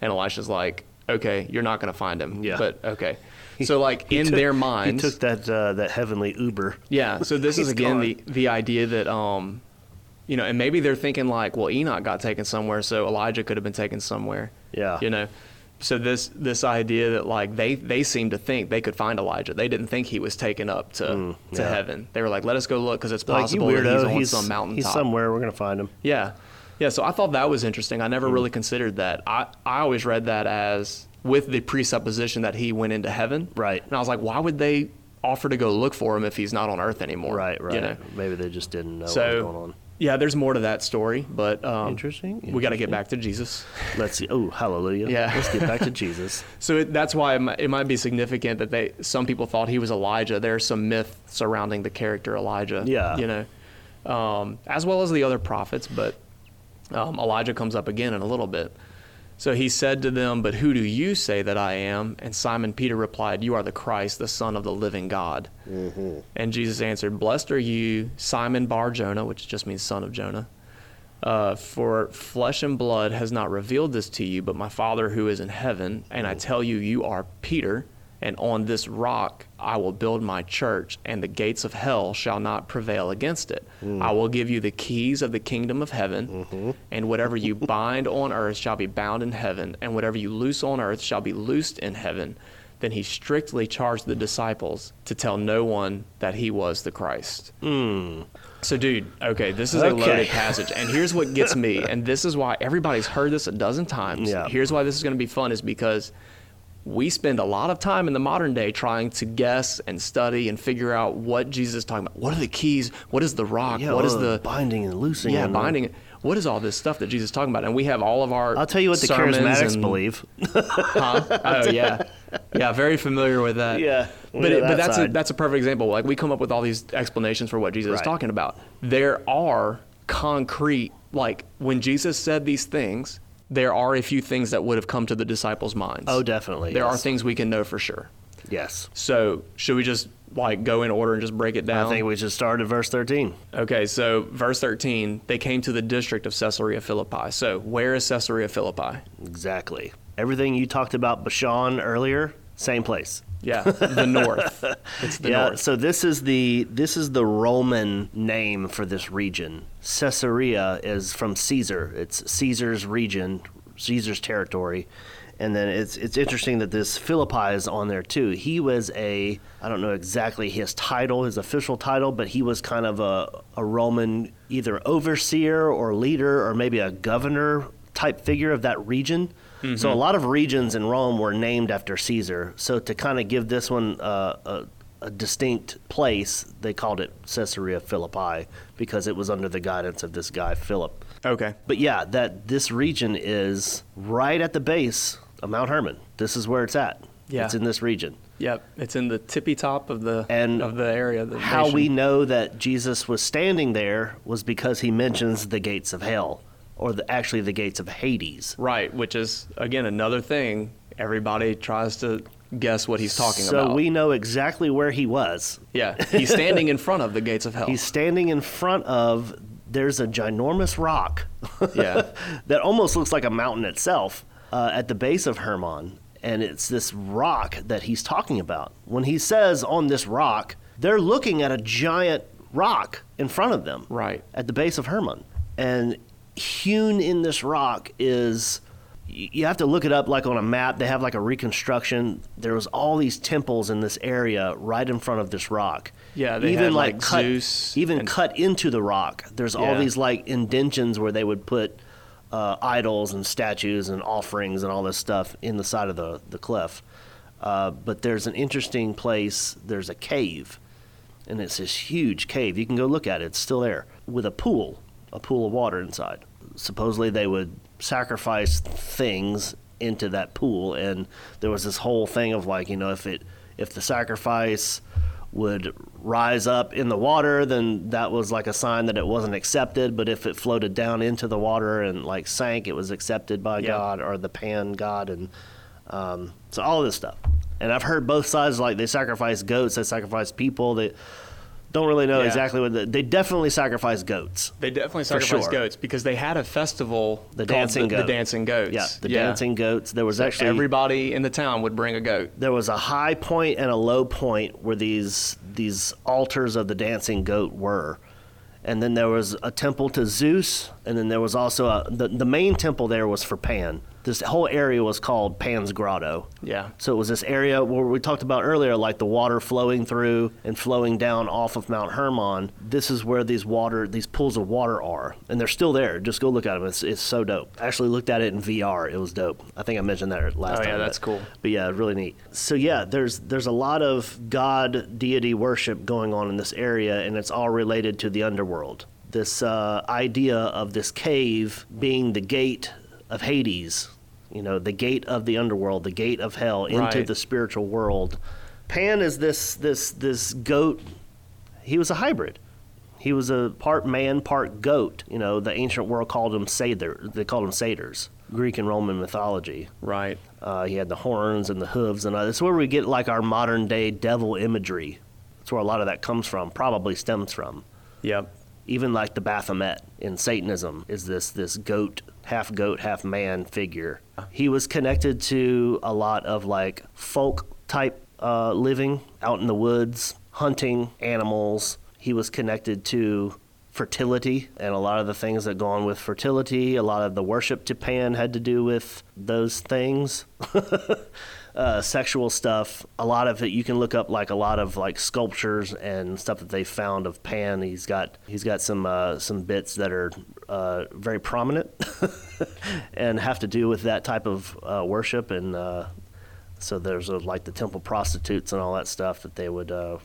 Speaker 2: And Elisha's like, okay, you're not going to find him.
Speaker 1: Yeah.
Speaker 2: But okay. So like
Speaker 1: He
Speaker 2: in
Speaker 1: took-
Speaker 2: their minds,
Speaker 1: he took that uh, that heavenly Uber.
Speaker 2: yeah. So this is
Speaker 1: He's
Speaker 2: again
Speaker 1: gone.
Speaker 2: the the idea that um, you know, and maybe they're thinking like, well, Enoch got taken somewhere, so Elijah could have been taken somewhere.
Speaker 1: Yeah.
Speaker 2: You know, so this this idea that like they they seem to think they could find Elijah. They didn't think he was taken up to to
Speaker 1: Mm, yeah.
Speaker 2: heaven. They were like, let us go look because it's
Speaker 1: Like you
Speaker 2: possible that he's
Speaker 1: weirdo,
Speaker 2: on
Speaker 1: he's,
Speaker 2: some mountaintop.
Speaker 1: he's somewhere. We're gonna find him.
Speaker 2: Yeah. Yeah, so I thought that was interesting. I never
Speaker 1: Hmm.
Speaker 2: really considered that. I, I always read that as with the presupposition that he went into heaven.
Speaker 1: Right.
Speaker 2: And I was like, why would they offer to go look for him if he's not on earth anymore?
Speaker 1: Right, right.
Speaker 2: You know?
Speaker 1: Maybe they just didn't know what was
Speaker 2: So,
Speaker 1: going on.
Speaker 2: yeah, there's more to that story, but um,
Speaker 1: Interesting,
Speaker 2: We got to
Speaker 1: interesting.
Speaker 2: get back to Jesus.
Speaker 1: Let's see. Oh, hallelujah.
Speaker 2: Yeah.
Speaker 1: Let's get back to Jesus.
Speaker 2: So it, that's why it might, it might be significant that they some people thought he was Elijah. There's some myth surrounding the character Elijah.
Speaker 1: Yeah.
Speaker 2: you know, um, as well as the other prophets, but um, Elijah comes up again in a little bit. So he said to them, But who do you say that I am? And Simon Peter replied, You are the Christ, the Son of the living God. And Jesus answered, Blessed are you, Simon Bar Jonah, which just means son of Jonah. Uh, for flesh and blood has not revealed this to you, but my Father who is in heaven. And I tell you, you are Peter, and on this rock I will build my church, and the gates of hell shall not prevail against it. I will give you the keys of the kingdom of heaven, and whatever you bind on earth shall be bound in heaven, and whatever you loose on earth shall be loosed in heaven. Then he strictly charged the disciples to tell no one that he was the Christ. So, dude, okay, this is a
Speaker 1: Okay.
Speaker 2: loaded passage, and here's what gets me, and this is why everybody's heard this a dozen times.
Speaker 1: Yeah.
Speaker 2: Here's why this is going to be fun is because we spend a lot of time in the modern day trying to guess and study and figure out what Jesus is talking about. What are the keys? What is the rock?
Speaker 1: Yeah,
Speaker 2: what is
Speaker 1: uh,
Speaker 2: the
Speaker 1: binding and loosing?
Speaker 2: yeah
Speaker 1: and-
Speaker 2: binding? What is all this stuff that Jesus is talking about? And we have all of our
Speaker 1: I'll tell you what the
Speaker 2: sermons
Speaker 1: charismatics
Speaker 2: and-
Speaker 1: believe.
Speaker 2: Huh? Oh yeah, yeah. Very familiar with that.
Speaker 1: Yeah, we
Speaker 2: but
Speaker 1: know
Speaker 2: it,
Speaker 1: that
Speaker 2: but that's a,
Speaker 1: side.
Speaker 2: that's a perfect example. Like we come up with all these explanations for what Jesus is
Speaker 1: Right.
Speaker 2: talking about. There are concrete, like when Jesus said these things, there are a few things that would have come to the disciples' minds.
Speaker 1: Oh, definitely,
Speaker 2: There are
Speaker 1: yes.
Speaker 2: things we can know for sure.
Speaker 1: yes,
Speaker 2: So should we just like go in order and just break it down?
Speaker 1: I think we should start at verse thirteen.
Speaker 2: Okay, so verse 13, they came to the district of Caesarea Philippi. So, where is Caesarea Philippi?
Speaker 1: Exactly. Everything you talked about Bashan earlier, same place.
Speaker 2: Yeah, the north. It's the
Speaker 1: yeah.
Speaker 2: north.
Speaker 1: So this is the this is the Roman name for this region. Caesarea is from Caesar. It's Caesar's region, Caesar's territory. And then it's it's interesting that this Philippi is on there too. He was a I don't know exactly his title, his official title, but he was kind of a, a Roman either overseer or leader or maybe a governor type figure of that region.
Speaker 2: Mm-hmm.
Speaker 1: So a lot of regions in Rome were named after Caesar. So to kind of give this one uh, a, a distinct place, they called it Caesarea Philippi because it was under the guidance of this guy Philip.
Speaker 2: Okay.
Speaker 1: But yeah, that this region is right at the base of Mount Hermon. This is where it's at.
Speaker 2: Yeah.
Speaker 1: It's in this region.
Speaker 2: Yep, it's in the tippy top of the
Speaker 1: And
Speaker 2: of the area. The
Speaker 1: How
Speaker 2: nation.
Speaker 1: we know that Jesus was standing there was because he mentions the gates of hell, or the, actually the gates of Hades.
Speaker 2: right, which is again another thing everybody tries to guess what he's talking
Speaker 1: so
Speaker 2: about.
Speaker 1: we know exactly where he was.
Speaker 2: yeah, he's standing in front of the gates of hell.
Speaker 1: He's standing in front of there's a ginormous rock
Speaker 2: yeah,
Speaker 1: that almost looks like a mountain itself uh, at the base of Hermon, and it's this rock that he's talking about. When he says on this rock, they're looking at a giant rock in front of them,
Speaker 2: Right.
Speaker 1: at the base of Hermon, and hewn in this rock is. y- You have to look it up like on a map. They have like a reconstruction. There was all these temples in this area right in front of this rock.
Speaker 2: Yeah, they
Speaker 1: even
Speaker 2: had,
Speaker 1: like,
Speaker 2: like,
Speaker 1: cut,
Speaker 2: Zeus
Speaker 1: even
Speaker 2: and-
Speaker 1: cut into the rock. There's all
Speaker 2: Yeah.
Speaker 1: these like indentions where they would put uh, idols and statues and offerings and all this stuff in the side of the the cliff. Uh, but there's an interesting place. There's a cave, and it's this huge cave. You can go look at it. It's still there with a pool, a pool of water inside. Supposedly they would sacrifice things into that pool, and there was this whole thing of like you know if it if the sacrifice would rise up in the water, then that was like a sign that it wasn't accepted. But if it floated down into the water and like sank, it was accepted by
Speaker 2: Yeah.
Speaker 1: God or the pan god, and um, so all this stuff. And I've heard both sides like they sacrifice goats, they sacrifice people. They don't really know
Speaker 2: Yeah.
Speaker 1: exactly what the, they definitely sacrifice goats.
Speaker 2: they definitely
Speaker 1: For
Speaker 2: sacrificed
Speaker 1: sure.
Speaker 2: goats because they had a festival.
Speaker 1: The
Speaker 2: called
Speaker 1: dancing
Speaker 2: the,
Speaker 1: goat.
Speaker 2: the dancing goats.
Speaker 1: Yeah, the dancing goats. There was actually
Speaker 2: Everybody in the town would bring a goat.
Speaker 1: there was a high point and a low point where these these altars of the dancing goat were and then there was a temple to zeus and then there was also a the, the main temple there was for pan this whole area was called pan's grotto
Speaker 2: Yeah.
Speaker 1: so it was this area where we talked about earlier like the water flowing through and flowing down off of mount hermon this is where these water these pools of water are and they're still there just go look at them it's, it's so dope i actually looked at it in vr it was dope i think i mentioned that last
Speaker 2: Oh,
Speaker 1: time
Speaker 2: yeah,
Speaker 1: but-
Speaker 2: that's cool.
Speaker 1: but yeah, really neat. So yeah, there's there's a lot of god deity worship going on in this area, and it's all related to the underworld. This uh, idea of this cave being the gate of Hades, you know, the gate of the underworld, the gate of hell into
Speaker 2: Right.
Speaker 1: the spiritual world. Pan is this this this goat. He was a hybrid. He was a part man, part goat. You know, the ancient world called him satyr. They called him satyrs. Greek and Roman mythology.
Speaker 2: Right.
Speaker 1: Uh, he had the horns and the hooves, and uh, that's where we get like our modern day devil imagery. That's where a lot of that comes from, probably stems from.
Speaker 2: Yep.
Speaker 1: Even like the Baphomet in Satanism is this this goat, half goat, half man figure. He was connected to a lot of like folk type uh, living out in the woods, hunting animals. He was connected to fertility and a lot of the things that go on with fertility. A lot of the worship to Pan had to do with those things. uh, sexual stuff. A lot of it you can look up like a lot of like sculptures and stuff that they found of Pan. He's got he's got some uh, some bits that are uh, very prominent and have to do with that type of uh, worship and uh, so there's uh, like the temple prostitutes and all that stuff that they would. Uh,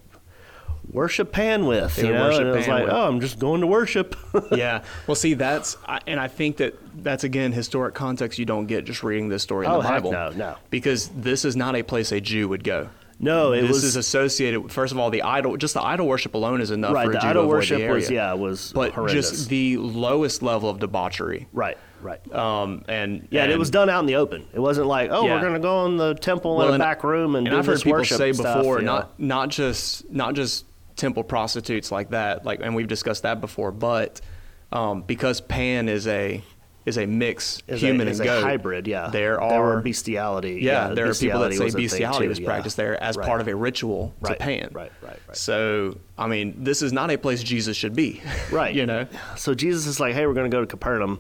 Speaker 1: Worship Pan with,
Speaker 2: They
Speaker 1: you
Speaker 2: would
Speaker 1: know,
Speaker 2: worship
Speaker 1: and it was
Speaker 2: Pan
Speaker 1: like,
Speaker 2: with.
Speaker 1: oh, I'm just going to worship.
Speaker 2: yeah. Well, see, that's I- and I think that that's again historic context you don't get just reading this story in
Speaker 1: Oh,
Speaker 2: the
Speaker 1: heck
Speaker 2: Bible.
Speaker 1: no, no.
Speaker 2: Because this is not a place a Jew would go.
Speaker 1: no, Oh, it
Speaker 2: this
Speaker 1: was
Speaker 2: is associated. First of all, the idol, just the idol worship alone is enough
Speaker 1: right.
Speaker 2: for a
Speaker 1: The
Speaker 2: Jew to
Speaker 1: idol
Speaker 2: avoid the
Speaker 1: worship was
Speaker 2: area.
Speaker 1: yeah was
Speaker 2: but
Speaker 1: horrendous.
Speaker 2: just the lowest level of debauchery.
Speaker 1: right, right.
Speaker 2: Um, and
Speaker 1: yeah, and it
Speaker 2: and-
Speaker 1: was done out in the open. It wasn't like oh,
Speaker 2: Yeah.
Speaker 1: we're gonna go in the temple
Speaker 2: Well,
Speaker 1: in a
Speaker 2: and-
Speaker 1: back room and,
Speaker 2: and
Speaker 1: do
Speaker 2: I've heard
Speaker 1: this
Speaker 2: people
Speaker 1: worship
Speaker 2: say
Speaker 1: stuff,
Speaker 2: before,
Speaker 1: you know.
Speaker 2: not not just not just temple prostitutes like that, like, and we've discussed that before, but um, because Pan is a is a mix
Speaker 1: Is a-
Speaker 2: human
Speaker 1: is
Speaker 2: and
Speaker 1: a
Speaker 2: goat,
Speaker 1: hybrid. Yeah,
Speaker 2: there are
Speaker 1: were bestiality.
Speaker 2: yeah, there are people that
Speaker 1: bestiality
Speaker 2: say
Speaker 1: was a thing,
Speaker 2: bestiality
Speaker 1: too,
Speaker 2: was
Speaker 1: yeah.
Speaker 2: practiced there as
Speaker 1: Right.
Speaker 2: part of a ritual
Speaker 1: Right,
Speaker 2: to Pan.
Speaker 1: right, right, right.
Speaker 2: So I mean, this is not a place Jesus should be.
Speaker 1: Right.
Speaker 2: you know.
Speaker 1: So Jesus is like, hey, we're going to go to Capernaum.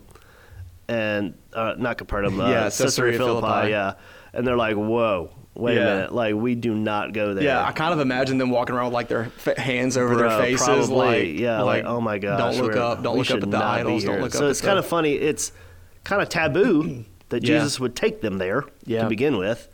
Speaker 1: And uh, not Capernaum, uh,
Speaker 2: Yeah,
Speaker 1: Caesarea,
Speaker 2: Caesarea
Speaker 1: Philippi,
Speaker 2: Philippi.
Speaker 1: Yeah. And they're like, whoa, wait
Speaker 2: Yeah.
Speaker 1: a minute. Like, we do not go there.
Speaker 2: Yeah, I kind of imagine them walking around with like their fa hands over
Speaker 1: Bruh,
Speaker 2: their faces,
Speaker 1: probably,
Speaker 2: like
Speaker 1: yeah, like, oh my gosh,
Speaker 2: don't look
Speaker 1: we're-
Speaker 2: up, don't
Speaker 1: we
Speaker 2: look up
Speaker 1: should
Speaker 2: at the
Speaker 1: not be
Speaker 2: idols, don't
Speaker 1: here."
Speaker 2: look up.
Speaker 1: So
Speaker 2: at
Speaker 1: it's kind
Speaker 2: the-
Speaker 1: of funny. It's kind of taboo that
Speaker 2: Yeah.
Speaker 1: Jesus would take them there
Speaker 2: Yeah.
Speaker 1: to begin with,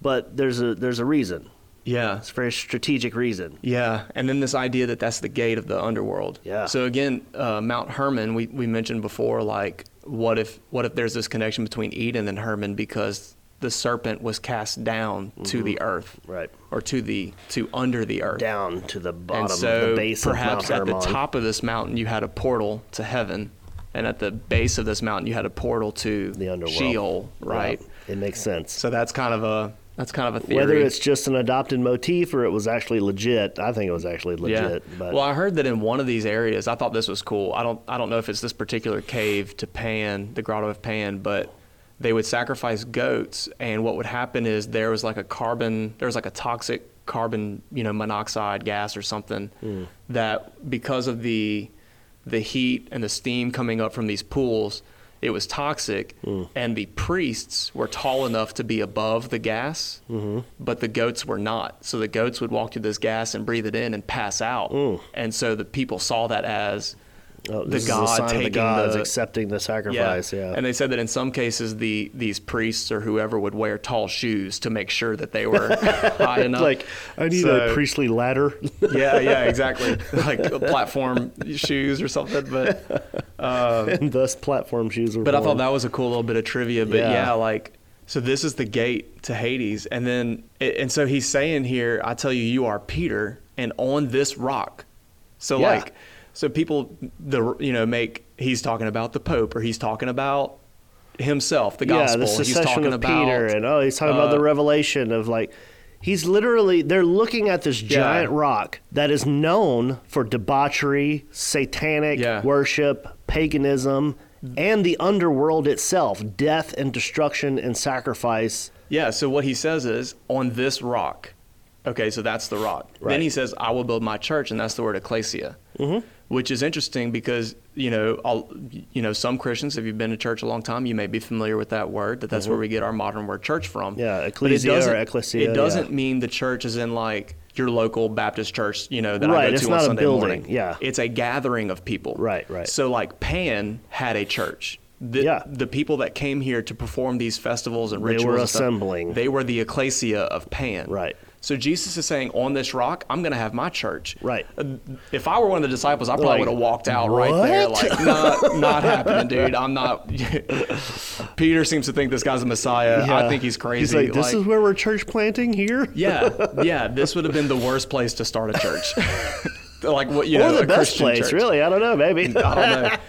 Speaker 1: but there's a there's a reason.
Speaker 2: yeah,
Speaker 1: It's a very strategic reason.
Speaker 2: Yeah, and then this idea that that's the gate of the underworld.
Speaker 1: Yeah.
Speaker 2: So again, uh, Mount Hermon, we, we mentioned before, like what if what if there's this connection between Eden and Hermon because the serpent was cast down to the earth,
Speaker 1: Mm-hmm. Right.
Speaker 2: or to the to under the earth,
Speaker 1: Down to the bottom,
Speaker 2: and so
Speaker 1: the base
Speaker 2: perhaps
Speaker 1: of Mount
Speaker 2: at
Speaker 1: Hermon.
Speaker 2: the top of this mountain you had a portal to heaven, and at the base of this mountain you had a portal to
Speaker 1: the underworld,
Speaker 2: Sheol,
Speaker 1: Yeah,
Speaker 2: right?
Speaker 1: it makes sense.
Speaker 2: So that's kind of a that's kind of a theory.
Speaker 1: Whether it's just an adopted motif or it was actually legit, I think it was actually legit. But
Speaker 2: Well, I heard that in one of these areas, I thought this was cool. I don't I don't know if it's this particular cave to Pan, the Grotto of Pan, but they would sacrifice goats and what would happen is there was like a carbon there was like a toxic carbon, you know, monoxide gas or something
Speaker 1: Hmm.
Speaker 2: that because of the the heat and the steam coming up from these pools, it was toxic,
Speaker 1: Mm.
Speaker 2: and the priests were tall enough to be above the gas,
Speaker 1: Mm-hmm.
Speaker 2: but the goats were not. So the goats would walk through this gas and breathe it in and pass out. And so the people saw that as
Speaker 1: Mm. oh,
Speaker 2: the
Speaker 1: this
Speaker 2: god
Speaker 1: is a sign of the
Speaker 2: taking
Speaker 1: gods
Speaker 2: the-
Speaker 1: accepting the sacrifice. Yeah.
Speaker 2: And they said that in some cases, the these priests or whoever would wear tall shoes to make sure that they were high enough. So-
Speaker 1: priestly ladder.
Speaker 2: Yeah, yeah, exactly. like platform shoes or something, but.
Speaker 1: and thus platform shoes were
Speaker 2: But I thought
Speaker 1: born.
Speaker 2: that was a cool little bit of trivia. But
Speaker 1: Yeah.
Speaker 2: yeah. like so this is the gate to Hades, and then and so he's saying here, I tell you, you are Peter, and on this rock. So
Speaker 1: Yeah.
Speaker 2: like, so people the you know make he's talking about the Pope or he's talking about himself, the
Speaker 1: yeah,
Speaker 2: gospel.
Speaker 1: the
Speaker 2: he's
Speaker 1: secession
Speaker 2: talking
Speaker 1: of
Speaker 2: about
Speaker 1: Peter, and oh, he's talking about the
Speaker 2: uh,
Speaker 1: revelation of like. He's literally, they're looking at this giant rock that is known for debauchery, satanic
Speaker 2: Yeah.
Speaker 1: worship, paganism, and the underworld itself death and destruction and sacrifice.
Speaker 2: Yeah, so what he says is, on this rock. Okay, so that's the rock.
Speaker 1: Right. Mm-hmm.
Speaker 2: Then he says, I will build my church, and that's the word ecclesia, which is interesting because, you know, all, you know, some Christians, if you've been to church a long time, you may be familiar with that word, that that's where we get our modern word church from.
Speaker 1: Mm-hmm. Yeah,
Speaker 2: But it
Speaker 1: ecclesia or
Speaker 2: doesn't-
Speaker 1: ecclesia, yeah.
Speaker 2: It doesn't mean the church is in like your local Baptist church, you know, that
Speaker 1: Right,
Speaker 2: I go
Speaker 1: it's
Speaker 2: to
Speaker 1: not
Speaker 2: on
Speaker 1: a
Speaker 2: Sunday
Speaker 1: building,
Speaker 2: morning.
Speaker 1: yeah.
Speaker 2: It's a gathering of people.
Speaker 1: Right, right.
Speaker 2: So like Pan had a church. The,
Speaker 1: Yeah.
Speaker 2: the people that came here to perform these festivals and
Speaker 1: They were
Speaker 2: rituals and stuff,
Speaker 1: assembling.
Speaker 2: they were the ecclesia of Pan.
Speaker 1: Right.
Speaker 2: So Jesus is saying, on this rock, I'm going to have my church.
Speaker 1: Right.
Speaker 2: Uh, If I were one of the disciples, I probably
Speaker 1: Like,
Speaker 2: would have walked out right there,
Speaker 1: what?
Speaker 2: like, not, not happening, dude. I'm not. Peter seems to think this guy's a messiah. I think he's crazy.
Speaker 1: He's like, this
Speaker 2: like-
Speaker 1: is where we're church planting here?
Speaker 2: yeah, yeah. This would have been the worst place to start a church. like what you know,
Speaker 1: or the
Speaker 2: a
Speaker 1: best
Speaker 2: Christian
Speaker 1: place,
Speaker 2: church. uh,
Speaker 1: really. I don't know. Maybe.
Speaker 2: I don't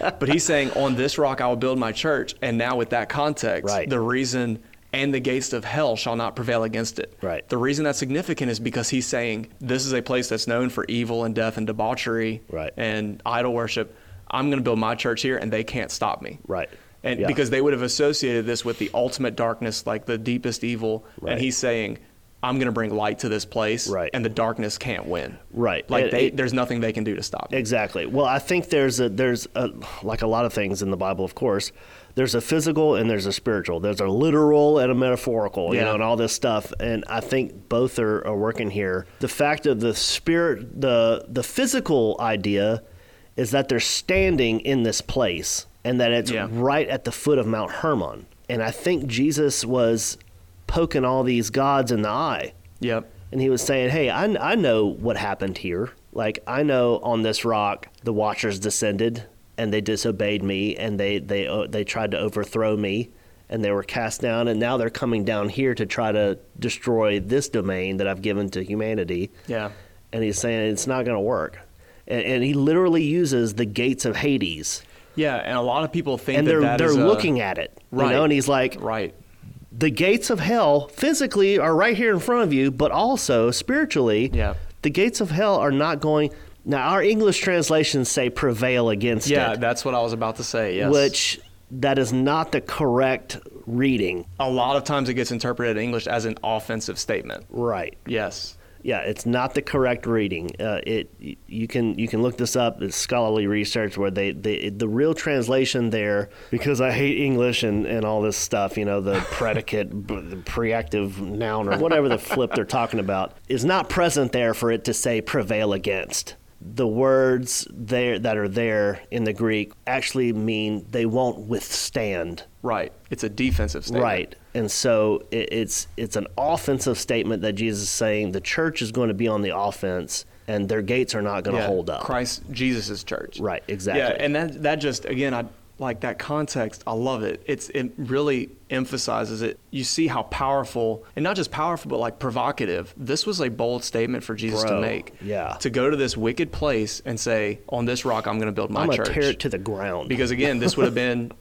Speaker 2: know. But he's saying, on this rock I will build my church. And now, with that context,
Speaker 1: Right.
Speaker 2: the reason and the gates of hell shall not prevail against it.
Speaker 1: Right.
Speaker 2: The reason that's significant is because he's saying, this is a place that's known for evil and death and debauchery
Speaker 1: Right.
Speaker 2: and idol worship. I'm going to build my church here, and they can't stop me.
Speaker 1: Right.
Speaker 2: And
Speaker 1: Yeah.
Speaker 2: because they would have associated this with the ultimate darkness, like the deepest evil.
Speaker 1: Right.
Speaker 2: And he's saying, I'm going to bring light to this place,
Speaker 1: Right.
Speaker 2: and the darkness can't win.
Speaker 1: Right.
Speaker 2: Like
Speaker 1: It-
Speaker 2: they,
Speaker 1: it-
Speaker 2: there's nothing they can do to stop me.
Speaker 1: Exactly. Well, I think there's a there's a, like a lot of things in the Bible, of course. There's a physical and there's a spiritual. There's a literal and a metaphorical, you
Speaker 2: Yeah.
Speaker 1: know, and all this stuff. And I think both are, are working here. The fact of the spirit, the the physical idea, is that they're standing in this place and that it's
Speaker 2: Yeah.
Speaker 1: right at the foot of Mount Hermon. And I think Jesus was poking all these gods in the eye
Speaker 2: Yep.
Speaker 1: and he was saying, "Hey, I, I know what happened here. Like I know on this rock the Watchers descended and they disobeyed me and they they uh, they tried to overthrow me and they were cast down and now they're coming down here to try to destroy this domain that I've given to humanity."
Speaker 2: Yeah.
Speaker 1: And he's saying it's not going to work. And, and he literally uses the gates of Hades,
Speaker 2: Yeah, and a lot of people think
Speaker 1: and
Speaker 2: that
Speaker 1: they're
Speaker 2: that
Speaker 1: they're
Speaker 2: is a-
Speaker 1: looking at it, you know. And he's like,
Speaker 2: right,
Speaker 1: the gates of hell physically are right here in front of you, but also spiritually,
Speaker 2: Yeah.
Speaker 1: the gates of hell are not going. Now, our English translations say prevail against
Speaker 2: yeah,
Speaker 1: it,
Speaker 2: that's what I was about to say. Yes,
Speaker 1: which that is not the correct reading.
Speaker 2: a lot of times it gets interpreted in English as an offensive statement.
Speaker 1: Right.
Speaker 2: Yes,
Speaker 1: Yeah, it's not the correct reading. Uh, it y- you can you can look this up. It's scholarly research where they, they the real translation there because I hate English and, and all this stuff. You know the predicate, b- the preactive noun or whatever the flip they're talking about is not present there for it to say prevail against. The words there that are there in the Greek actually mean they won't withstand.
Speaker 2: right. It's a defensive statement.
Speaker 1: Right. And so it, it's it's an offensive statement that Jesus is saying the church is going to be on the offense and their gates are not going to
Speaker 2: Yeah,
Speaker 1: hold up.
Speaker 2: Christ Jesus' church.
Speaker 1: Right, exactly.
Speaker 2: Yeah, and that that just again I like that context, I love it. It's it really emphasizes it. You see how powerful and not just powerful but like provocative. This was a bold statement for Jesus
Speaker 1: Bro,
Speaker 2: to make.
Speaker 1: yeah.
Speaker 2: To go to this wicked place and say, On this rock I'm gonna build my
Speaker 1: I'm going
Speaker 2: church.
Speaker 1: to tear it to the ground.
Speaker 2: because again, this would have been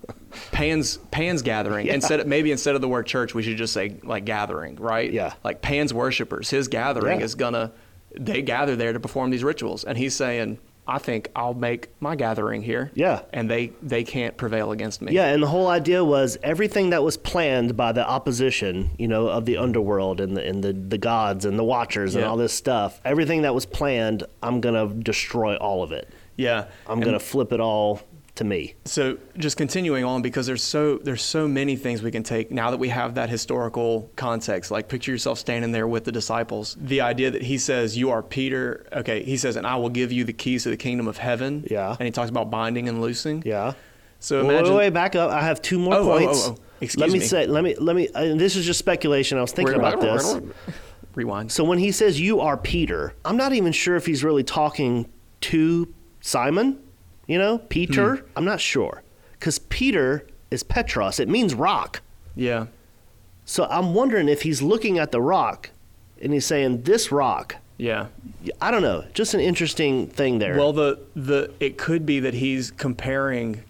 Speaker 2: Pan's Pan's gathering. Instead, of, maybe instead of the word church, we should just say like gathering, right?
Speaker 1: Yeah.
Speaker 2: Like Pan's worshipers, his gathering
Speaker 1: Yeah.
Speaker 2: is gonna they gather there to perform these rituals, and he's saying, I think I'll make my gathering here.
Speaker 1: Yeah.
Speaker 2: And they they can't prevail against me.
Speaker 1: yeah, and the whole idea was everything that was planned by the opposition, you know, of the underworld and the and the, the gods and the watchers and
Speaker 2: Yeah.
Speaker 1: all this stuff. Everything that was planned, I'm going to destroy all of it.
Speaker 2: Yeah.
Speaker 1: I'm going to flip it all to me.
Speaker 2: So just continuing on because there's so there's so many things we can take now that we have that historical context. Like picture yourself standing there with the disciples. The idea that he says you are Peter. Okay, he says and I will give you the keys to the kingdom of heaven.
Speaker 1: Yeah.
Speaker 2: And he talks about binding and loosing.
Speaker 1: Yeah.
Speaker 2: So
Speaker 1: Wait,
Speaker 2: imagine
Speaker 1: wait, wait, back up. I have two more
Speaker 2: Oh, oh, oh,
Speaker 1: points.
Speaker 2: oh. Excuse
Speaker 1: let me,
Speaker 2: me.
Speaker 1: say. Let me. Let me. And this is just speculation. I was thinking about this.
Speaker 2: Rewind.
Speaker 1: So when he says you are Peter, I'm not even sure if he's really talking to Simon, you know, Peter. I'm not sure. Because Peter is Petros, it means rock.
Speaker 2: Yeah.
Speaker 1: So I'm wondering if he's looking at the rock and he's saying, this rock.
Speaker 2: Yeah.
Speaker 1: I don't know. Just an interesting thing there.
Speaker 2: Well, the the it could be that he's comparing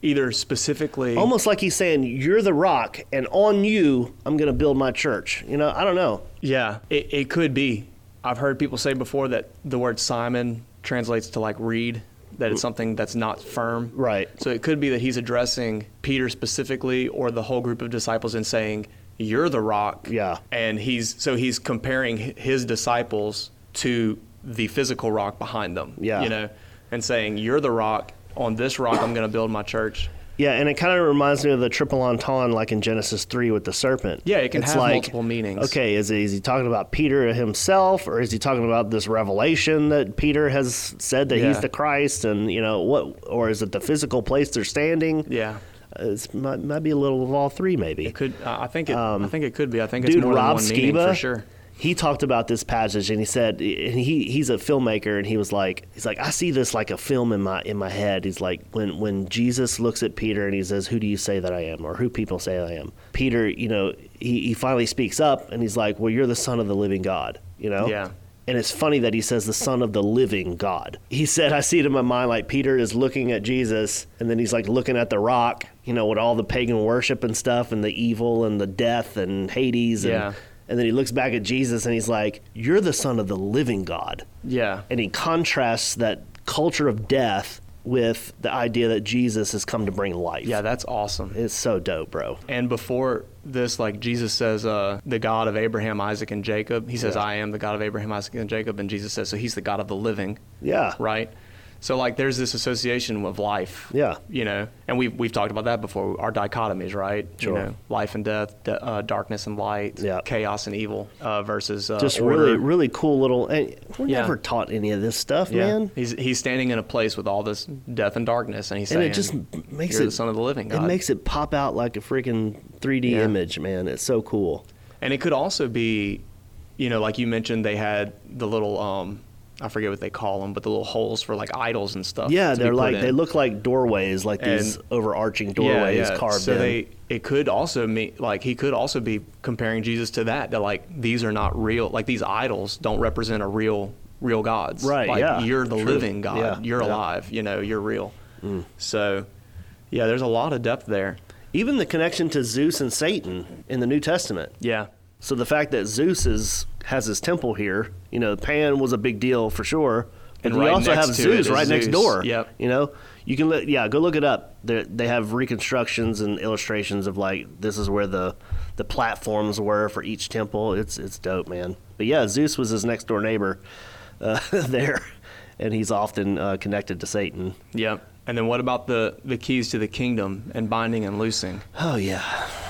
Speaker 2: either specifically
Speaker 1: Almost like he's saying, you're the rock, and on you, I'm going to build my church. You know, I don't know.
Speaker 2: Yeah, it, it could be. I've heard people say before that the word Simon translates to like reed, that it's something that's not firm.
Speaker 1: Mm. Right.
Speaker 2: So it could be that he's addressing Peter specifically or the whole group of disciples and saying, You're the rock.
Speaker 1: Yeah.
Speaker 2: And he's so he's comparing hi- his disciples to the physical rock behind them.
Speaker 1: Yeah.
Speaker 2: You know, and saying, You're the rock. On this rock, I'm going to build my church.
Speaker 1: Yeah, and it kind of reminds me of the triple entendre, like in Genesis three with the serpent.
Speaker 2: Yeah, it can have multiple meanings.
Speaker 1: Okay, is is he talking about Peter himself, or is he talking about this revelation that Peter has said that he's
Speaker 2: Yeah.
Speaker 1: the Christ, and you know what, or is it the physical place they're standing? Uh,
Speaker 2: Yeah.
Speaker 1: it's might, might be a little of all three, maybe.
Speaker 2: It could, I I think it, I think it could be. I think it's
Speaker 1: Um, Dude,
Speaker 2: more
Speaker 1: Rob
Speaker 2: than one meaning
Speaker 1: Skiba,
Speaker 2: for sure.
Speaker 1: he talked about this passage, and he said, and he he's a filmmaker, and he was like, he's like, I see this like a film in my in my head. He's like, when when Jesus looks at Peter and he says, "Who do you say that I am?" or "Who people say I am?" Peter, you know, he he finally speaks up, and he's like, "Well, you're the Son of the Living God," you know.
Speaker 2: Yeah.
Speaker 1: And it's funny that he says the son of the living God. He said, I see it in my mind like Peter is looking at Jesus and then he's like looking at the rock, you know, with all the pagan worship and stuff and the evil and the death and Hades. And,
Speaker 2: Yeah.
Speaker 1: and then he looks back at Jesus and he's like, You're the son of the living God.
Speaker 2: Yeah.
Speaker 1: And he contrasts that culture of death with the idea that Jesus has come to bring life.
Speaker 2: Yeah, that's awesome.
Speaker 1: It's so dope, bro.
Speaker 2: And before this, like Jesus says, uh, the God of Abraham, Isaac, and Jacob. He says, I am the God of Abraham, Isaac, and Jacob. And Jesus says, so he's the God of the living,
Speaker 1: Yeah.
Speaker 2: right? So like, there's this association of life.
Speaker 1: Yeah.
Speaker 2: You know, and we've we've talked about that before. Our dichotomies, right?
Speaker 1: Sure.
Speaker 2: You know, life and death, d- uh, darkness and light,
Speaker 1: Yeah.
Speaker 2: chaos and evil, uh, versus uh,
Speaker 1: Just
Speaker 2: order.
Speaker 1: really, really cool little. And we're
Speaker 2: Yeah.
Speaker 1: never taught any of this stuff,
Speaker 2: Yeah.
Speaker 1: man.
Speaker 2: He's he's standing in a place with all this death and darkness, and he's
Speaker 1: And
Speaker 2: saying,
Speaker 1: it just makes
Speaker 2: You're
Speaker 1: it
Speaker 2: the son of the living
Speaker 1: It
Speaker 2: God."
Speaker 1: makes it pop out like a freaking 3D
Speaker 2: Yeah.
Speaker 1: image, man. It's so cool.
Speaker 2: And it could also be, you know, like you mentioned, they had the little, um, I forget what they call them, but the little holes for like idols and stuff.
Speaker 1: Yeah,
Speaker 2: to be
Speaker 1: they're
Speaker 2: put
Speaker 1: like
Speaker 2: in.
Speaker 1: they look like doorways, like these
Speaker 2: And-
Speaker 1: overarching doorways carved
Speaker 2: so
Speaker 1: in.
Speaker 2: they it could also mean like he could also be comparing Jesus to that that like these are not real like these idols don't represent a real real gods
Speaker 1: Right,
Speaker 2: like
Speaker 1: yeah,
Speaker 2: you're the
Speaker 1: true.
Speaker 2: living God
Speaker 1: Yeah,
Speaker 2: you're
Speaker 1: yeah. Mm.
Speaker 2: alive you know you're real so yeah there's a lot of depth there
Speaker 1: Even the connection to Zeus and Satan in the New Testament.
Speaker 2: yeah
Speaker 1: So the fact that Zeus is has his temple here, you know, Pan was a big deal for sure. But
Speaker 2: And
Speaker 1: you
Speaker 2: right
Speaker 1: also
Speaker 2: next
Speaker 1: have
Speaker 2: to
Speaker 1: Zeus
Speaker 2: it is
Speaker 1: right next
Speaker 2: Zeus.
Speaker 1: door.
Speaker 2: Yep.
Speaker 1: You know, you can look, yeah, go look it up. they they have reconstructions and illustrations of like this is where the the platforms were for each temple. It's it's dope, man. But yeah, Zeus was his next door neighbor uh, there, and he's often uh, connected to Satan.
Speaker 2: yeah and then what about the the keys to the kingdom and binding and loosing
Speaker 1: Oh yeah,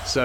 Speaker 2: So,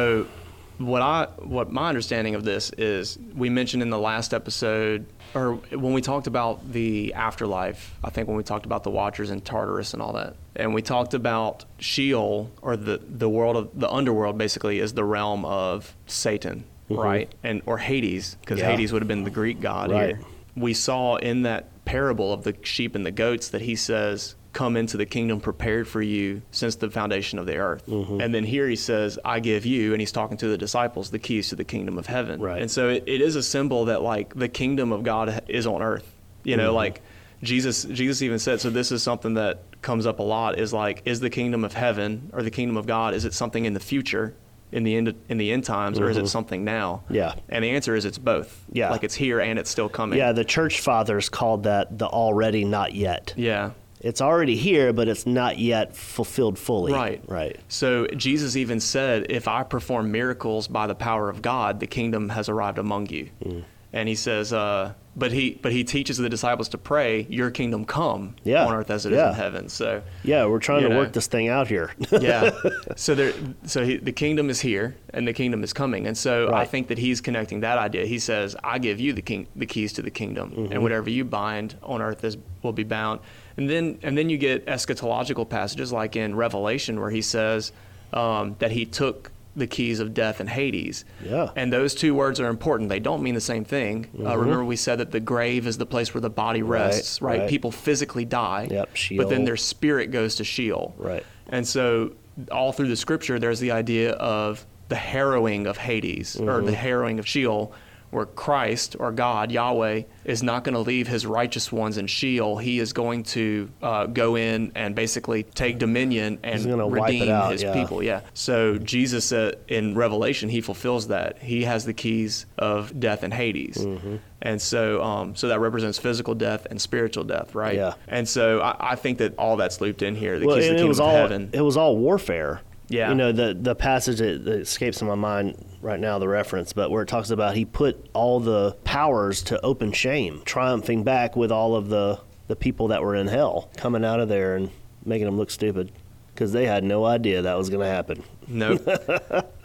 Speaker 2: what I what my understanding of this is, we mentioned in the last episode, or when we talked about the afterlife. I think when we talked about the Watchers and Tartarus and all that, and we talked about Sheol or the the world of the underworld. Basically, is the realm of Satan, right? And or Hades, because
Speaker 1: Mm-hmm. Yeah.
Speaker 2: Hades would have been the Greek god
Speaker 1: Right.
Speaker 2: here. We saw in that parable of the sheep and the goats that he says, Come into the kingdom prepared for you since the foundation of the earth.
Speaker 1: Mm-hmm.
Speaker 2: And then here he says, I give you, and he's talking to the disciples, the keys to the kingdom of heaven.
Speaker 1: Right.
Speaker 2: And so it, it is a symbol that, like, the kingdom of God is on earth. You
Speaker 1: Mm-hmm.
Speaker 2: know, like, Jesus, Jesus even said, so this is something that comes up a lot is like, is the kingdom of heaven or the kingdom of God, is it something in the future, in the end, in the end times, or is it something now?
Speaker 1: Mm-hmm. Yeah.
Speaker 2: And the answer is it's both.
Speaker 1: Yeah.
Speaker 2: Like it's here and it's still coming.
Speaker 1: yeah. The church fathers called that the already not yet.
Speaker 2: Yeah.
Speaker 1: It's already here, but it's not yet fulfilled fully.
Speaker 2: Right.
Speaker 1: Right.
Speaker 2: So Jesus even said, If I perform miracles by the power of God, the kingdom has arrived among you.
Speaker 1: Mm.
Speaker 2: And he says, uh, but he but he teaches the disciples to pray, Your kingdom come
Speaker 1: Yeah.
Speaker 2: on earth as it is
Speaker 1: Yeah.
Speaker 2: in heaven. So
Speaker 1: Yeah, we're trying
Speaker 2: You
Speaker 1: to
Speaker 2: know.
Speaker 1: work this thing out here.
Speaker 2: yeah. So there, so he, the kingdom is here, and the kingdom is coming, and so I
Speaker 1: Right.
Speaker 2: think that he's connecting that idea. He says, "I give you the king, the keys to the kingdom,
Speaker 1: Mm-hmm.
Speaker 2: and whatever you bind on earth is will be bound." And then, and then you get eschatological passages like in Revelation where he says um, that he took the keys of death and Hades.
Speaker 1: Yeah. Mm-hmm.
Speaker 2: And those two words are important. They don't mean the same thing. Uh, remember, we said that the grave is the place where the body rests. Right.
Speaker 1: right.
Speaker 2: People physically die.
Speaker 1: Yep,
Speaker 2: But then
Speaker 1: Sheol.
Speaker 2: their spirit goes to Sheol.
Speaker 1: Right.
Speaker 2: And so, all through the scripture, there's the idea of the harrowing of Hades or
Speaker 1: Mm-hmm.
Speaker 2: the harrowing of Sheol, where Christ or God, Yahweh, is not going to leave his righteous ones in Sheol. He is going to uh, go in and basically take dominion and
Speaker 1: gonna
Speaker 2: redeem
Speaker 1: wipe it out,
Speaker 2: his
Speaker 1: yeah.
Speaker 2: people. Yeah. So, Jesus uh, in Revelation, he fulfills that. He has the keys of death and Hades.
Speaker 1: Mm-hmm.
Speaker 2: And so, um, so that represents physical death and spiritual death, right?
Speaker 1: Yeah.
Speaker 2: And so I, I think that all that's looped in here. The
Speaker 1: well,
Speaker 2: keys to
Speaker 1: and
Speaker 2: the
Speaker 1: it
Speaker 2: kingdom
Speaker 1: was
Speaker 2: of
Speaker 1: all
Speaker 2: heaven.
Speaker 1: it was all warfare.
Speaker 2: Yeah.
Speaker 1: You know the the passage that, that escapes my mind right now the reference, but where it talks about he put all the powers to open shame, triumphing back with all of the the people that were in hell coming out of there and making them look stupid because they had no idea that was going to happen.
Speaker 2: No.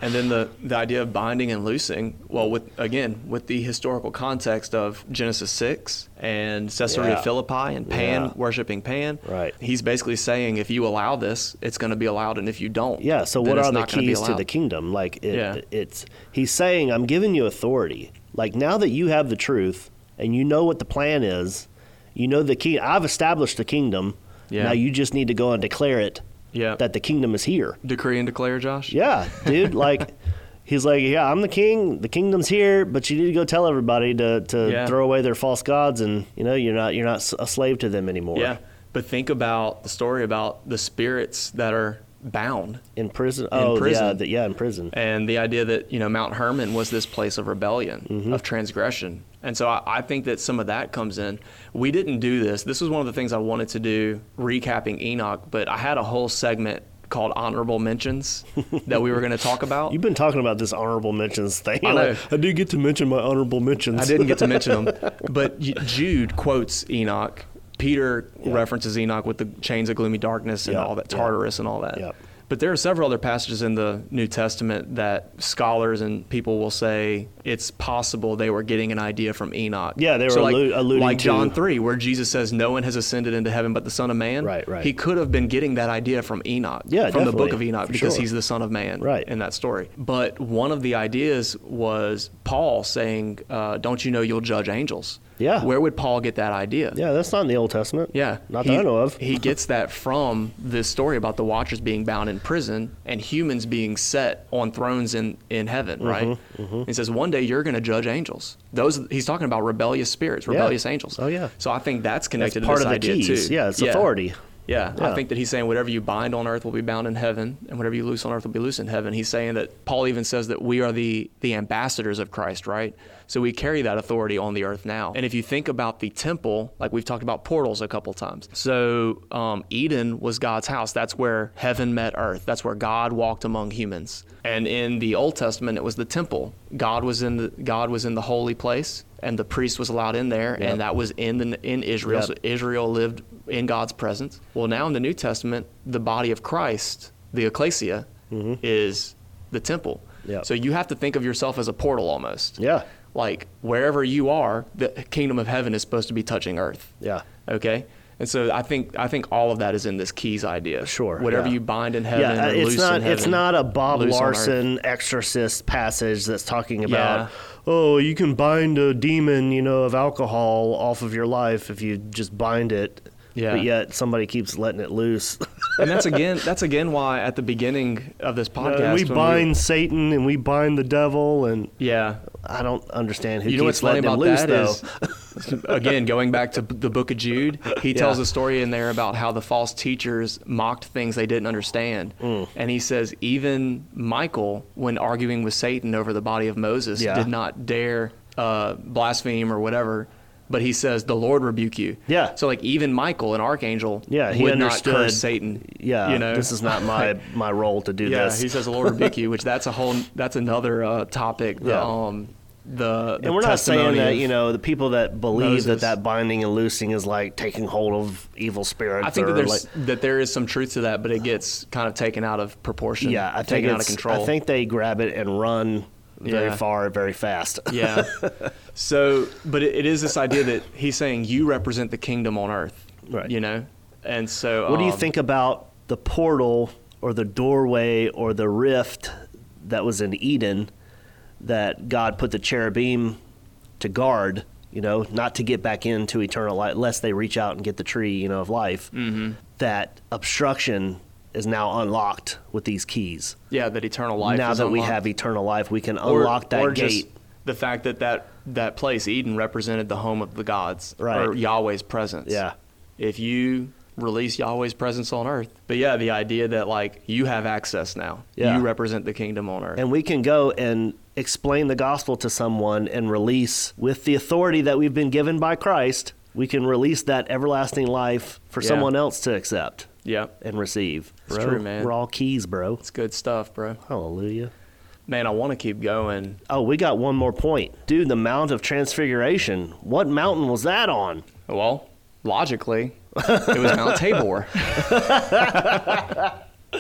Speaker 2: and then the, the idea of binding and loosing, well, with again, with the historical context of Genesis 6 and Caesarea
Speaker 1: Yeah.
Speaker 2: Philippi and Pan,
Speaker 1: Yeah.
Speaker 2: worshiping Pan.
Speaker 1: Right.
Speaker 2: He's basically saying if you allow this, it's going to be allowed. And if you don't,
Speaker 1: Yeah. So
Speaker 2: then
Speaker 1: what
Speaker 2: it's
Speaker 1: are the
Speaker 2: not gonna be
Speaker 1: keys to
Speaker 2: allowed.
Speaker 1: the kingdom? Like it,
Speaker 2: Yeah.
Speaker 1: it's he's saying, I'm giving you authority. Like now that you have the truth and you know what the plan is, you know the key. I've established the kingdom.
Speaker 2: Yeah.
Speaker 1: Now you just need to go and declare it.
Speaker 2: Yeah.
Speaker 1: That the kingdom is here.
Speaker 2: Decree and declare, Josh?
Speaker 1: Yeah, dude. like he's like, yeah, I'm the king. The kingdom's here, but you need to go tell everybody to, to
Speaker 2: Yeah.
Speaker 1: throw away their false gods, and you know you're not you're not s- a slave to them anymore.
Speaker 2: Yeah. But think about the story about the spirits that are bound
Speaker 1: in prison. oh yeah,
Speaker 2: prison.
Speaker 1: the, yeah, in prison.
Speaker 2: and the idea that you know Mount Hermon was this place of rebellion, of transgression, and so I, I think that some of that comes in. We didn't do this. This was one of the things I wanted to do, recapping Enoch, but I had a whole segment called honorable mentions that we were going to talk about.
Speaker 1: You've been talking about this honorable mentions thing.
Speaker 2: I
Speaker 1: Like,
Speaker 2: know.
Speaker 1: I did get to mention my honorable mentions.
Speaker 2: I didn't get to mention them, but y- Jude quotes Enoch. Peter references Enoch with the chains of gloomy darkness and
Speaker 1: Yeah,
Speaker 2: all that
Speaker 1: yeah.
Speaker 2: Tartarus and all that.
Speaker 1: Yeah.
Speaker 2: But there are several other passages in the New Testament that scholars and people will say it's possible they were getting an idea from Enoch.
Speaker 1: Yeah, they
Speaker 2: so
Speaker 1: were
Speaker 2: like,
Speaker 1: allu- alluding
Speaker 2: like
Speaker 1: to-
Speaker 2: John three, where Jesus says, "No one has ascended into heaven but the Son of Man."
Speaker 1: Right, right.
Speaker 2: He could have been getting that idea from Enoch.
Speaker 1: Yeah,
Speaker 2: from the
Speaker 1: definitely,
Speaker 2: Book of Enoch
Speaker 1: for
Speaker 2: because
Speaker 1: sure.
Speaker 2: he's the Son of Man.
Speaker 1: Right.
Speaker 2: in that story. But one of the ideas was Paul saying, uh, "Don't you know you'll judge angels?"
Speaker 1: Yeah.
Speaker 2: Where would Paul get that idea?
Speaker 1: Yeah, that's not in the Old Testament.
Speaker 2: Yeah.
Speaker 1: not
Speaker 2: He-
Speaker 1: that I know of.
Speaker 2: he gets that from this story about the Watchers being bound in prison and humans being set on thrones in, in heaven,
Speaker 1: Mm-hmm.
Speaker 2: right? He says, one day you're going to judge angels. Those He's talking about rebellious spirits, rebellious angels.
Speaker 1: Oh, yeah.
Speaker 2: So I think that's connected
Speaker 1: part
Speaker 2: to
Speaker 1: of
Speaker 2: this
Speaker 1: the
Speaker 2: idea,
Speaker 1: keys.
Speaker 2: too.
Speaker 1: Yeah, it's authority.
Speaker 2: Yeah,
Speaker 1: Yeah.
Speaker 2: I think that he's saying whatever you bind on earth will be bound in heaven, and whatever you loose on earth will be loose in heaven. He's saying that Paul even says that we are the the ambassadors of Christ, right? So we carry that authority on the earth now. And if you think about the temple, like we've talked about portals a couple times, so um, Eden was God's house. That's where heaven met earth. That's where God walked among humans. And in the Old Testament, it was the temple. God was in the God was in the holy place, and the priest was allowed in there, and that was in the in Israel.
Speaker 1: Yep.
Speaker 2: So Israel lived in God's presence. Well, now in the New Testament, the body of Christ, the ecclesia, is the temple.
Speaker 1: Mm-hmm. Yep.
Speaker 2: So you have to think of yourself as a portal almost.
Speaker 1: Yeah.
Speaker 2: Like wherever you are, the kingdom of heaven is supposed to be touching earth.
Speaker 1: Yeah.
Speaker 2: Okay. And so I think I think all of that is in this keys idea.
Speaker 1: Sure,
Speaker 2: Whatever
Speaker 1: yeah.
Speaker 2: you bind in heaven,
Speaker 1: Yeah, uh,
Speaker 2: or
Speaker 1: it's
Speaker 2: loose
Speaker 1: not
Speaker 2: in heaven,
Speaker 1: it's not a Bob
Speaker 2: loose on earth.
Speaker 1: Larson exorcist passage that's talking about
Speaker 2: Yeah.
Speaker 1: oh you can bind a demon you know of alcohol off of your life if you just bind it.
Speaker 2: Yeah.
Speaker 1: But yet somebody keeps letting it loose.
Speaker 2: and that's again that's again why at the beginning of this podcast
Speaker 1: we
Speaker 2: when
Speaker 1: bind Satan and we bind the devil and
Speaker 2: yeah
Speaker 1: I don't understand who
Speaker 2: you
Speaker 1: keeps
Speaker 2: know what's funny
Speaker 1: letting him
Speaker 2: about
Speaker 1: loose
Speaker 2: that
Speaker 1: though.
Speaker 2: is again going back to the book of jude he tells a story in there about how the false teachers mocked things they didn't understand
Speaker 1: Mm.
Speaker 2: and he says even michael when arguing with satan over the body of moses
Speaker 1: Yeah.
Speaker 2: did not dare uh, blaspheme or whatever but he says the lord rebuke you
Speaker 1: Yeah.
Speaker 2: so like even michael an archangel
Speaker 1: Yeah, he
Speaker 2: would
Speaker 1: understood.
Speaker 2: not curse satan
Speaker 1: yeah,
Speaker 2: you know
Speaker 1: this is not my my role to do
Speaker 2: Yeah,
Speaker 1: this.
Speaker 2: he says the Lord rebuke you, which that's a whole that's another uh, topic. The,
Speaker 1: Yeah.
Speaker 2: um, the, the
Speaker 1: and we're not saying
Speaker 2: testimony
Speaker 1: that
Speaker 2: of-
Speaker 1: you know the people that believe that
Speaker 2: Moses.
Speaker 1: that binding and loosing is like taking hold of evil spirits.
Speaker 2: I think
Speaker 1: or
Speaker 2: that there's
Speaker 1: like,
Speaker 2: that there is some truth to that, but it gets kind of taken out of proportion.
Speaker 1: yeah, I think
Speaker 2: taken out of
Speaker 1: it's-
Speaker 2: control.
Speaker 1: I think they grab it and run very
Speaker 2: Yeah.
Speaker 1: far, very fast.
Speaker 2: yeah. so, but it, it is this idea that he's saying you represent the kingdom on earth,
Speaker 1: Right.
Speaker 2: You know, and so
Speaker 1: What do you
Speaker 2: um,
Speaker 1: think about the portal or the doorway or the rift that was in Eden that God put the cherubim to guard? You know, not to get back into eternal life, lest they reach out and get the tree, you know, of life. Mm-hmm. That obstruction is now unlocked with these keys.
Speaker 2: Yeah, that eternal life.
Speaker 1: now
Speaker 2: is
Speaker 1: that we
Speaker 2: unlocked.
Speaker 1: have eternal life, we can
Speaker 2: Or-
Speaker 1: unlock that
Speaker 2: or
Speaker 1: gate.
Speaker 2: just the fact that, that that place Eden represented the home of the gods or
Speaker 1: Right.
Speaker 2: Yahweh's presence.
Speaker 1: Yeah.
Speaker 2: If you release Yahweh's presence on earth, but yeah, the idea that like you have access now.
Speaker 1: Yeah.
Speaker 2: You represent the kingdom on earth.
Speaker 1: and we can go and explain the gospel to someone and release with the authority that we've been given by Christ, we can release that everlasting life for
Speaker 2: Yeah.
Speaker 1: someone else to accept
Speaker 2: yeah.
Speaker 1: and receive.
Speaker 2: It's
Speaker 1: Bro,
Speaker 2: true, man.
Speaker 1: We're all keys, bro.
Speaker 2: It's good stuff, bro.
Speaker 1: Hallelujah.
Speaker 2: Man, I want to keep going.
Speaker 1: Oh, we got one more point. Dude, the Mount of Transfiguration. What mountain was that on?
Speaker 2: Well, logically, it was Mount Tabor.
Speaker 1: Uh,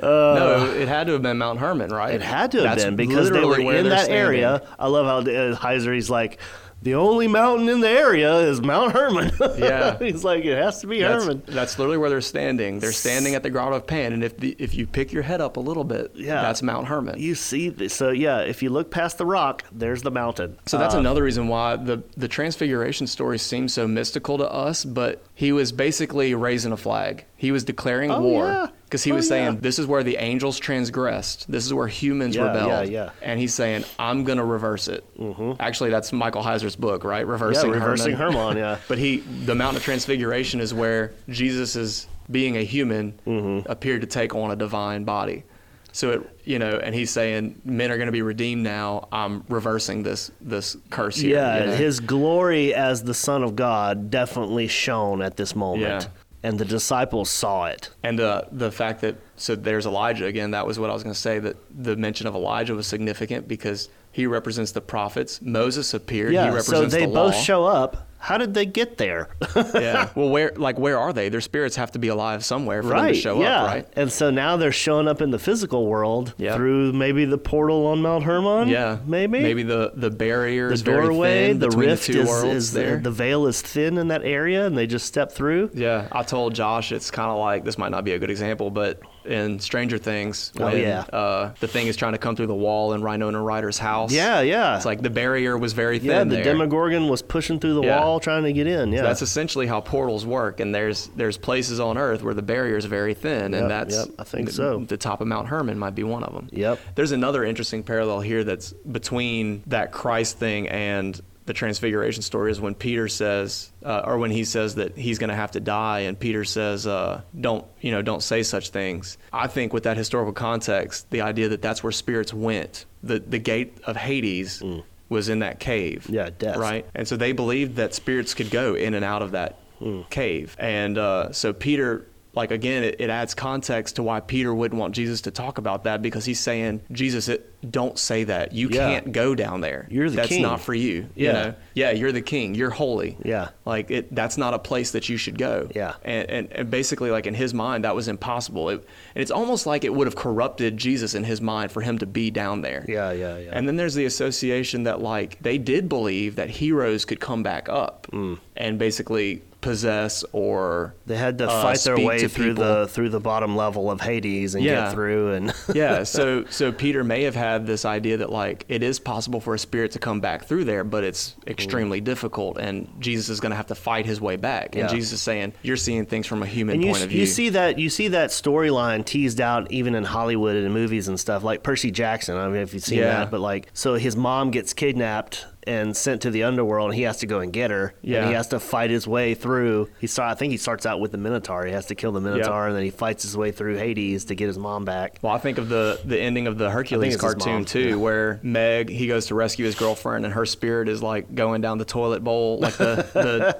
Speaker 2: no, it had to have been Mount Hermon, right?
Speaker 1: It had to have
Speaker 2: That's
Speaker 1: been because they were
Speaker 2: literally where
Speaker 1: in
Speaker 2: they're
Speaker 1: that
Speaker 2: standing.
Speaker 1: area. I love how uh, Heiser's like, the only mountain in the area is Mount Hermon.
Speaker 2: Yeah.
Speaker 1: He's like, it has to be
Speaker 2: That's,
Speaker 1: Hermon.
Speaker 2: that's literally where they're standing. They're standing at the Grotto of Pan, and if the, if you pick your head up a little bit,
Speaker 1: Yeah.
Speaker 2: that's Mount Hermon.
Speaker 1: You see, the, so yeah, if you look past the rock, there's the mountain. Uh,
Speaker 2: so that's another reason why the the Transfiguration story seems so mystical to us. But he was basically raising a flag. He was declaring
Speaker 1: Oh,
Speaker 2: war.
Speaker 1: yeah.
Speaker 2: because he
Speaker 1: Oh,
Speaker 2: was saying
Speaker 1: yeah.
Speaker 2: this is where the angels transgressed this is where humans
Speaker 1: Yeah,
Speaker 2: rebelled
Speaker 1: yeah, yeah.
Speaker 2: and he's saying i'm gonna reverse it mm-hmm. actually that's michael heiser's book right
Speaker 1: Yeah,
Speaker 2: reversing
Speaker 1: reversing
Speaker 2: Herman.
Speaker 1: Hermon. Yeah.
Speaker 2: but he the mount of transfiguration is where jesus is being a human
Speaker 1: Mm-hmm.
Speaker 2: appeared to take on a divine body so it you know and he's saying men are going to be redeemed now i'm reversing this this curse here
Speaker 1: Yeah,
Speaker 2: you know?
Speaker 1: his glory as the Son of God definitely shone at this moment.
Speaker 2: Yeah.
Speaker 1: And the disciples saw it.
Speaker 2: And uh, the fact that so there's Elijah again. That was what I was going to say. That the mention of Elijah was significant because he represents the prophets. Moses appeared. he
Speaker 1: Yeah,
Speaker 2: represents
Speaker 1: so they
Speaker 2: the
Speaker 1: both
Speaker 2: law.
Speaker 1: show up. How did they get there?
Speaker 2: yeah. Well, where like where are they? Their spirits have to be alive somewhere for them to show
Speaker 1: yeah.
Speaker 2: up, right?
Speaker 1: And so now they're showing up in the physical world
Speaker 2: Yeah.
Speaker 1: through maybe the portal on Mount Hermon.
Speaker 2: Yeah.
Speaker 1: Mm-hmm. Maybe.
Speaker 2: Maybe the the barrier
Speaker 1: the
Speaker 2: is very
Speaker 1: doorway,
Speaker 2: thin
Speaker 1: the
Speaker 2: between
Speaker 1: rift
Speaker 2: the two
Speaker 1: is,
Speaker 2: worlds
Speaker 1: is
Speaker 2: there.
Speaker 1: the veil is thin in that area and they just step through.
Speaker 2: Yeah, I told Josh it's kind of like this might not be a good example, but in Stranger Things,
Speaker 1: Oh,
Speaker 2: when
Speaker 1: yeah.
Speaker 2: uh, the thing is trying to come through the wall in Rhino and Ryder's house.
Speaker 1: Yeah, yeah.
Speaker 2: It's like the barrier was very thin.
Speaker 1: Yeah, the
Speaker 2: there.
Speaker 1: Demogorgon was pushing through the
Speaker 2: Yeah.
Speaker 1: wall trying to get in. Yeah.
Speaker 2: So that's essentially how portals work. And there's there's places on Earth where the barrier is very thin,
Speaker 1: Yep,
Speaker 2: and that's
Speaker 1: yep, I think
Speaker 2: the,
Speaker 1: so.
Speaker 2: The top of Mount Hermon might be one of them.
Speaker 1: Yep.
Speaker 2: There's another interesting parallel here that's between that Christ thing and the Transfiguration story is when Peter says, uh, or when he says that he's going to have to die, and Peter says, uh, "Don't you know? Don't say such things." I think with that historical context, the idea that that's where spirits went, the the gate of Hades. Was in that cave.
Speaker 1: Mm. Yeah, death.
Speaker 2: Right. And so they believed that spirits could go in and out of that
Speaker 1: Hmm.
Speaker 2: cave. And uh, so Peter, like again, it, it adds context to why Peter wouldn't want Jesus to talk about that because he's saying, Jesus, it, don't say that. You
Speaker 1: Yeah.
Speaker 2: can't go down there.
Speaker 1: You're the
Speaker 2: that's
Speaker 1: king."
Speaker 2: not for you.
Speaker 1: Yeah.
Speaker 2: You know? Yeah, you're the king. You're holy.
Speaker 1: Yeah.
Speaker 2: Like it, that's not a place that you should go.
Speaker 1: Yeah.
Speaker 2: And, and and basically, like in his mind, that was impossible. It, and it's almost like it would have corrupted Jesus in his mind for him to be down there.
Speaker 1: Yeah, yeah, yeah.
Speaker 2: And then there's the association that like they did believe that heroes could come back up
Speaker 1: Mm.
Speaker 2: and basically possess or
Speaker 1: They had to
Speaker 2: uh,
Speaker 1: fight their
Speaker 2: speak
Speaker 1: way
Speaker 2: to
Speaker 1: through
Speaker 2: people.
Speaker 1: the through the bottom level of Hades and
Speaker 2: Yeah.
Speaker 1: get through and
Speaker 2: yeah, so so Peter may have had this idea that like it is possible for a spirit to come back through there, but it's
Speaker 1: Mm.
Speaker 2: extremely difficult, and Jesus is going to have to fight his way back. And
Speaker 1: Yeah.
Speaker 2: Jesus is saying, "You're seeing things from a human
Speaker 1: and you,
Speaker 2: point of view."
Speaker 1: you see that you see that storyline teased out even in Hollywood and in movies and stuff like Percy Jackson. I don't know if you've seen
Speaker 2: Yeah.
Speaker 1: that, but like so his mom gets kidnapped and sent to the underworld and he has to go and get her. And
Speaker 2: Yeah.
Speaker 1: he has to fight his way through. He start, I think he starts out with the Minotaur. He has to kill the Minotaur and then he fights his way through Hades to get his mom back.
Speaker 2: Well, I think of the the ending of the Hercules
Speaker 1: it's his mom,
Speaker 2: cartoon too,
Speaker 1: yeah.
Speaker 2: where Meg he goes to rescue his girlfriend, and her spirit is like going down the toilet bowl, like the,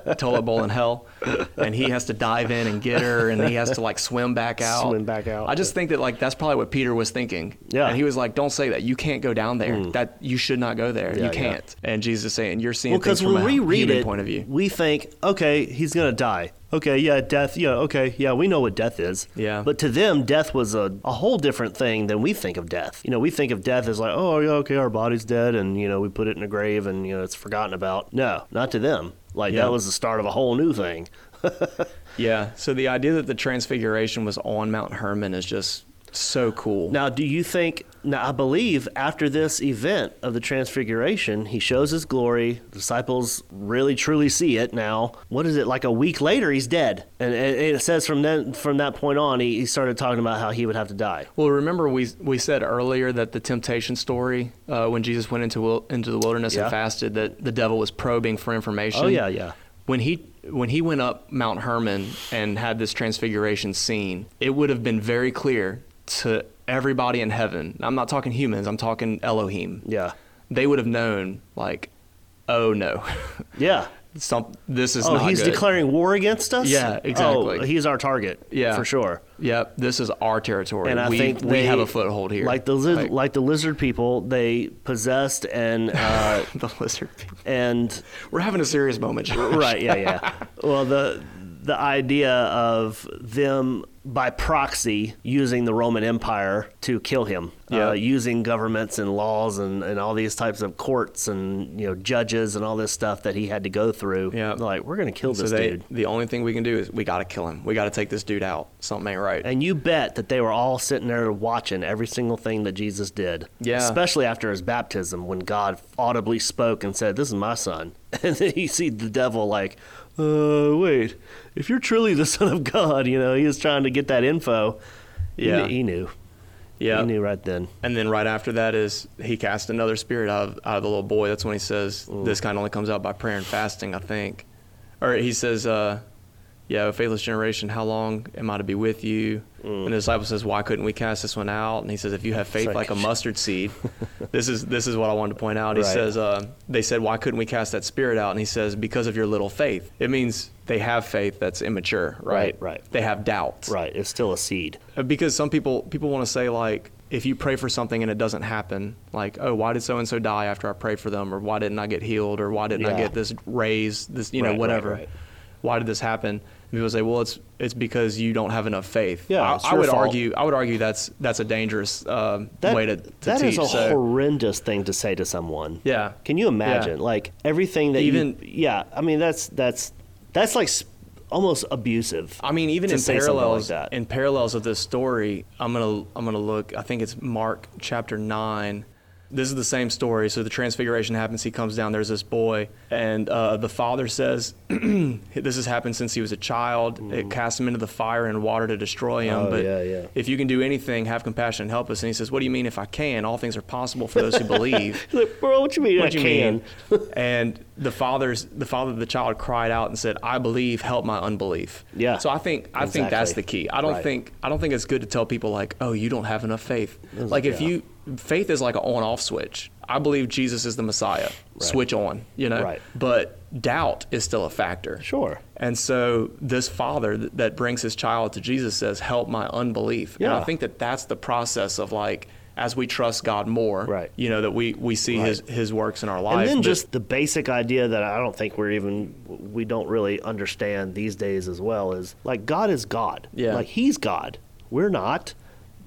Speaker 2: the toilet bowl in hell, and he has to dive in and get her, and he has to like swim back out.
Speaker 1: Swim back out.
Speaker 2: I just think that like that's probably what Peter was thinking.
Speaker 1: Yeah. Mm.
Speaker 2: And he was like, "Don't say that. You can't go down there. That you should not go there.
Speaker 1: Yeah, yeah.
Speaker 2: you can't." And Jesus is saying, "You're seeing
Speaker 1: Well, because
Speaker 2: things from
Speaker 1: when
Speaker 2: a
Speaker 1: we read
Speaker 2: human
Speaker 1: it,
Speaker 2: point of view."
Speaker 1: we think, okay, he's gonna die. Okay, yeah, death. Yeah, okay, yeah, we know what death is.
Speaker 2: Yeah.
Speaker 1: But to them, death was a, a whole different thing than we think of death. You know, we think of death as like, oh, yeah, okay, our body's dead, and you know, we put it in a grave, and you know, it's forgotten about. No, not to them. Like
Speaker 2: Yeah.
Speaker 1: that was the start of a whole new thing.
Speaker 2: Yeah. So the idea that the Transfiguration was on Mount Hermon is just so cool.
Speaker 1: Now, do you think? Now, I believe after this event of the Transfiguration, he shows his glory. Disciples really truly see it. Now, what is it like? A week later, he's dead, and, and it says from then from that point on, he, he started talking about how he would have to die.
Speaker 2: Well, remember we we said earlier that the temptation story, uh, when Jesus went into wil- into the wilderness
Speaker 1: Yeah.
Speaker 2: and fasted, that the devil was probing for information.
Speaker 1: Oh, yeah, yeah.
Speaker 2: When he when he went up Mount Hermon and had this transfiguration scene, it would have been very clear to everybody in heaven. I'm not talking humans. I'm talking Elohim.
Speaker 1: Yeah,
Speaker 2: They would have known like, oh no,
Speaker 1: yeah.
Speaker 2: some this is
Speaker 1: oh,
Speaker 2: not
Speaker 1: he's
Speaker 2: good.
Speaker 1: declaring war against us.
Speaker 2: Yeah, exactly.
Speaker 1: Oh, he's our target.
Speaker 2: Yeah.
Speaker 1: for sure.
Speaker 2: Yep, this is our territory.
Speaker 1: And I
Speaker 2: we,
Speaker 1: think
Speaker 2: we
Speaker 1: they-
Speaker 2: have a foothold here.
Speaker 1: Like the lizard, like,
Speaker 2: Like-
Speaker 1: the lizard people, they possessed and uh,
Speaker 2: the lizard. people.
Speaker 1: and
Speaker 2: We're having a serious moment. Josh.
Speaker 1: right yeah yeah well the the idea of them by proxy using the roman empire to kill him
Speaker 2: Yeah.
Speaker 1: uh, using governments and laws and, and all these types of courts and you know judges and all this stuff that he had to go through
Speaker 2: Yeah.
Speaker 1: like we're gonna kill
Speaker 2: So
Speaker 1: this
Speaker 2: they,
Speaker 1: dude
Speaker 2: the only thing we can do is we got to kill him. We got to take this dude out. Something ain't right.
Speaker 1: and you bet that they were all sitting there watching every single thing that Jesus did.
Speaker 2: Yeah.
Speaker 1: Especially after his baptism when God audibly spoke and said, This is my son. And then you see the devil like, uh, wait, if you're truly the son of God, you know, he was trying to get that info. He
Speaker 2: Yeah.
Speaker 1: kn- he knew.
Speaker 2: Yeah.
Speaker 1: He knew right then.
Speaker 2: And then right after that is he cast another spirit out of, out of the little boy. That's when he says, "This kind only comes out by prayer and fasting." I think, or he says, uh, "Yeah, O faithless generation, how long am I to be with you?" And the disciple says, "Why couldn't we cast this one out?" And he says, "If you have faith
Speaker 1: like-
Speaker 2: like, a mustard seed, this is this is what I wanted to point out." He
Speaker 1: Right.
Speaker 2: says, uh, "They said, why couldn't we cast that spirit out?" And he says, "Because of your little faith." It means they have faith that's immature, right?
Speaker 1: right.
Speaker 2: They have doubts,
Speaker 1: Right. It's still a seed.
Speaker 2: Uh, because some people people want to say like if you pray for something and it doesn't happen like oh why did so and so die after i prayed for them or why didn't i get healed or why didn't
Speaker 1: Yeah.
Speaker 2: i get this raise this you
Speaker 1: Right,
Speaker 2: know
Speaker 1: right,
Speaker 2: whatever
Speaker 1: right.
Speaker 2: why did this happen and people say well it's it's because you don't have enough faith
Speaker 1: Yeah,
Speaker 2: i,
Speaker 1: it's
Speaker 2: I
Speaker 1: your
Speaker 2: would
Speaker 1: fault.
Speaker 2: argue i would argue that's that's a dangerous um,
Speaker 1: That,
Speaker 2: way to, to
Speaker 1: that is
Speaker 2: teach
Speaker 1: a
Speaker 2: so,
Speaker 1: horrendous thing to say to someone.
Speaker 2: yeah
Speaker 1: Can you imagine? Like everything that
Speaker 2: Even-
Speaker 1: you, yeah. I mean, that's that's that's like sp- almost abusive.
Speaker 2: I mean, even
Speaker 1: to
Speaker 2: in
Speaker 1: say something like
Speaker 2: parallels,
Speaker 1: that.
Speaker 2: in parallels of this story, I'm gonna I'm gonna look. I think it's Mark chapter nine. This is the same story. So the transfiguration happens. He comes down. There's this boy, and uh, the father says, "This has happened since he was a child. It cast him into the fire and water to destroy him.
Speaker 1: Oh,
Speaker 2: but
Speaker 1: yeah, yeah.
Speaker 2: if you can do anything, have compassion and help us." And he says, "What do you mean if I can? All things are possible for those who believe."
Speaker 1: Like, bro, what you mean?
Speaker 2: what
Speaker 1: I
Speaker 2: you
Speaker 1: can.
Speaker 2: mean? and the father's the father of the child cried out and said, "I believe, help my unbelief."
Speaker 1: Yeah.
Speaker 2: So I think I think that's
Speaker 1: Exactly.
Speaker 2: the key. I don't
Speaker 1: Right.
Speaker 2: think I don't think it's good to tell people like, "Oh, you don't have enough faith." Like if
Speaker 1: yeah.
Speaker 2: you faith is like an on-off switch. I believe Jesus is the Messiah. Switch on, you know.
Speaker 1: Right.
Speaker 2: But doubt is still a factor.
Speaker 1: Sure.
Speaker 2: And so this father th- that brings his child to Jesus says, "Help my unbelief." And
Speaker 1: Yeah.
Speaker 2: I think that that's the process of like as we trust God more,
Speaker 1: Right.
Speaker 2: you know, that we we see his his works in our life.
Speaker 1: And then
Speaker 2: but-
Speaker 1: just the basic idea that I don't think we're even we don't really understand these days as well is like God is God.
Speaker 2: Yeah.
Speaker 1: Like he's God. We're not.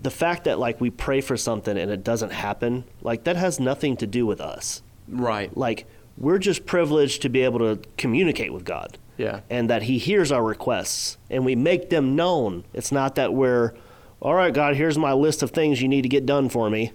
Speaker 1: The fact that like we pray for something and it doesn't happen, like that has nothing to do with us.
Speaker 2: right.
Speaker 1: Like we're just privileged to be able to communicate with God.
Speaker 2: Yeah.
Speaker 1: And that he hears our requests and we make them known. It's not that we're all right, God, here's my list of things you need to get done for me.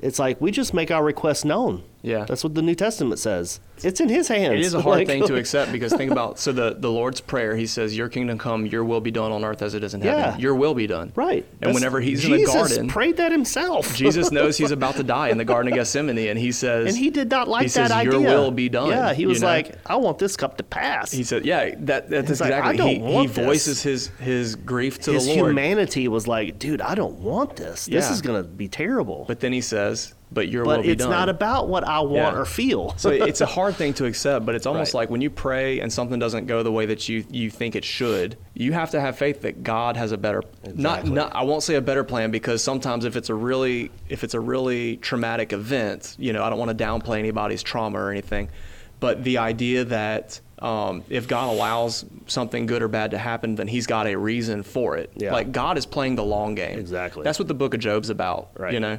Speaker 1: It's like we just make our requests known.
Speaker 2: Yeah.
Speaker 1: That's what the New Testament says. It's in his hands.
Speaker 2: It is a hard
Speaker 1: Like-
Speaker 2: thing to accept because think about so the, the Lord's prayer, he says, Your kingdom come, your will be done on earth as it is in heaven.
Speaker 1: Yeah.
Speaker 2: Your will be done.
Speaker 1: Right.
Speaker 2: And
Speaker 1: That's-
Speaker 2: whenever he's
Speaker 1: Jesus
Speaker 2: in the garden
Speaker 1: prayed that himself.
Speaker 2: Jesus knows he's about to die in the Garden of Gethsemane and he says
Speaker 1: and he did not like
Speaker 2: he
Speaker 1: that
Speaker 2: says,
Speaker 1: idea.
Speaker 2: Your will be done.
Speaker 1: Yeah, he
Speaker 2: you
Speaker 1: was
Speaker 2: know?
Speaker 1: like, I want this cup to pass.
Speaker 2: He said, Yeah, that, that's
Speaker 1: He's like,
Speaker 2: exactly
Speaker 1: "I don't
Speaker 2: he,
Speaker 1: want
Speaker 2: he
Speaker 1: this."
Speaker 2: voices his his grief to
Speaker 1: his
Speaker 2: the Lord.
Speaker 1: humanity was like, dude, I don't want this. This
Speaker 2: Yeah.
Speaker 1: is going to be terrible.
Speaker 2: But then he says, But your will
Speaker 1: but
Speaker 2: be
Speaker 1: it's
Speaker 2: done.
Speaker 1: not about what I want
Speaker 2: Yeah.
Speaker 1: or feel.
Speaker 2: so it's a hard thing to accept, but it's almost
Speaker 1: Right.
Speaker 2: like when you pray and something doesn't go the way that you, you think it should, you have to have faith that God has a better not,
Speaker 1: Exactly.
Speaker 2: not I won't say a better plan because sometimes if it's a really if it's a really traumatic event, you know, I don't want to downplay anybody's trauma or anything, but the idea that um, if God allows something good or bad to happen, then He's got a reason for it.
Speaker 1: Yeah.
Speaker 2: Like God is playing the long game.
Speaker 1: Exactly.
Speaker 2: That's what the Book of Job's about.
Speaker 1: Right.
Speaker 2: You know,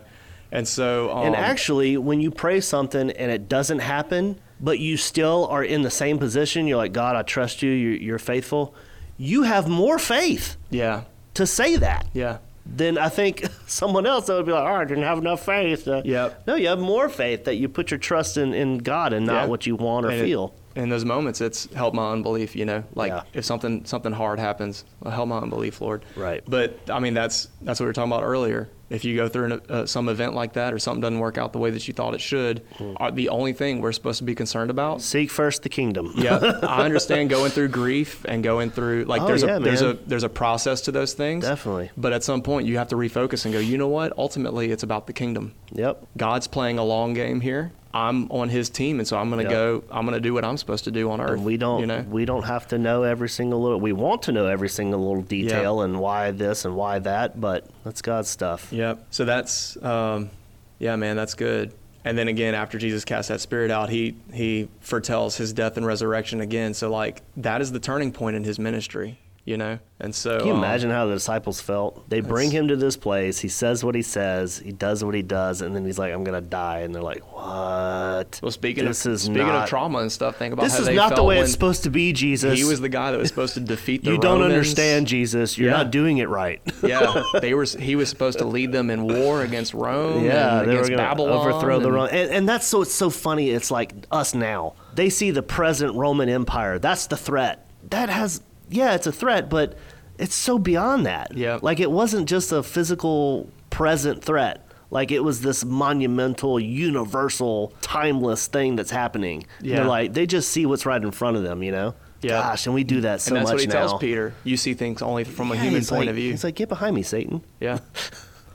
Speaker 2: and so um,
Speaker 1: and actually, when you pray something and it doesn't happen, but you still are in the same position, you're like, God, I trust you, you're, you're faithful, you have more faith
Speaker 2: yeah,
Speaker 1: to say that.
Speaker 2: yeah.
Speaker 1: Then I think someone else that would be like, "All right, I didn't have enough faith." Uh,
Speaker 2: Yep.
Speaker 1: No, you have more faith that you put your trust in, in God and not
Speaker 2: Yeah.
Speaker 1: what you want or
Speaker 2: And it-
Speaker 1: feel.
Speaker 2: in those moments, it's help my unbelief. You know, like
Speaker 1: Yeah.
Speaker 2: if something something hard happens, well, help my unbelief, Lord.
Speaker 1: Right.
Speaker 2: But I mean, that's that's what we were talking about earlier. If you go through an, uh, some event like that, or something doesn't work out the way that you thought it should,
Speaker 1: Hmm.
Speaker 2: are the only thing we're supposed to be concerned about
Speaker 1: Seek first the kingdom.
Speaker 2: yeah, I understand going through grief and going through like
Speaker 1: Oh,
Speaker 2: there's
Speaker 1: yeah,
Speaker 2: a there's
Speaker 1: man.
Speaker 2: a there's a process to those things.
Speaker 1: Definitely.
Speaker 2: But at some point you have to refocus and go, you know what? Ultimately it's about the kingdom.
Speaker 1: Yep.
Speaker 2: God's playing a long game here. I'm on his team and so I'm gonna
Speaker 1: Yeah.
Speaker 2: go I'm gonna do what I'm supposed to do on earth.
Speaker 1: And we don't
Speaker 2: you know
Speaker 1: we don't have to know every single little we want to know every single little detail and why this and why that, but that's God's stuff.
Speaker 2: Yep. So that's, um, yeah, man, that's good. And then again, after Jesus cast that spirit out, he he foretells his death and resurrection again. So like that is the turning point in his ministry, you know. And so
Speaker 1: Can you
Speaker 2: um,
Speaker 1: imagine how the disciples felt? They bring
Speaker 2: That's-
Speaker 1: him to this place. He says what he says. He does what he does, and then he's like, "I'm gonna die," and they're like, "What?"
Speaker 2: Well, speaking
Speaker 1: this
Speaker 2: of
Speaker 1: is
Speaker 2: speaking
Speaker 1: not-
Speaker 2: of trauma and stuff, think about
Speaker 1: this
Speaker 2: how
Speaker 1: is
Speaker 2: they
Speaker 1: not the
Speaker 2: felt
Speaker 1: way
Speaker 2: when
Speaker 1: it's supposed to be, Jesus.
Speaker 2: He was the guy that was supposed to defeat the
Speaker 1: you don't
Speaker 2: Romans.
Speaker 1: understand, Jesus. You're
Speaker 2: Yeah.
Speaker 1: not doing it right.
Speaker 2: yeah, they were. He was supposed to lead them in war against Rome.
Speaker 1: Yeah,
Speaker 2: and
Speaker 1: they were
Speaker 2: against
Speaker 1: going to
Speaker 2: Babylon.
Speaker 1: overthrow the
Speaker 2: and-
Speaker 1: Roman. And, and that's so it's so funny. It's like us now. They see the present Roman Empire. That's the threat. That has yeah, it's a threat, but it's so beyond that.
Speaker 2: Yeah.
Speaker 1: Like it wasn't just a physical present threat. Like it was this monumental, universal, timeless thing that's happening. And They're
Speaker 2: Yeah.
Speaker 1: like they just see what's right in front of them, you know.
Speaker 2: Yeah.
Speaker 1: Gosh, and we do that so
Speaker 2: and that's
Speaker 1: much
Speaker 2: what he
Speaker 1: now.
Speaker 2: tells Peter. You see things only from a
Speaker 1: Yeah,
Speaker 2: human
Speaker 1: he's
Speaker 2: point
Speaker 1: like-
Speaker 2: of view.
Speaker 1: He's like, get behind me, Satan.
Speaker 2: Yeah.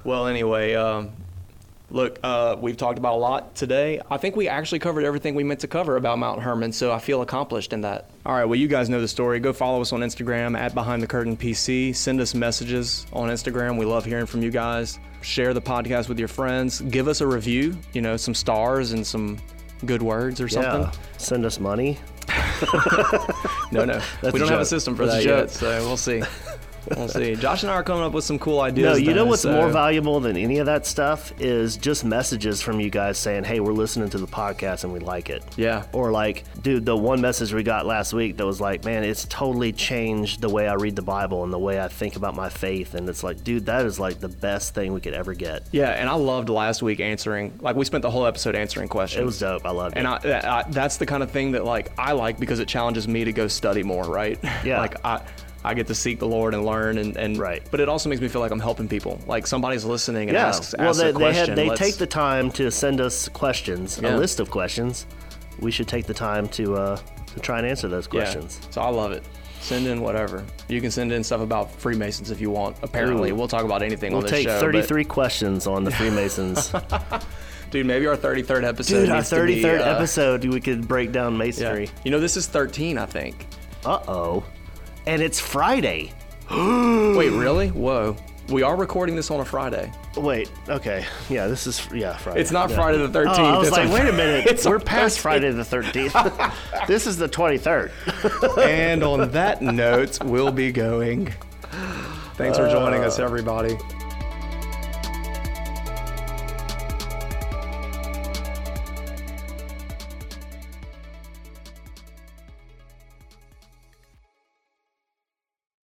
Speaker 2: Well, anyway, um, look, uh, we've talked about a lot today. I think we actually covered everything we meant to cover about Mount Herman, so I feel accomplished in that. All right. Well, you guys know the story. Go follow us on Instagram at Behind the Curtain PC. Send us messages on Instagram. We love hearing from you guys. Share the podcast with your friends. Give us a review. You know, some stars and some good words or something.
Speaker 1: Yeah. Send us money.
Speaker 2: No, no.
Speaker 1: That's a
Speaker 2: we don't have a
Speaker 1: joke.
Speaker 2: system for
Speaker 1: That's
Speaker 2: that
Speaker 1: a joke.
Speaker 2: yet, so we'll see. We'll see. Josh and I are coming up with some cool
Speaker 1: No,
Speaker 2: ideas.
Speaker 1: you know
Speaker 2: though,
Speaker 1: what's
Speaker 2: so-
Speaker 1: more valuable than any of that stuff is just messages from you guys saying, "Hey, we're listening to the podcast and we like it."
Speaker 2: Yeah.
Speaker 1: Or like, dude, the one message we got last week that was like, "Man, it's totally changed the way I read the Bible and the way I think about my faith." And it's like, dude, that is like the best thing we could ever get.
Speaker 2: Yeah, and I loved last week answering. Like we spent the whole episode answering questions.
Speaker 1: It was dope. I loved it.
Speaker 2: and I, I, that's the kind of thing that like I like because it challenges me to go study more, right?
Speaker 1: Yeah.
Speaker 2: like I, I get to seek the Lord and learn, and, and
Speaker 1: Right.
Speaker 2: But it also makes me feel like I'm helping people. Like somebody's listening and
Speaker 1: yeah.
Speaker 2: asks,
Speaker 1: well,
Speaker 2: asks
Speaker 1: they,
Speaker 2: a
Speaker 1: they,
Speaker 2: question.
Speaker 1: had, they
Speaker 2: Let's-
Speaker 1: take the time to send us questions,
Speaker 2: Yeah.
Speaker 1: a list of questions. We should take the time to uh, to try and answer those
Speaker 2: yeah.
Speaker 1: questions.
Speaker 2: So I love it. Send in whatever. You can send in stuff about Freemasons if you want. Apparently,
Speaker 1: Ooh.
Speaker 2: we'll talk about anything on
Speaker 1: We'll
Speaker 2: this
Speaker 1: take
Speaker 2: show. but-
Speaker 1: 33 questions on the Freemasons.
Speaker 2: dude. Maybe our 33rd episode.
Speaker 1: Dude, our
Speaker 2: needs to be,
Speaker 1: 33rd
Speaker 2: uh,
Speaker 1: episode, we could break down
Speaker 2: yeah.
Speaker 1: masonry.
Speaker 2: You know, this is 13, I think.
Speaker 1: Uh oh. And it's Friday.
Speaker 2: Wait, really? Whoa. We are recording this on a Friday.
Speaker 1: Wait, okay. Yeah, this is, yeah, Friday.
Speaker 2: It's not
Speaker 1: Yeah.
Speaker 2: Friday the 13th.
Speaker 1: Oh, I was
Speaker 2: It's
Speaker 1: like,
Speaker 2: on-
Speaker 1: wait a minute.
Speaker 2: It's
Speaker 1: We're
Speaker 2: on
Speaker 1: past
Speaker 2: 13th.
Speaker 1: Friday the 13th. this is the 23rd.
Speaker 2: Uh, and on that note, we'll be going. Thanks for joining us, everybody.